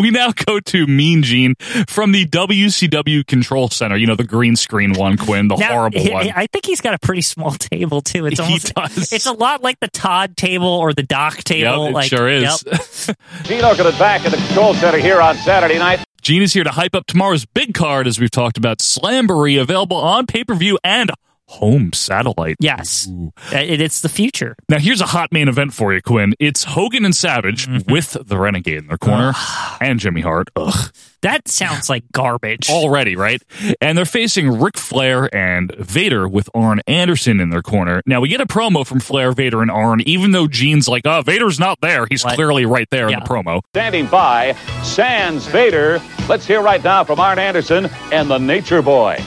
S1: We now go to Mean Gene from the WCW Control Center. You know, the green screen one, Quinn, the
S2: Now,
S1: horrible
S2: he-
S1: one.
S2: I think he's got a pretty small table too. It's
S1: He
S2: almost
S1: does.
S2: it's a lot like the Todd table or the Doc table.
S1: Yep, it
S2: like
S1: sure is.
S2: yep.
S5: Gene Okerlund back at the Control Center here on Saturday night.
S1: [laughs] Gene is here to hype up tomorrow's big card, as we've talked about. Slamboree available on pay per view and home satellite.
S2: Yes. Uh, it- it's the future.
S1: Now, here's a hot main event for you, Quinn. It's Hogan and Savage
S2: Mm-hmm.
S1: with the Renegade in their corner and Jimmy Hart. Ugh.
S2: That sounds like garbage.
S1: Already, right? And they're facing Ric Flair and Vader with Arn Anderson in their corner. Now, we get a promo from Flair, Vader, and Arn, even though Gene's like, oh, Vader's not there. He's clearly right there in the promo.
S9: Standing by, Sans Vader. Let's hear right now from Arn Anderson and the Nature Boy.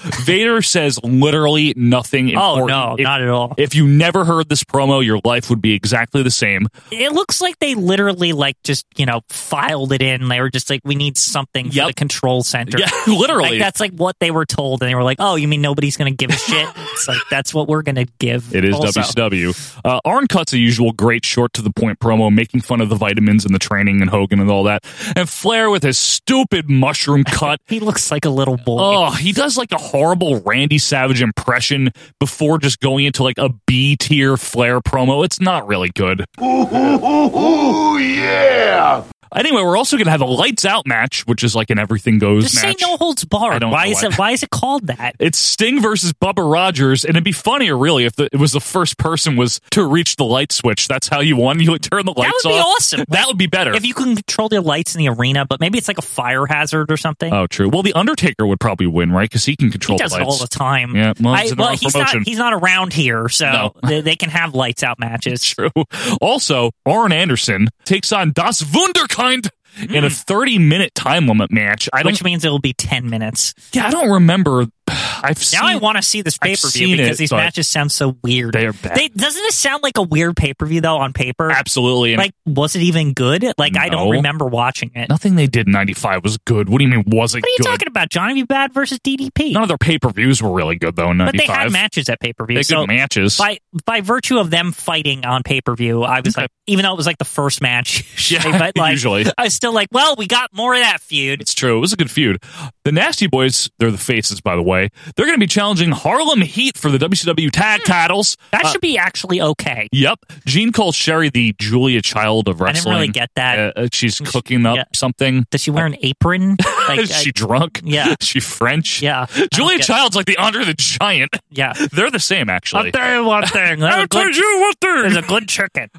S1: Vader says literally nothing
S2: Oh,
S1: important.
S2: no, not at all.
S1: If you never heard this promo, your life would be exactly the same.
S2: It looks like they literally like just you know filed it in. They were just like, we need something for the control center.
S1: Yeah, [laughs] literally.
S2: [laughs] Like, that's like what they were told, and they were like, "Oh, you mean nobody's
S1: [laughs]
S2: gonna give a shit?" it's like that's what we're gonna give.
S1: It is
S2: also.
S1: WCW. Uh, Arn cuts a usual great short to the point promo, making fun of the vitamins and the training and Hogan and all that. And Flair with his stupid mushroom
S2: [laughs]
S1: cut.
S2: He looks like a little boy.
S1: Oh, he does like a horrible Randy Savage impression before just going into like a B tier Flair promo. It's not really good.
S11: [laughs] Ooh, yeah!
S1: Anyway, we're also going to have a lights out match, which is like an everything goes
S2: Just
S1: match.
S2: say no holds
S1: I
S2: barred.
S1: don't
S2: Why
S1: know
S2: is
S1: why.
S2: it? Why is it called that?
S1: It's Sting versus Bubba Rogers, and it'd be funnier, really, if the, it was the first person was to reach the light switch. That's how you won. [laughs] You would turn the
S2: That
S1: lights
S2: would be
S1: off.
S2: awesome.
S1: That would be better.
S2: If you can control the lights in the arena, but maybe it's like a fire hazard or something.
S1: oh, true. Well, the Undertaker would probably win, right? Because he can control
S2: he does
S1: the
S2: it
S1: lights
S2: all the time.
S1: Yeah, well, it's in the wrong
S2: he's
S1: promotion.
S2: not. He's not around here, so
S1: No.
S2: they, they can have lights out
S1: [laughs] [laughs]
S2: matches.
S1: True. Also, Arn Anderson takes on Das Wunderkind in a 30 minute time limit match. I don't.
S2: Mm. Which means it'll be ten minutes.
S1: yeah, I don't remember. [sighs] I've seen,
S2: Now I want to see this
S1: I've
S2: pay per
S1: seen
S2: view because
S1: it,
S2: these
S1: but-
S2: matches sound so weird.
S1: They are bad.
S2: They, doesn't it sound like a weird pay per view though on paper?
S1: absolutely. And
S2: Like, was it even good? Like, I don't
S1: No.
S2: remember watching it.
S1: nothing they did in '95 was good. What do you mean wasn't
S2: What are you
S1: good?
S2: talking about? Johnny B. Bad versus DDP.
S1: None of their pay per views were really good though. In
S2: but they
S1: '95,
S2: had matches at pay per
S1: They
S2: view.
S1: good
S2: So
S1: matches.
S2: by by virtue of them fighting on pay per view, I was like, even though it was like the first match, [laughs]
S1: Yeah,
S2: but like,
S1: usually.
S2: I was still like, well, we got more of that feud.
S1: It's true. It was a good feud. The Nasty Boys, they're the faces, by the way. They're going to be challenging Harlem Heat for the WCW tag titles.
S2: Hmm. That
S1: Uh,
S2: should be actually okay.
S1: Yep. Gene calls Sherry the Julia Child of
S2: I
S1: wrestling.
S2: didn't really get that.
S1: Uh, uh, she's cooking up
S2: yeah.
S1: something.
S2: Does she wear an
S1: [laughs]
S2: apron? Like,
S1: Is she
S2: I-
S1: drunk?
S2: yeah.
S1: Is [laughs] she French?
S2: yeah,
S1: [laughs]
S2: I don't
S1: Julia
S2: get-
S1: Child's like the Andre the Giant. [laughs]
S2: Yeah,
S1: They're the same,
S2: I'll
S1: actually.
S2: tell you one [laughs] thing. There's
S1: I'll
S2: a
S1: tell
S2: good,
S1: you what they're.
S2: there's a good chicken.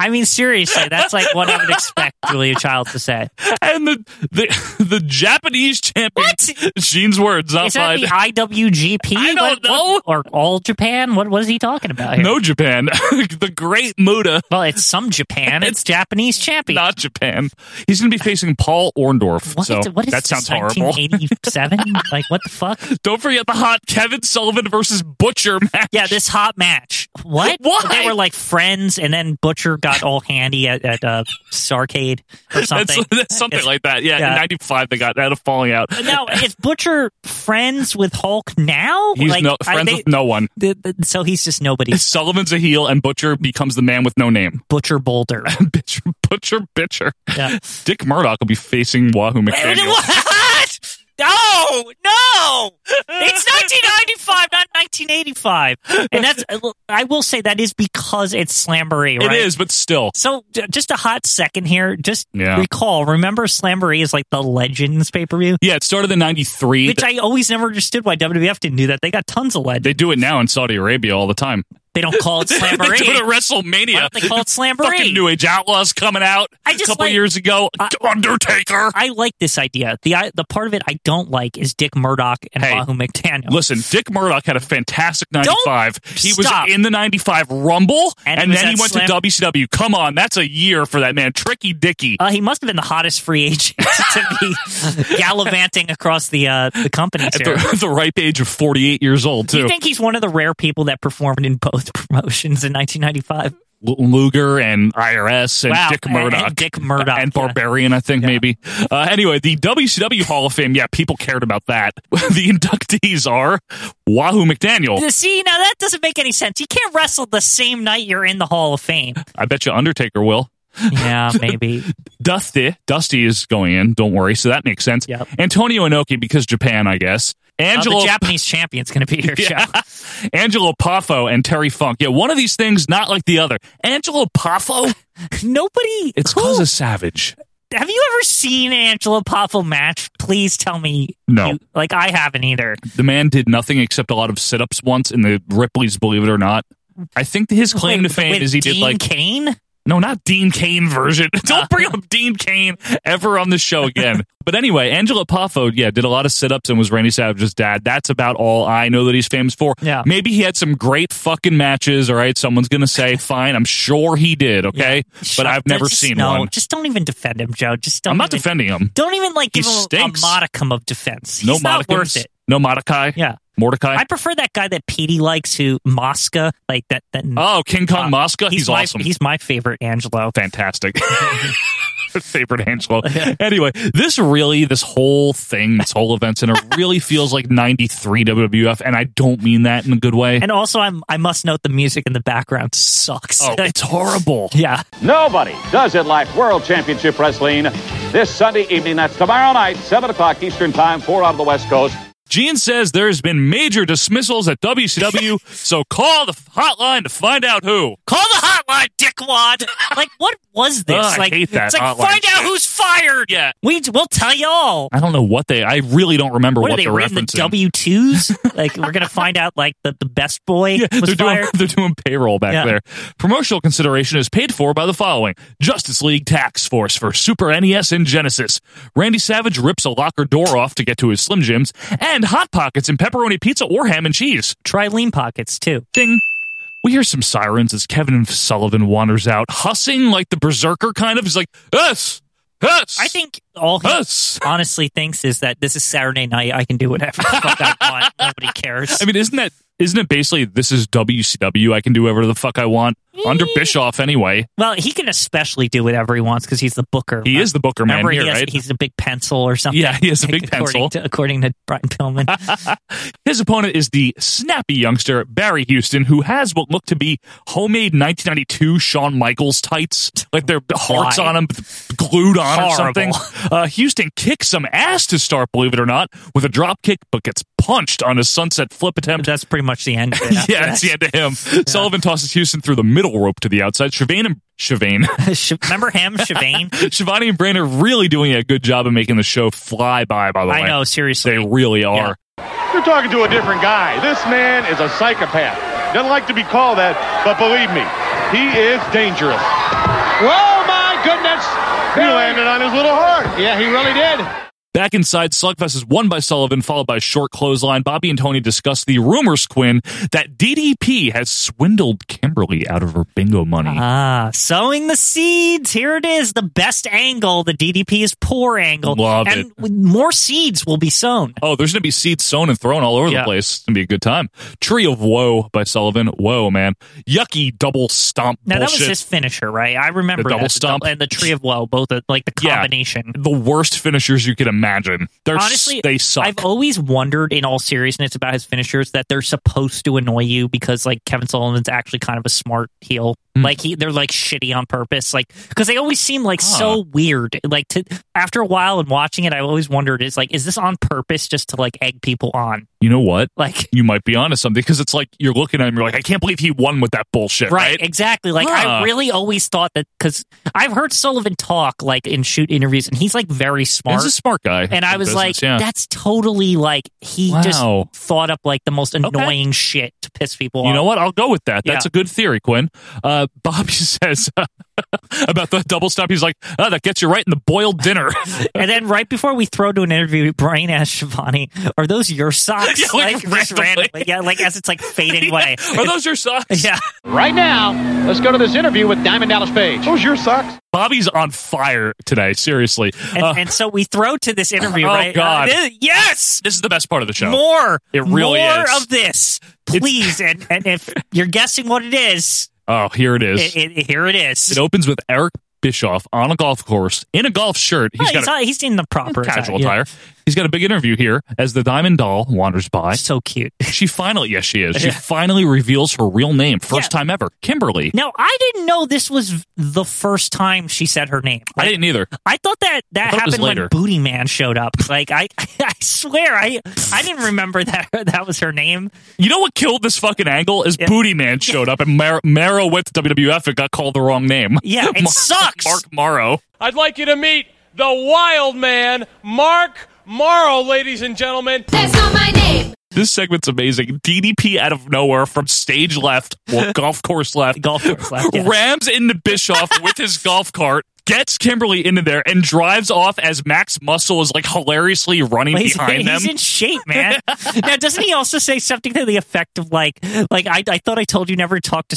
S2: I mean, seriously, that's like what I would expect Julia Child to say.
S1: [laughs] and the, the the Japanese champion.
S2: What?
S1: Gene's words.
S2: Is that
S1: outside.
S2: the IWGP?
S1: Oh, I don't
S2: What- what- or All Japan? What What is he talking about here?
S1: No, Japan. [laughs] the great Muda.
S2: Well, it's some Japan. It's Japanese champion.
S1: not Japan. He's going to be facing Paul Orndorff.
S2: what,
S1: so
S2: what is
S1: that
S2: this,
S1: sounds horrible.
S2: 1987? like, what the fuck?
S1: [laughs] Don't forget the hot Kevin Sullivan versus Butcher match.
S2: Yeah, this hot match. What?
S1: Why?
S2: They were like friends, and then Butcher got all handy at, at uh, Starcade or
S1: [laughs] That's-
S2: something.
S1: [laughs] that's something like that. Yeah, in
S2: Yeah.
S1: '95 they got out of falling out.
S2: now, is Butcher friends with Hulk now?
S1: He's
S2: like,
S1: no,
S2: are
S1: friends
S2: they-
S1: with no one.
S2: the- the- so he's just nobody.
S1: Sullivan's a heel, and Butcher becomes the man with no name. [laughs]
S2: Butcher Boulder.
S1: Butcher, Butcher, Butcher.
S2: Yeah. [laughs]
S1: Dick Murdoch will be facing Wahoo McDaniel.
S2: what? No, no. It's 1995, not 1985. And that's, uh, I will say that is because it's Slamboree, right?
S1: It is, but still.
S2: So j- just a hot second here. Just
S1: Yeah.
S2: recall, remember Slamboree is like the Legends pay per view?
S1: Yeah, it started in 93.
S2: Which I always never understood why WWF didn't do that. They got tons of legends.
S1: They do it now in Saudi Arabia all the time. [laughs]
S2: They don't call it Slamboree.
S1: they do it at WrestleMania.
S2: Why don't they call it Slamboree?
S1: Fucking New Age Outlaws coming out
S2: I just
S1: a couple
S2: like- uh,
S1: years ago. Undertaker.
S2: I like this idea. The I, the part of it I don't like is Dick Murdoch and Wahoo McDaniel.
S1: Listen, Dick Murdoch had a fantastic 95. He
S2: stop.
S1: was in the 95 Rumble,
S2: And
S1: and,
S2: he was
S1: then
S2: at
S1: he went
S2: Slam-
S1: to WCW. Come on, that's a year for that man. Tricky Dicky.
S2: Uh, he must have been the hottest free agent [laughs] to be gallivanting across the uh, the companies.
S1: at
S2: here.
S1: the, [laughs] the ripe age of 48 years old,
S2: Do
S1: too.
S2: you think he's one of the rare people that performed in both [laughs] promotions in 1995?
S1: L- Luger and IRS and
S2: Wow,
S1: Dick
S2: and-
S1: Murdoch.
S2: and Dick Murdoch,
S1: And
S2: yeah.
S1: Barbarian, I think, maybe. Uh, anyway, the WCW Hall of Fame, yeah, people cared about that. [laughs] the inductees are Wahoo McDaniel.
S2: You See, now that doesn't make any sense. You can't wrestle the same night you're in the Hall of Fame.
S1: I bet you Undertaker will. [laughs]
S2: Yeah, maybe. Uh,
S1: Dusty, Dusty is going in. Don't worry. So that makes sense.
S2: Yep.
S1: Antonio Inoki because Japan, I guess.
S2: Uh,
S1: Angelo,
S2: the Japanese champion's going to be here,
S1: [laughs] Yeah.
S2: Joe.
S1: Angelo Poffo and Terry Funk. Yeah, one of these things, not like the other. Angelo Poffo.
S2: Nobody.
S1: It's because of Savage.
S2: Have you ever seen an Angelo Poffo match? Please tell me.
S1: No.
S2: you- like I haven't either.
S1: The man did nothing except a lot of sit ups once in the Ripley's Believe It or Not. I think his claim
S2: With-
S1: to fame
S2: with
S1: is he did
S2: Dean
S1: like.
S2: Kane.
S1: No, not Dean Kane version. [laughs] Don't bring up Dean Kane ever on the show
S2: [laughs]
S1: again. but anyway, Angela Poffo, yeah, did a lot of sit ups and was Randy Savage's dad. That's about all I know that he's famous for.
S2: Yeah.
S1: Maybe he had some great fucking matches, all right? Someone's going to say,
S2: [laughs]
S1: fine, I'm sure he did, okay?
S2: Shut
S1: But
S2: up.
S1: I've never
S2: Just-
S1: seen
S2: no,
S1: one.
S2: Just don't even defend him, Joe. Just don't.
S1: I'm not
S2: even-
S1: defending him.
S2: Don't even like
S1: He
S2: give him a
S1: stinks.
S2: modicum of defense.
S1: no
S2: He's not
S1: Mordecai.
S2: worth it.
S1: No Mordecai.
S2: Yeah.
S1: Mordecai.
S2: I prefer that guy that Petey likes, who Mosca, like that. that
S1: oh, King Kong
S2: uh,
S1: Mosca. He's,
S2: my,
S1: awesome.
S2: He's my favorite Angelo. [laughs]
S1: fantastic. [laughs] Favorite Angelo. Anyway, this really, this whole thing, this whole event center really feels like 93 WWF, and I don't mean that in a good way.
S2: And also, I'm I must note the music in the background sucks. [laughs]
S1: Oh, it's horrible.
S2: yeah.
S5: Nobody does it like World Championship Wrestling this Sunday evening. That's tomorrow night, 7 o'clock Eastern Time, 4 out of the West Coast.
S1: Gene says there's been major dismissals at
S2: [laughs]
S1: WCW, so call the hotline to find out who.
S2: Call the hotline, dickwad. like, what
S1: [laughs]
S2: was this?
S1: Ugh, I
S2: like,
S1: hate that
S2: it's like
S1: hotline
S2: find out
S1: shit.
S2: who's fired.
S1: Yeah.
S2: we we'll tell y'all.
S1: I don't know what they, I really don't remember
S2: What
S1: what,
S2: are they
S1: they're
S2: written the
S1: referencing.
S2: W
S1: [laughs]
S2: twos? like, we're gonna find out like the, the best boy
S1: Yeah,
S2: was
S1: they're doing,
S2: fired.
S1: [laughs] they're doing payroll back
S2: Yeah.
S1: there. Promotional consideration is paid for by the following Justice League Tax Force for Super NES and Genesis. Randy Savage rips a locker door off to get to his Slim Jims. And Hot Pockets and pepperoni pizza or ham and cheese.
S2: Try lean pockets too.
S1: Ding. We hear some sirens as Kevin Sullivan wanders out, hussing like the berserker kind of. He's like, us, us.
S2: I think all he
S1: Us.
S2: honestly thinks is that this is Saturday night. I can do whatever the fuck I
S1: [laughs]
S2: want. Nobody cares.
S1: I mean, isn't that. Isn't it basically this is WCW? I can do whatever the fuck I want under Bischoff anyway.
S2: well, he can especially do whatever he wants because he's the booker.
S1: He is the Booker man
S2: Remember,
S1: here,
S2: he has,
S1: right?
S2: he's a big pencil or something.
S1: Yeah, he has a
S2: Like,
S1: big
S2: according
S1: pencil.
S2: To, according to Brian Pillman.
S1: [laughs] His opponent is the snappy youngster Barry Houston, who has what looked to be homemade 1992 Shawn Michaels tights, like their hearts
S2: Why?
S1: on them, glued on or something.
S2: Horrible.
S1: Uh, Houston kicks some ass to start, believe it or not, with a drop kick, but gets punched on a sunset flip attempt.
S2: That's pretty much the end. Of it
S1: [laughs]
S2: after
S1: yeah, that's the
S2: that.
S1: end of him.
S2: [laughs]
S1: Sullivan tosses Houston through the middle rope to the outside. Shivane and Shivane.
S2: [laughs] Remember him, Shivane?
S1: [laughs] Shivani and Brain are really doing a good job of making the show fly by, by the way.
S2: I know, seriously.
S1: They really are.
S3: You're talking to a different guy. This man is a psychopath. Doesn't like to be called that, but believe me, he is dangerous.
S9: Well, Oh, my goodness.
S3: He landed on his little heart.
S9: Yeah, he really did.
S1: Back inside, Slugfest is won by Sullivan, followed by a short clothesline. Bobby and Tony discuss the rumors, Quinn, that DDP has swindled Kimberly out of her bingo money.
S2: Ah, sowing the seeds. Here it is, the best angle. The DDP is poor angle.
S1: Love
S2: and
S1: it.
S2: with more seeds will be sown.
S1: Oh, there's going to be seeds sown and thrown all over
S2: Yeah.
S1: the place. It's going to be a good time. Tree of Woe by Sullivan. Whoa, man. Yucky double stomp
S2: Now
S1: bullshit.
S2: that was his finisher, right? I remember
S1: The double
S2: that.
S1: stomp.
S2: and the tree of woe, both the, like the
S1: Yeah.
S2: combination.
S1: the worst finishers you could imagine. They're s-
S2: Honestly,
S1: they suck.
S2: I've always wondered, in all seriousness, about his finishers that they're supposed to annoy you because, like, Kevin Sullivan's actually kind of a smart heel.
S1: Hmm.
S2: Like, he they're like shitty on purpose, like because they always seem like so weird. Like, to after a while and watching it, I always wondered, is like, is this on purpose just to like egg people on? [laughs]
S1: you know what?
S2: Like-
S1: you might be onto something because it's like you're looking at him, you're like, I can't believe he won with that bullshit, right?
S2: exactly like i
S1: Huh.
S2: really always thought that because i've heard sullivan talk like in shoot interviews and he's like very smart
S1: He's a smart guy
S2: and i
S1: in
S2: was
S1: business,
S2: like
S1: yeah.
S2: that's totally like he
S1: Wow.
S2: just thought up like the most annoying shit to piss people off
S1: You know what? I'll go with that. That's
S2: Yeah.
S1: a good theory, Quinn. Uh, [laughs] Bobby says [laughs] about the double stop. He's like, oh, that gets you right in the boiled dinner. [laughs]
S2: and then right before we throw to an interview, Brian asks Shivani, "Are those your socks?"
S1: [laughs] Yeah, like,
S2: just
S1: randomly.
S2: randomly. yeah, like as it's
S1: [laughs]
S2: like fading away.
S1: Are those your socks?
S2: Yeah,
S9: Right now, let's go to this interview with Diamond Dallas Page. Those your socks?
S1: Bobby's on fire today. Seriously.
S2: and, and so we throw to this interview.
S1: Uh. oh
S2: right?
S1: God!
S2: Uh, this- yes,
S1: this is the best part of the show.
S2: more.
S1: It really
S2: more
S1: is.
S2: of this, please. and and if you're guessing what it is,
S1: Oh, here it is.
S2: it, it, here it is.
S1: It opens with Eric Bischoff on a golf course in a golf shirt.
S2: Well,
S1: He's
S2: Oh, he's,
S1: got a
S2: not- he's in the proper
S1: casual
S2: attire, yeah.
S1: attire. He's got a big interview here as the Diamond Doll wanders by.
S2: So cute.
S1: She finally, yes, she is. She
S2: Yeah.
S1: finally reveals her real name, first time ever, Kimberly.
S2: Now I didn't know this was the first time she said her name.
S1: I didn't either.
S2: I thought that that
S1: thought it was
S2: happened when
S1: later.
S2: Booty Man showed up. Like I, [laughs] I swear I, I didn't remember that [laughs] that was her name.
S1: You know what killed this fucking angle is Booty Man showed up and Mar- Mara went to WWF and got called the wrong name.
S2: Yeah,
S1: [laughs]
S2: it
S1: Mark-
S2: sucks.
S1: Mark Morrow.
S21: I'd like you to meet the wild man, Mark Morrow, ladies and gentlemen.
S16: That's not my name.
S1: This segment's amazing. DDP out of nowhere from stage left,
S2: [laughs]
S1: well, golf course left,
S2: golf course left, yes.
S1: rams into Bischoff with his golf cart, gets Kimberly into there, and drives off as Max Muscle is like hilariously running
S2: He's,
S1: behind
S2: he's
S1: [laughs] them.
S2: in shape, man. now, doesn't he also say something to the effect of like, like I, I thought I told you never to talk to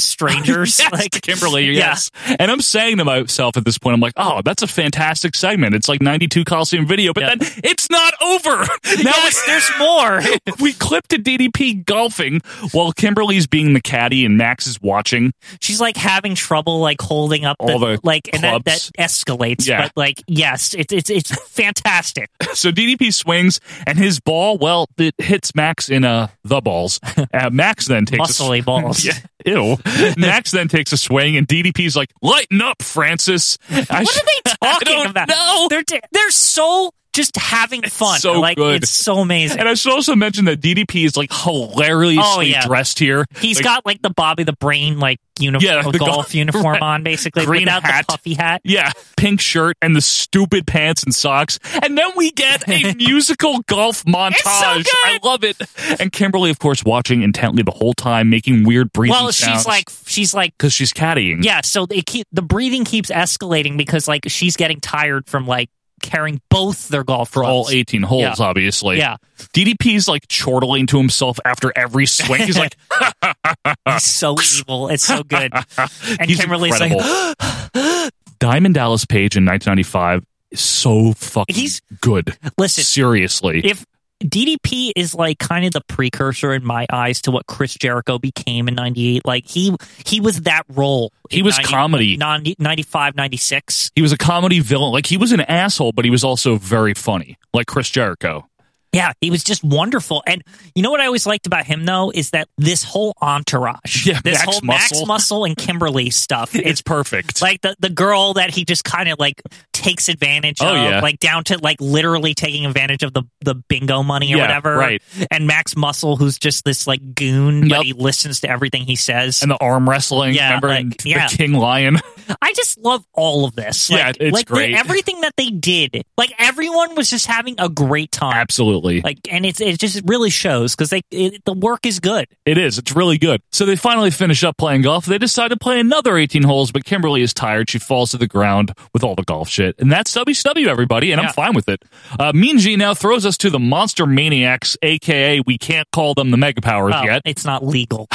S1: [laughs]
S2: strangers.
S1: Yes,
S2: like
S1: Kimberly, yes. And I'm saying to myself at this point, I'm like, oh, that's a fantastic segment. It's like 92 Coliseum video, but then it's not over. Now
S2: [laughs] Yes, there's more.
S1: [laughs] we clip to DDP golfing while Kimberly's being the caddy and Max is watching.
S2: She's like having trouble like holding up
S1: All the
S2: like and that, that
S1: clubs.
S2: escalates.
S1: Yeah.
S2: But like yes, it's it's it's fantastic.
S1: So DDP swings and his ball, well, it hits Max in uh, the balls. [laughs] Uh, Max then takes a-
S2: Muscly
S1: [laughs]
S2: balls.
S1: Yeah, ew. Max then takes a swing and DDP's like, lighten up, Francis. [laughs] I
S2: [laughs] what
S1: sh-
S2: are they talking
S1: I don't
S2: about?
S1: know.
S2: they're t- they're so just having fun.
S1: so
S2: like
S1: good.
S2: it's so amazing.
S1: And I should also mention that DDP is like hilariously
S2: Oh, yeah.
S1: dressed here.
S2: He's
S1: He's
S2: got like the Bobby the Brain like uniform,
S1: Yeah, the
S2: golf,
S1: golf-
S2: uniform
S1: right.
S2: on, basically
S1: Green
S2: without
S1: hat.
S2: the puffy hat.
S1: yeah, pink shirt and the stupid pants and socks. And then we get
S2: [laughs]
S1: a musical golf montage.
S2: good.
S1: I love it. And Kimberly, of course, watching intently the whole time, making weird breathing Mm.
S2: Well, she's like she's like
S1: because she's caddying.
S2: yeah. So they keep the breathing keeps escalating because like she's getting tired from like carrying both their golf
S1: for all 18 holes,
S2: Yeah.
S1: obviously.
S2: Yeah.
S1: DDP's like chortling to himself after every swing. He's like, [laughs]
S2: He's so evil. It's so good. [laughs] And
S1: Ah. He's
S2: Kimberly's
S1: incredible.
S2: like, [gasps]
S1: Diamond Dallas Page in 1995 is so fucking
S2: He's-
S1: good.
S2: Listen,
S1: seriously,
S2: if DDP is like kind of the precursor in my eyes to what Chris Jericho became in 98, like he he was that role.
S1: He
S2: in
S1: was comedy.
S2: 90, 95, 96.
S1: he was a comedy villain, like he was an asshole, but he was also very funny, like Chris Jericho.
S2: Yeah, he was just wonderful. And you know what I always liked about him though is that this whole entourage,
S1: Yeah,
S2: this
S1: Max
S2: whole Max
S1: Muscle.
S2: Muscle and
S1: [laughs]
S2: Kimberly stuff.
S1: It's
S2: It's
S1: perfect.
S2: [laughs] like the, the girl that he just kind of like takes advantage
S1: Oh,
S2: of,
S1: yeah.
S2: like down to like literally taking advantage of the, the bingo money or
S1: Yeah,
S2: whatever.
S1: right.
S2: And Max Muscle, who's just this like goon,
S1: Yep.
S2: but he listens to everything he says.
S1: and the arm wrestling,
S2: Yeah,
S1: remember?
S2: like,
S1: and the
S2: yeah. Uh,
S1: King Lion.
S2: I just love all of this. Like,
S1: Yeah, it's
S2: like the-
S1: great.
S2: everything that they did, like everyone was just having a great time.
S1: Absolutely.
S2: Like, and it's it just really shows because they it, the work is good.
S1: It is. It's really good. So they finally finish up playing golf. They decide to play another 18 holes, but Kimberly is tired. She falls to the ground with all the golf shit. And that's WCW, everybody, and
S2: Yeah.
S1: I'm fine with it. Uh, mean G now throws us to the Monster Maniacs, a.k.a. we can't call them the Mega Powers
S2: Oh,
S1: yet. [laughs]
S2: It's not legal.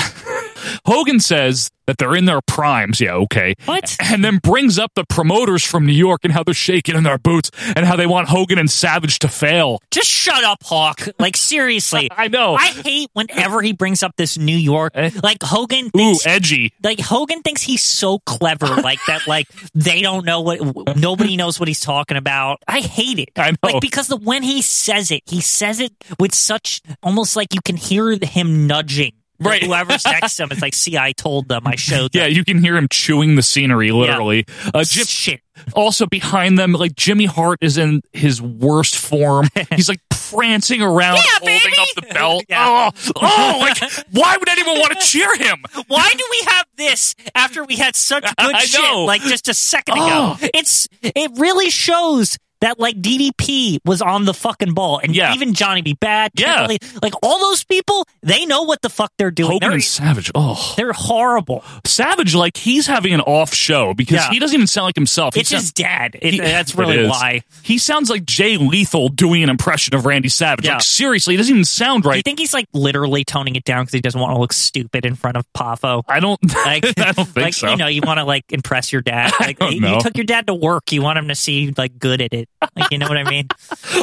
S1: Hogan says that they're in their primes. Yeah, okay. What? And then brings up the promoters from New York and how they're shaking in their boots and how they want Hogan and Savage to fail.
S2: Just shut up, Hawk. Like seriously.
S1: [laughs] I know. Eh?
S2: I hate whenever he brings up this New York. Like Hogan thinks
S1: Ooh, eh? edgy.
S2: Like Hogan thinks he's so clever like that like they don't know what nobody knows what he's talking about. I hate it.
S1: I know.
S2: Like because the when he says it, he says it with such almost like you can hear him nudging
S1: Right.
S2: Whoever's next to him, it's like, see, I told them, I showed
S1: [laughs]
S2: them.
S1: Yeah, you can hear him chewing the scenery, literally. Uh, Jim,
S2: Shit.
S1: Also behind them, like Jimmy Hart is in his worst
S2: [laughs]
S1: form. He's like prancing around, holding up the belt. Oh, oh, like
S2: [laughs]
S1: why would anyone want to cheer him?
S2: Why do we have this after we had such good
S1: [laughs] I
S2: shit
S1: know.
S2: like just a second ago?
S1: Oh.
S2: It's it really shows that like DDP was on the fucking ball, and
S1: Yeah.
S2: even Johnny B. Bad,
S1: Yeah.
S2: Kimberly, like all those people, they know what the fuck they're doing.
S1: Hogan
S2: They're,
S1: and Savage. Oh,
S2: they're horrible.
S1: Savage, like he's having an off show because
S2: Yeah.
S1: he doesn't even sound like himself. He
S2: It's
S1: sound-
S2: his dad. It-
S1: He-
S2: that's
S1: it
S2: really
S1: is.
S2: why.
S1: He sounds like Jay Lethal doing an impression of Randy Savage.
S2: Yeah.
S1: Like seriously, he doesn't even sound
S2: Do you
S1: right.
S2: think he's like literally toning it down because he doesn't want to look stupid in front of
S1: [laughs]
S2: Pafo?
S1: I don't.
S2: Like,
S1: I don't think
S2: like,
S1: so.
S2: You know, you want to like impress
S1: [laughs]
S2: your dad. Like,
S1: don't
S2: you,
S1: know.
S2: you took your dad to work. You want him to see you, like good at it. Like, you know what I mean?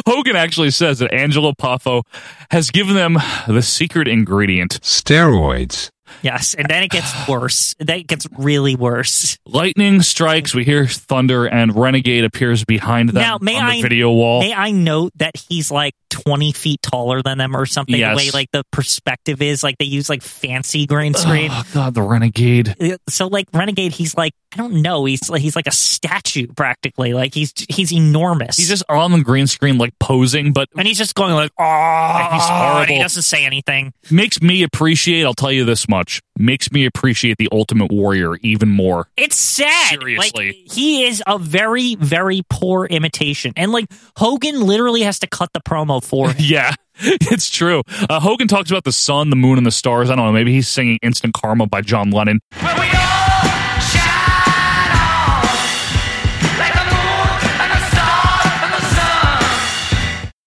S1: Hogan actually says that Angelo Poffo has given them the secret ingredient.
S16: Steroids.
S2: Yes. And then it gets worse. Then it gets really worse.
S1: Lightning strikes, we hear thunder, and Renegade appears behind them
S2: now, may
S1: on the
S2: I
S1: video wall.
S2: May I note that he's like twenty feet taller than them or something?
S1: Yes.
S2: The way like the perspective is, like they use like fancy green screen. Uh,
S1: oh, God, the Renegade.
S2: so like renegade he's like i don't know he's like he's like a statue practically like he's he's enormous
S1: He's just on the green screen, like posing, but
S2: and he's just going like oh
S1: he's
S2: he
S1: horrible.
S2: doesn't say anything
S1: makes me appreciate, I'll tell you this much, makes me appreciate the Ultimate Warrior even more. [laughs]
S2: it's sad
S1: Seriously.
S2: like he is a very very poor imitation and like hogan literally has to cut the promo for him
S1: Yeah, it's true. Uh, Hogan talks about the sun, the moon, and the stars. I don't know. Maybe he's singing Instant Karma by John Lennon.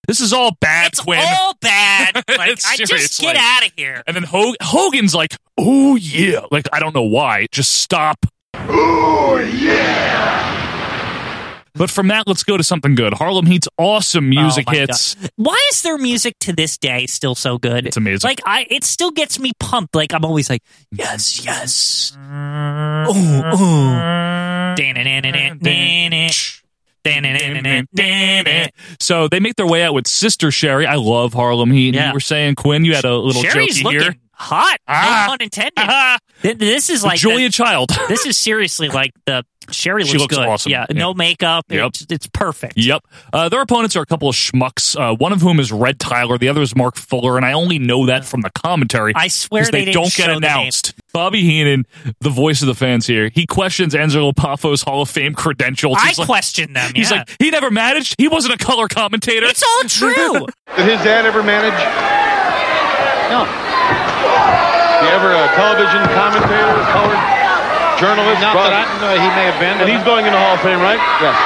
S1: This is all bad, Quinn.
S2: all
S1: [laughs]
S2: bad like i just
S1: Seriously.
S2: get out of here
S1: and then Ho- Hogan's like, oh, yeah. Like, I don't know why. Just stop.
S11: Ooh, yeah!
S1: But from that, let's go to something good. Harlem Heat's awesome music
S2: Oh my
S1: hits.
S2: God. Why is their music to this day still so good? It's
S1: amazing.
S2: Like I, it still gets me pumped. Like I'm always like, yes, yes. Ooh, ooh. Da-na-na-na-na-na-na. Da-na-na-na-na-na-na.
S1: So they make their way out with Sister Sherry. I love Harlem Heat. And
S2: Yeah.
S1: You were saying, Quinn, you had a little
S2: Sherry's
S1: joke
S2: looking
S1: [laughs] here.
S2: hot.
S1: Ah.
S2: No pun
S1: [laughs]
S2: intended. Th- This is like
S1: Julia
S2: the-
S1: Child.
S2: [laughs] This is seriously like the Sherry looks,
S1: She looks
S2: good.
S1: awesome.
S2: Yeah,
S1: Yeah.
S2: no makeup.
S1: Yep.
S2: It's, it's perfect.
S1: [laughs] Yep. Uh, their opponents are a couple of schmucks, uh, one of whom is Red Tyler, the other is Mark Fuller, and I only know that from the commentary.
S2: I swear
S1: 'cause
S2: they didn't
S1: don't get
S2: show the name.
S1: announced. Bobby Heenan, the voice of the fans here, he questions Angelo Paffo's Hall of Fame credentials.
S2: I
S1: He's like-
S2: question them.
S1: He's
S2: yeah.
S1: like, he never managed. He wasn't a color commentator.
S2: it's all true.
S3: Did his dad ever manage? No. He ever a television commentator, color journalist?
S9: Not that I know he may have been.
S3: And he's going in the Hall of Fame, right? Yes.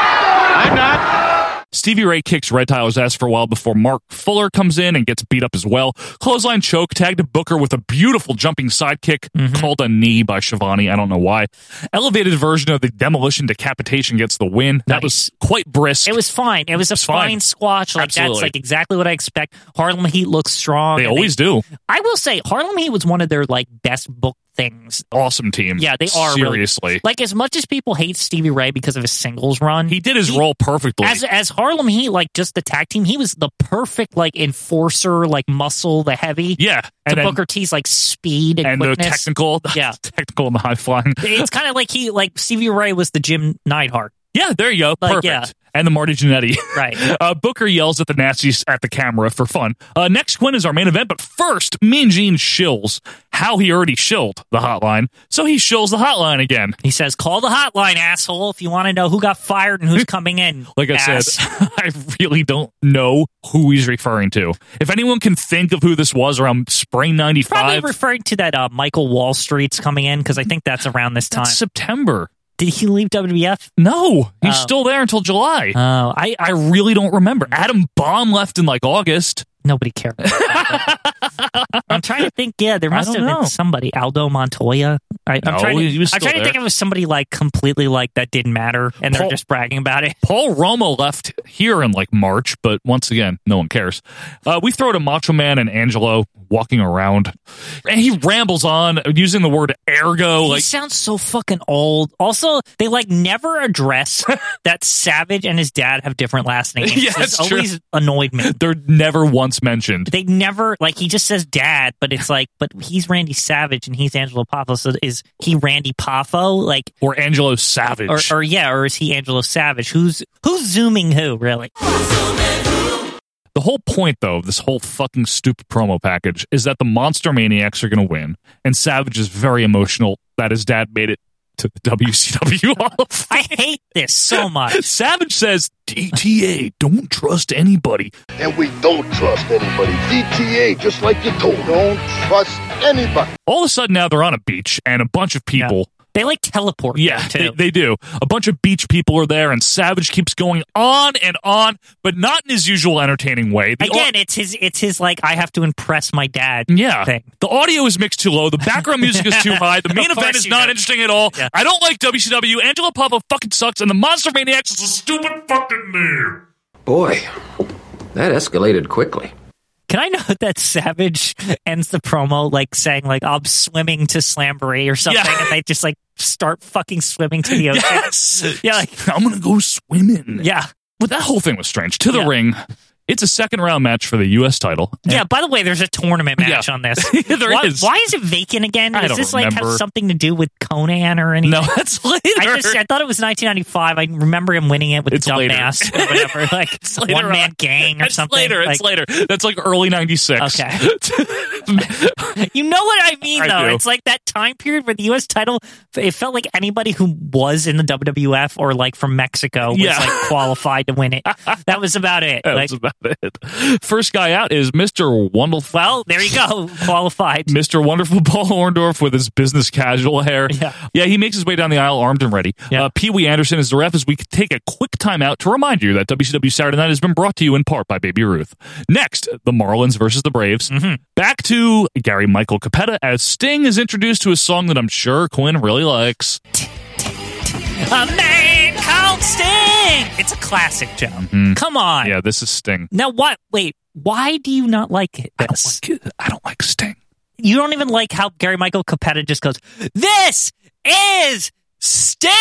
S3: I'm not.
S1: [laughs] Stevie Ray kicks Red Tyler's ass for a while before Mark Fuller comes in and gets beat up as well. Clothesline choke tagged to Booker with a beautiful jumping sidekick
S2: Mm-hmm.
S1: called a knee by Shivani. I don't know why. Elevated version of the demolition decapitation gets the win. That was quite brisk.
S2: It was fine. It was a
S1: fine.
S2: fine, squash. Like
S1: Absolutely.
S2: that's like exactly what I expect. Harlem Heat looks strong.
S1: they
S2: and
S1: always do.
S2: I will say Harlem Heat was one of their like best book things.
S1: Awesome team.
S2: Yeah, they are really-
S1: seriously.
S2: Like as much as people hate Stevie Ray because of his singles run,
S1: he did his role perfectly.
S2: as as Harlem Heat like just the tag team, he was the perfect like enforcer, like muscle, the heavy.
S1: yeah,
S2: to
S1: and then-
S2: Booker T's like speed and,
S1: and the
S2: quickness.
S1: technical,
S2: [laughs]
S1: [laughs]
S2: Yeah.
S1: technical and the high flying.
S2: it's kind of like he like Stevie Ray was the Jim Neidhart.
S1: Yeah, there you go.
S2: Like,
S1: Perfect.
S2: yeah.
S1: And the Marty Jannetty.
S2: [laughs] Right.
S1: [laughs] uh, Booker yells at the Nazis at the camera for fun. Uh, next, Quinn is our main event, but first, Mean Gene shills how he already shilled the hotline. So he shills the hotline again.
S2: He says, "Call the hotline, asshole, if you want to know who got fired
S1: [laughs]
S2: and who's coming in."
S1: Like I
S2: ass."
S1: said, [laughs] I really don't know who he's referring to. If anyone can think of who this was around spring
S2: Probably
S1: '95,
S2: referring to that uh, Michael Wall Street's coming in because I think that's around this time.
S1: that's September.
S2: Did he leave E WWF?
S1: No, he's
S2: Oh.
S1: still there until July.
S2: Oh,
S1: I, I really don't remember. Adam Baum left in like August.
S2: Nobody [laughs] cared. about that. I'm trying to think. Yeah, there
S1: I
S2: must
S1: don't
S2: have
S1: know.
S2: been somebody. Aldo Montoya. I, I'm
S1: No,
S2: trying to.
S1: he was
S2: I'm
S1: still
S2: trying to think
S1: there.
S2: of somebody like completely like that didn't matter, and they're
S1: Paul-
S2: just bragging about it.
S1: Paul Romo left here in like March, but once again, no one cares. Uh, we throw to Macho Man and Angelo walking around, and he rambles on using the word ergo.
S2: He
S1: Like,
S2: sounds so fucking old. Also, they like never [laughs] address that Savage and his dad have different last names.
S1: Yeah,
S2: It's
S1: it's true.
S2: always annoyed me.
S1: they're never once mentioned.
S2: They never like he just says dad, but it's like, but he's Randy Savage and he's Angelo Poffo. So is he Randy Poffo? Like,
S1: or Angelo Savage?
S2: or, or yeah, or is he Angelo Savage? Who's who's zooming who really?
S1: The whole point, though, of this whole fucking stupid promo package is that the Monster Maniacs are going to win, and Savage is very emotional that his dad made it to the [laughs] WCW Hall of Fame.
S2: I hate
S1: [laughs]
S2: this so much.
S1: Savage says, DTA, don't trust anybody.
S11: And we don't trust anybody. DTA, just like you told. Don't trust anybody.
S1: All of a sudden, now they're on a beach, and a bunch of people.
S2: They like teleport.
S1: Yeah,
S2: too.
S1: they, they do. A bunch of beach people are there, and Savage keeps going on and on, but not in his usual entertaining way. The au-
S2: Again, it's his it's his like I have to impress my dad.
S1: yeah,
S2: thing.
S1: the audio is mixed too low. The background music is
S2: [laughs]
S1: too high. The
S2: Of
S1: main event
S2: course
S1: is
S2: you
S1: not
S2: do.
S1: interesting at all.
S2: Yeah.
S1: I don't like WCW. Angela Papa fucking sucks, and the Monster Maniacs is a stupid fucking name.
S16: Boy, that escalated quickly.
S2: Can I note [laughs] that Savage ends the promo like saying like I'm swimming to Slamboree or something,
S1: Yeah.
S2: and they just like start fucking swimming to
S1: [laughs]
S2: the ocean.
S1: Yes,
S2: [laughs] Yeah,
S1: [laughs]
S2: like-
S1: I'm gonna go swimming.
S2: Yeah,
S1: but that whole thing was strange. To the
S2: Yeah.
S1: ring, it's a second round match for the U.S. title.
S2: yeah. By the way, there's a tournament match
S1: Yeah.
S2: on this.
S1: [laughs] There
S2: why,
S1: is.
S2: Why is it vacant again?
S1: I
S2: Does
S1: don't
S2: this like
S1: remember.
S2: have something to do with Conan or anything?
S1: No, that's later.
S2: [laughs] I just I thought it was 1995. I remember him winning it with
S1: It's
S2: the dumb
S1: later.
S2: ass or
S1: [laughs]
S2: whatever, like
S1: later
S2: one man
S1: on.
S2: gang or
S1: It's
S2: something.
S1: later. It's
S2: Like,
S1: later. That's like early '96.
S2: Okay. You know what I mean,
S1: I
S2: though.
S1: do.
S2: It's like that time period where the U.S. title, it felt like anybody who was in the WWF or like from Mexico was
S1: Yeah.
S2: like qualified
S1: [laughs]
S2: to win it. That was about
S1: [laughs]
S2: it.
S1: That's
S2: [laughs] Like,
S1: about it. First guy out is Mr. Wonderful.
S2: well, there you go, qualified.
S1: Mr. Wonderful [laughs] Paul Orndorff with his business casual hair.
S2: Yeah.
S1: he makes his way down the aisle armed and ready. Uh, Pee Wee Anderson is the ref as we take a quick time out to remind you that WCW Saturday Night has been brought to you in part by Baby Ruth. Next, the Marlins versus the Braves. Back to Gary Michael Capetta as Sting is introduced to a song that I'm sure Quinn really likes.
S2: A man called Sting. It's a classic, Joe.
S1: Mm-hmm.
S2: Come on.
S1: Yeah, this is Sting.
S2: Now, what? Wait, why do you not like it? This?
S1: I don't like, I don't like Sting.
S2: you don't even like how Gary Michael Capetta just goes, This is Sting.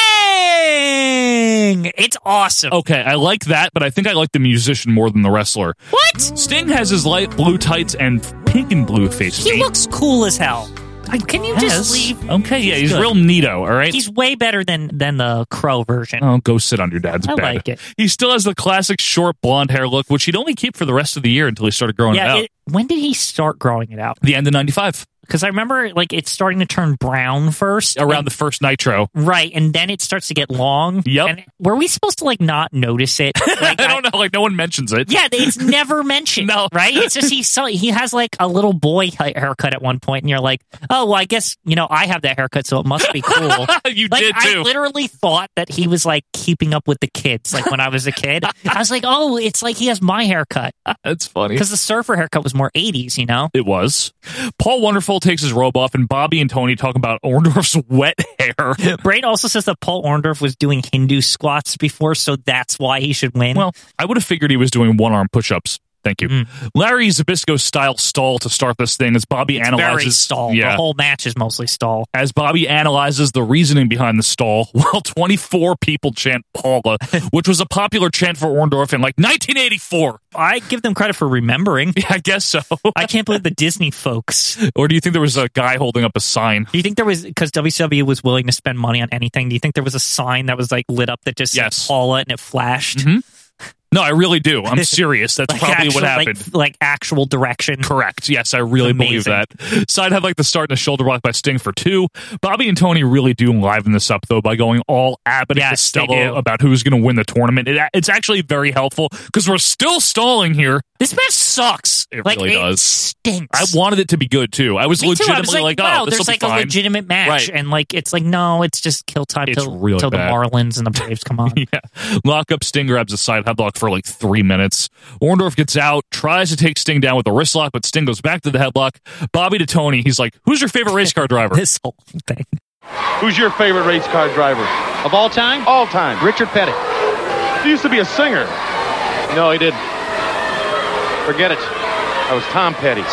S2: It's awesome.
S1: Okay, I like that, but I think I like the musician more than the wrestler.
S2: What?
S1: Sting has his light blue tights and pink and blue face
S2: He
S1: paint.
S2: looks cool as hell. Can you
S1: Yes.
S2: just leave?
S1: Okay, yeah, he's
S2: good.
S1: real neato, all right?
S2: He's way better than than the Crow version.
S1: Oh, go sit on your dad's
S2: I
S1: bed.
S2: like it.
S1: He still has the classic short blonde hair look, which he'd only keep for the rest of the year until he started growing it
S2: yeah.
S1: out.
S2: it- when did he start growing it out?
S1: the end of 95,
S2: Because I remember like it's starting to turn brown first.
S1: around
S2: and-
S1: the first Nitro. [laughs]
S2: Right, and then it starts to get long.
S1: Yep.
S2: And were we supposed to like not notice
S1: [laughs]
S2: it? Like,
S1: I don't know, like, no one mentions it.
S2: Yeah, it's never
S1: [laughs]
S2: mentioned.
S1: No.
S2: right? It's just he saw he has like a little boy hi- haircut at one point, and you're like, oh, well, I guess you know I have that haircut, so it must be cool.
S1: [laughs] [laughs] You
S2: like,
S1: did,
S2: I
S1: too.
S2: literally thought that he was like keeping up with the kids. Like when I was a kid, I was like, oh, it's like he has my haircut
S1: That's funny.
S2: because the surfer haircut was more '80s, you know.
S1: It was. Paul Wonderful takes his robe off, and Bobby and Tony talk about Orndorff's [laughs] wet hair.
S2: Brain also says that Paul Orndorff was doing Hindu squats before, so that's why he should win.
S1: Well, I would have figured he was doing one arm push ups. Thank you.
S2: Hmm.
S1: Larry Zabisco style stall to start this thing as Bobby analyzes
S2: very stall.
S1: Yeah.
S2: The whole match is mostly stall.
S1: as Bobby analyzes the reasoning behind the stall, [laughs] while 24 people chant
S2: [laughs]
S1: Paula, which was a popular chant for Orndorff in like 1984.
S2: I
S1: [laughs]
S2: give them credit for remembering.
S1: I guess so. [laughs]
S2: I can't believe the Disney folks. Do
S1: or do you think there was a guy holding up a sign?
S2: you think there was because WCW was willing to spend money on anything? Do you think there was a sign that was like lit up that just
S1: Yes.
S2: said Paula and it flashed?
S1: No, I really do.
S2: [laughs]
S1: I'm serious. That's
S2: Like
S1: probably
S2: actual-
S1: what happened.
S2: Like, like actual direction.
S1: Correct. Yes, I really believe
S2: Amazing.
S1: that. Side had like the start and a shoulder block by Sting for two. Bobby and Tony really do liven this up though by going all Abbott and
S2: Yes, they
S1: Costello
S2: do.
S1: about who's going to win the tournament. It, it's actually very helpful because we're still stalling here.
S2: This match sucks.
S1: It
S2: like,
S1: really does.
S2: Stinks.
S1: I wanted it to be good too. I was
S2: Me too.
S1: legitimately
S2: I was like,
S1: oh,
S2: wow,
S1: this will
S2: there's
S1: be fine.
S2: like a
S1: [laughs]
S2: legitimate match,
S1: Right.
S2: and like it's like no, it's just kill time
S1: It's
S2: till,
S1: really
S2: till the
S1: bad. [laughs]
S2: Marlins and the Braves come on.
S1: yeah. Lock up Sting grabs a side headlock for like three minutes. Orndorff gets out, tries to take Sting down with a wrist lock, but Sting goes back to the headlock. Bobby to Tony, he's like, "Who's your favorite race car driver?"
S2: [laughs] this whole thing.
S3: Who's your favorite race car driver?
S9: Of all time?
S3: All time.
S9: Richard Petty.
S3: He used to be a singer.
S9: No, he didn't. Forget it.
S3: That was Tom Petty.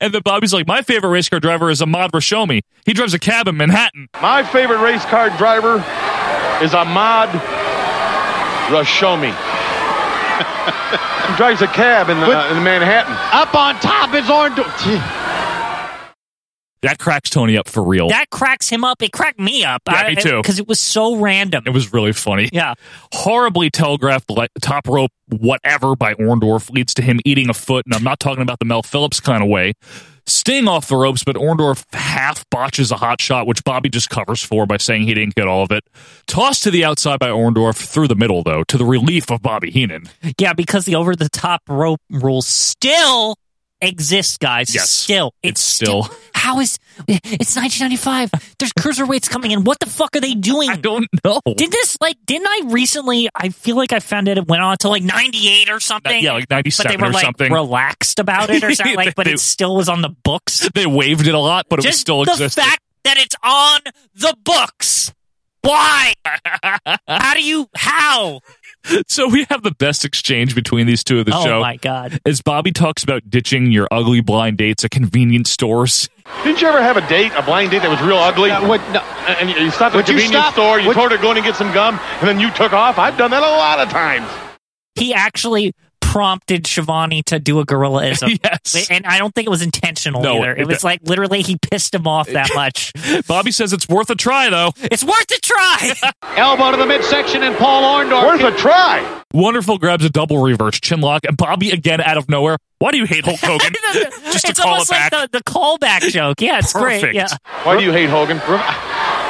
S1: And then Bobby's like, "My favorite race car driver is Ahmad Rashomi. He drives a cab in Manhattan."
S3: My favorite race car driver is Ahmad Rashomi. he drives a cab in, uh, in Manhattan.
S9: Up on top is Orndorff. Gee.
S1: That cracks Tony up for real.
S2: That cracks him up. It cracked me up.
S1: Yeah, me too.
S2: Because it was so random.
S1: It was really funny.
S2: Yeah.
S1: Horribly telegraphed le- top rope whatever by Orndorff leads to him eating a foot, and I'm not talking about the Mel Phillips kind of way. Sting off the ropes, but Orndorff half botches a hot shot, which Bobby just covers for by saying he didn't get all of it. Tossed to the outside by Orndorff through the middle, though, to the relief of Bobby Heenan.
S2: Yeah, because the over the top rope rule still exists, guys.
S1: Yes.
S2: Still.
S1: It's still-
S2: How is it's 1995? There's cruiserweights coming in. What the fuck are they doing?
S1: I don't know.
S2: Did this like? Didn't I recently? I feel like I found out it went on to like 98 or something.
S1: Yeah, like 97
S2: But they were
S1: or
S2: like
S1: something.
S2: relaxed about it
S1: [laughs]
S2: or something. Like, but
S1: They-
S2: it still was on the books.
S1: They waived [laughs] it a lot, but it was
S2: Just
S1: still
S2: the
S1: existed.
S2: fact that it's on the books. Why?
S1: [laughs]
S2: how do you? How?
S1: [laughs] so we have the best exchange between these two of the
S2: oh
S1: show.
S2: my god!
S1: As Bobby talks about ditching your ugly blind dates at convenience stores. [laughs]
S3: Didn't you ever have a date, a blind date that was real ugly?
S9: Uh, what, no,
S3: And you you stopped at a
S9: Would you
S3: convenience
S9: stop?
S3: store, you
S9: Would-
S3: told her to go in and get some gum, and then you took off. I've done that a lot of times.
S2: He actually prompted Shivani to do
S1: [laughs]
S2: a gorillaism.
S1: Yes.
S2: and I don't think it was intentional
S1: No,
S2: either.
S1: it-
S2: It, was like literally he pissed him off
S1: [laughs]
S2: that much.
S1: Bobby says it's worth a try, though.
S2: it's worth a try.
S9: Elbow to the midsection, and Paul Orndorff.
S3: Worth a try.
S1: Wonderful grabs a double reverse chin lock, and Bobby again out of nowhere. Why do you hate Hulk
S2: [laughs]
S1: Hogan? [laughs] Just to
S2: it's
S1: call it
S2: almost
S1: back.
S2: like the, the callback joke. Yeah, it's
S1: Perfect.
S2: great. Yeah.
S3: Why do you hate Hogan?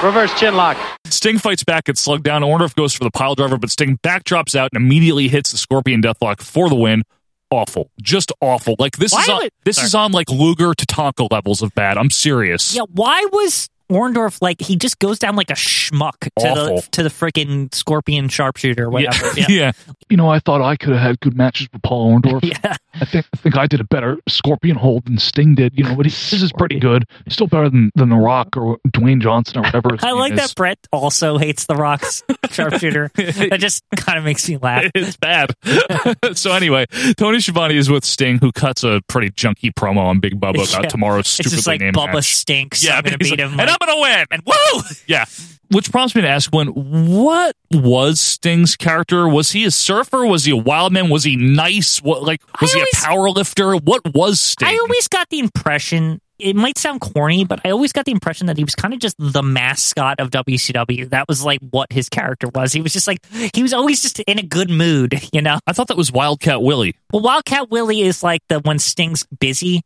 S9: Reverse chin lock.
S1: Sting fights back and slug down. Orndorff goes for the pile driver, but Sting backdrops out and immediately hits the Scorpion Deathlock for the win. Awful, just awful. Like this
S2: Why
S1: is on,
S2: would-
S1: this is on like Luger to Tonka levels of bad. I'm serious.
S2: Yeah, why was Orndorff like he just goes down like a schmuck to
S1: Awful.
S2: the to the freaking scorpion sharpshooter
S1: [laughs]
S2: or whatever.
S1: Yeah.
S2: Yeah.
S1: yeah.
S17: You know, I thought I could have had good matches with Paul Orndorff.
S2: [laughs] Yeah.
S17: I think I think I did a better scorpion hold than Sting did. You know, but he, this is pretty good. He's still better than, than The Rock or Dwayne Johnson or whatever. his
S2: [laughs] I
S17: name
S2: like
S17: is.
S2: that Brett also hates the rocks
S1: [laughs]
S2: sharpshooter. that just kind of makes me laugh.
S1: It's bad. [laughs] so anyway, Tony Schiavone is with Sting, who cuts a pretty junky promo on Big Bubba about
S2: [laughs] Yeah.
S1: tomorrow's
S2: It's
S1: stupidly
S2: just like
S1: named
S2: Bubba
S1: match.
S2: stinks. I'm gonna
S1: he's like,
S2: beat him.
S1: and I'm
S2: like,
S1: gonna win.
S2: and [laughs] woo!
S1: Yeah. Which prompts me to ask, Gwen, what was Sting's character? Was he a surfer? Was he a wild man? Was he nice? What like was
S2: I
S1: he
S2: always-
S1: a power lifter? What was Sting?
S2: I always got the impression it might sound corny, but I always got the impression that he was kind of just the mascot of WCW. That was like what his character was. He was just like he was always just in a good mood, you know.
S1: I thought that was Wildcat Willie.
S2: Well, Wildcat Willie is like the when Sting's busy,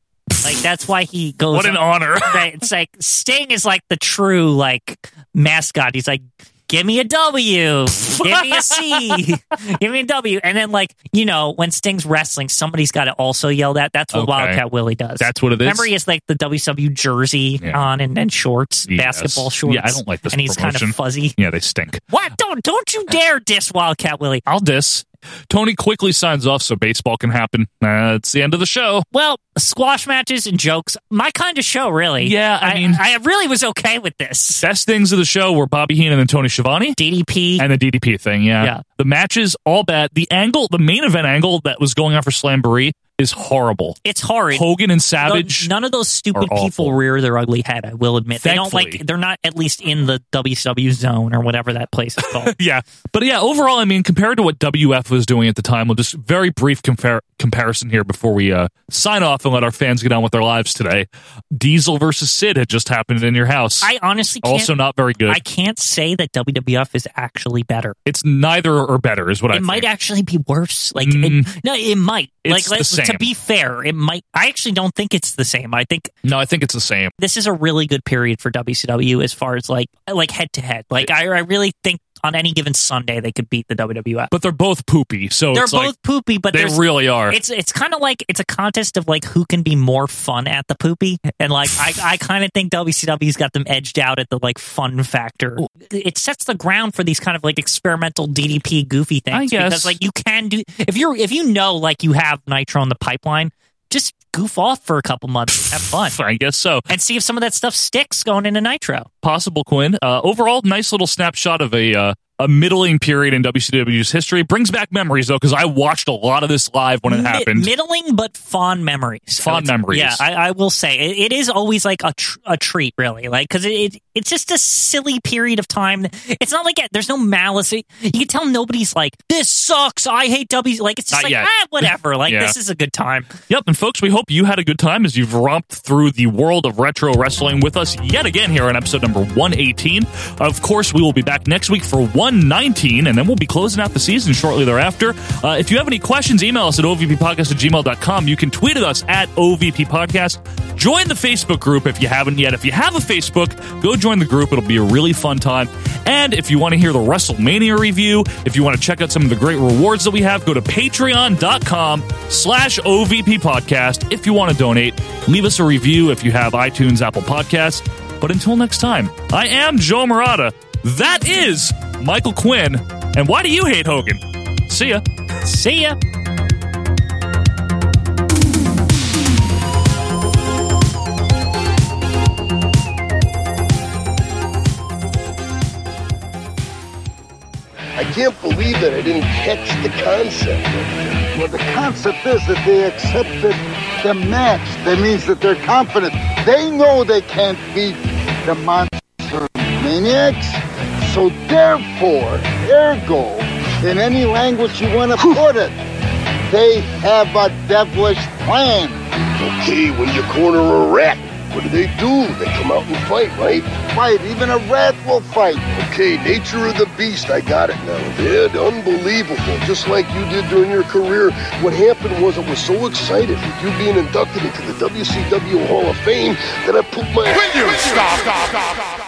S2: like that's why he goes.
S1: What an honor.
S2: [laughs] Right, It's like Sting is like the true like mascot. He's like, give me a W, give me
S1: [laughs]
S2: a C, give me a W, and then like you know when Sting's wrestling, somebody's got to also yell that. That's what
S1: Okay.
S2: Wildcat Willie does.
S1: That's what it is?
S2: Remember, he has like the WW jersey
S1: Yeah.
S2: on and, and shorts,
S1: Yes.
S2: basketball shorts.
S1: Yeah, I don't like this
S2: And he's kind
S1: promotion.
S2: of fuzzy.
S1: Yeah, they stink.
S2: What? Don't don't you dare diss Wildcat Willie.
S1: I'll diss. Tony quickly signs off so baseball can happen. Uh, it's the end of the show.
S2: Well, squash matches and jokes, my kind of show, really.
S1: Yeah, I mean-
S2: I really was okay with this.
S1: Best things of the show were Bobby Heenan and Tony Schiavone.
S2: DDP,
S1: and the DDP thing, yeah.
S2: Yeah.
S1: The matches, all bad. The angle, the main event angle that was going on for Slamboree is horrible.
S2: it's horrid.
S1: Hogan and
S2: Though
S1: Savage.
S2: None of those stupid
S1: are awful.
S2: people rear their ugly head. I will admit they don't
S1: Thankfully.
S2: like. They're not at least in the WCW zone or whatever that place is
S1: [laughs]
S2: called.
S1: yeah, but yeah, overall, I mean, compared to what WF was doing at the time, we'll just very brief compar- comparison here before we uh, sign off and let our fans get on with their lives today. Diesel versus Sid had just happened in your house.
S2: I honestly can't,
S1: also not very good.
S2: I can't say that WWF is actually better.
S1: it's neither or better, is what I
S2: it might
S1: think.
S2: actually be worse. Like,
S1: Mm.
S2: it, no, it might.
S1: It's
S2: like,
S1: the
S2: like
S1: same.
S2: to be fair, it might. I actually don't think it's the same. I think
S1: no, I think it's the same.
S2: this is a really good period for WCW as far as like like head to head. Like I, I really think on any given Sunday they could beat the WWF.
S1: But they're both poopy, so
S2: they're
S1: it's
S2: both
S1: like,
S2: poopy, but
S1: they
S2: there's-
S1: really are.
S2: It's it's kind of like it's a contest of like who can be more fun at the poopy, and like I I kind of think WCW's got them edged out at the like fun factor. It sets the ground for these kind of like experimental DDP goofy things
S1: I guess.
S2: because like you can do if you're if you know like you have Nitro in the pipeline, just goof off for a couple months, and have fun,
S1: I guess so.
S2: and see if some of that stuff sticks going into Nitro.
S1: possible, Quinn. Uh, overall, nice little snapshot of a uh, a middling period in WCW's history. Brings back memories though, because I watched a lot of this live when it
S2: Mi-
S1: happened.
S2: middling but fond memories.
S1: Fond
S2: I would say.
S1: memories.
S2: Yeah, I, I will say it, it is always like a tr- a treat, really, like because it, it it's just a silly period of time. It's not like it, there's no malice. It- you can tell nobody's like this sucks. I hate W. Like it's just
S1: Not
S2: like
S1: yet.
S2: ah, whatever.
S1: [laughs]
S2: Like
S1: Yeah.
S2: this is a good time.
S1: Yep, and folks, we hope you had a good time as you've romped through the world of retro wrestling with us yet again here on episode number 118. Of course, we will be back next week for 119, and then we'll be closing out the season shortly thereafter. Uh, if you have any questions, email us at ovppodcast at gmail.com. You can tweet at us at OVP Podcast. Join the Facebook group if you haven't yet. If you have a Facebook, go join the group. It'll be a really fun time. And if you want to hear the WrestleMania review, if you want to check out some of the great rewards that we have, go to patreon.com slash OVP podcast. If you want to donate, leave us a review if you have iTunes, Apple Podcasts. But until next time, I am Joe Morata. That is Michael Quinn. And why do you hate Hogan? See ya.
S2: See ya.
S11: I can't believe that I didn't catch the concept.
S19: Well, the concept is that they accepted the match. That means that they're confident. They know they can't beat the monster maniacs. So therefore, ergo, in any language you want to put it, they have a devilish plan.
S11: Okay, when you corner a rat, what do they do? They come out and fight, right?
S19: Fight, even a rat will fight.
S11: Okay, nature of the beast, I got it now. Ed, unbelievable. Just like you did during your career, what happened was I was so excited with you being inducted into the WCW Hall of Fame that I put my...
S7: Will you stop? stop, stop, stop.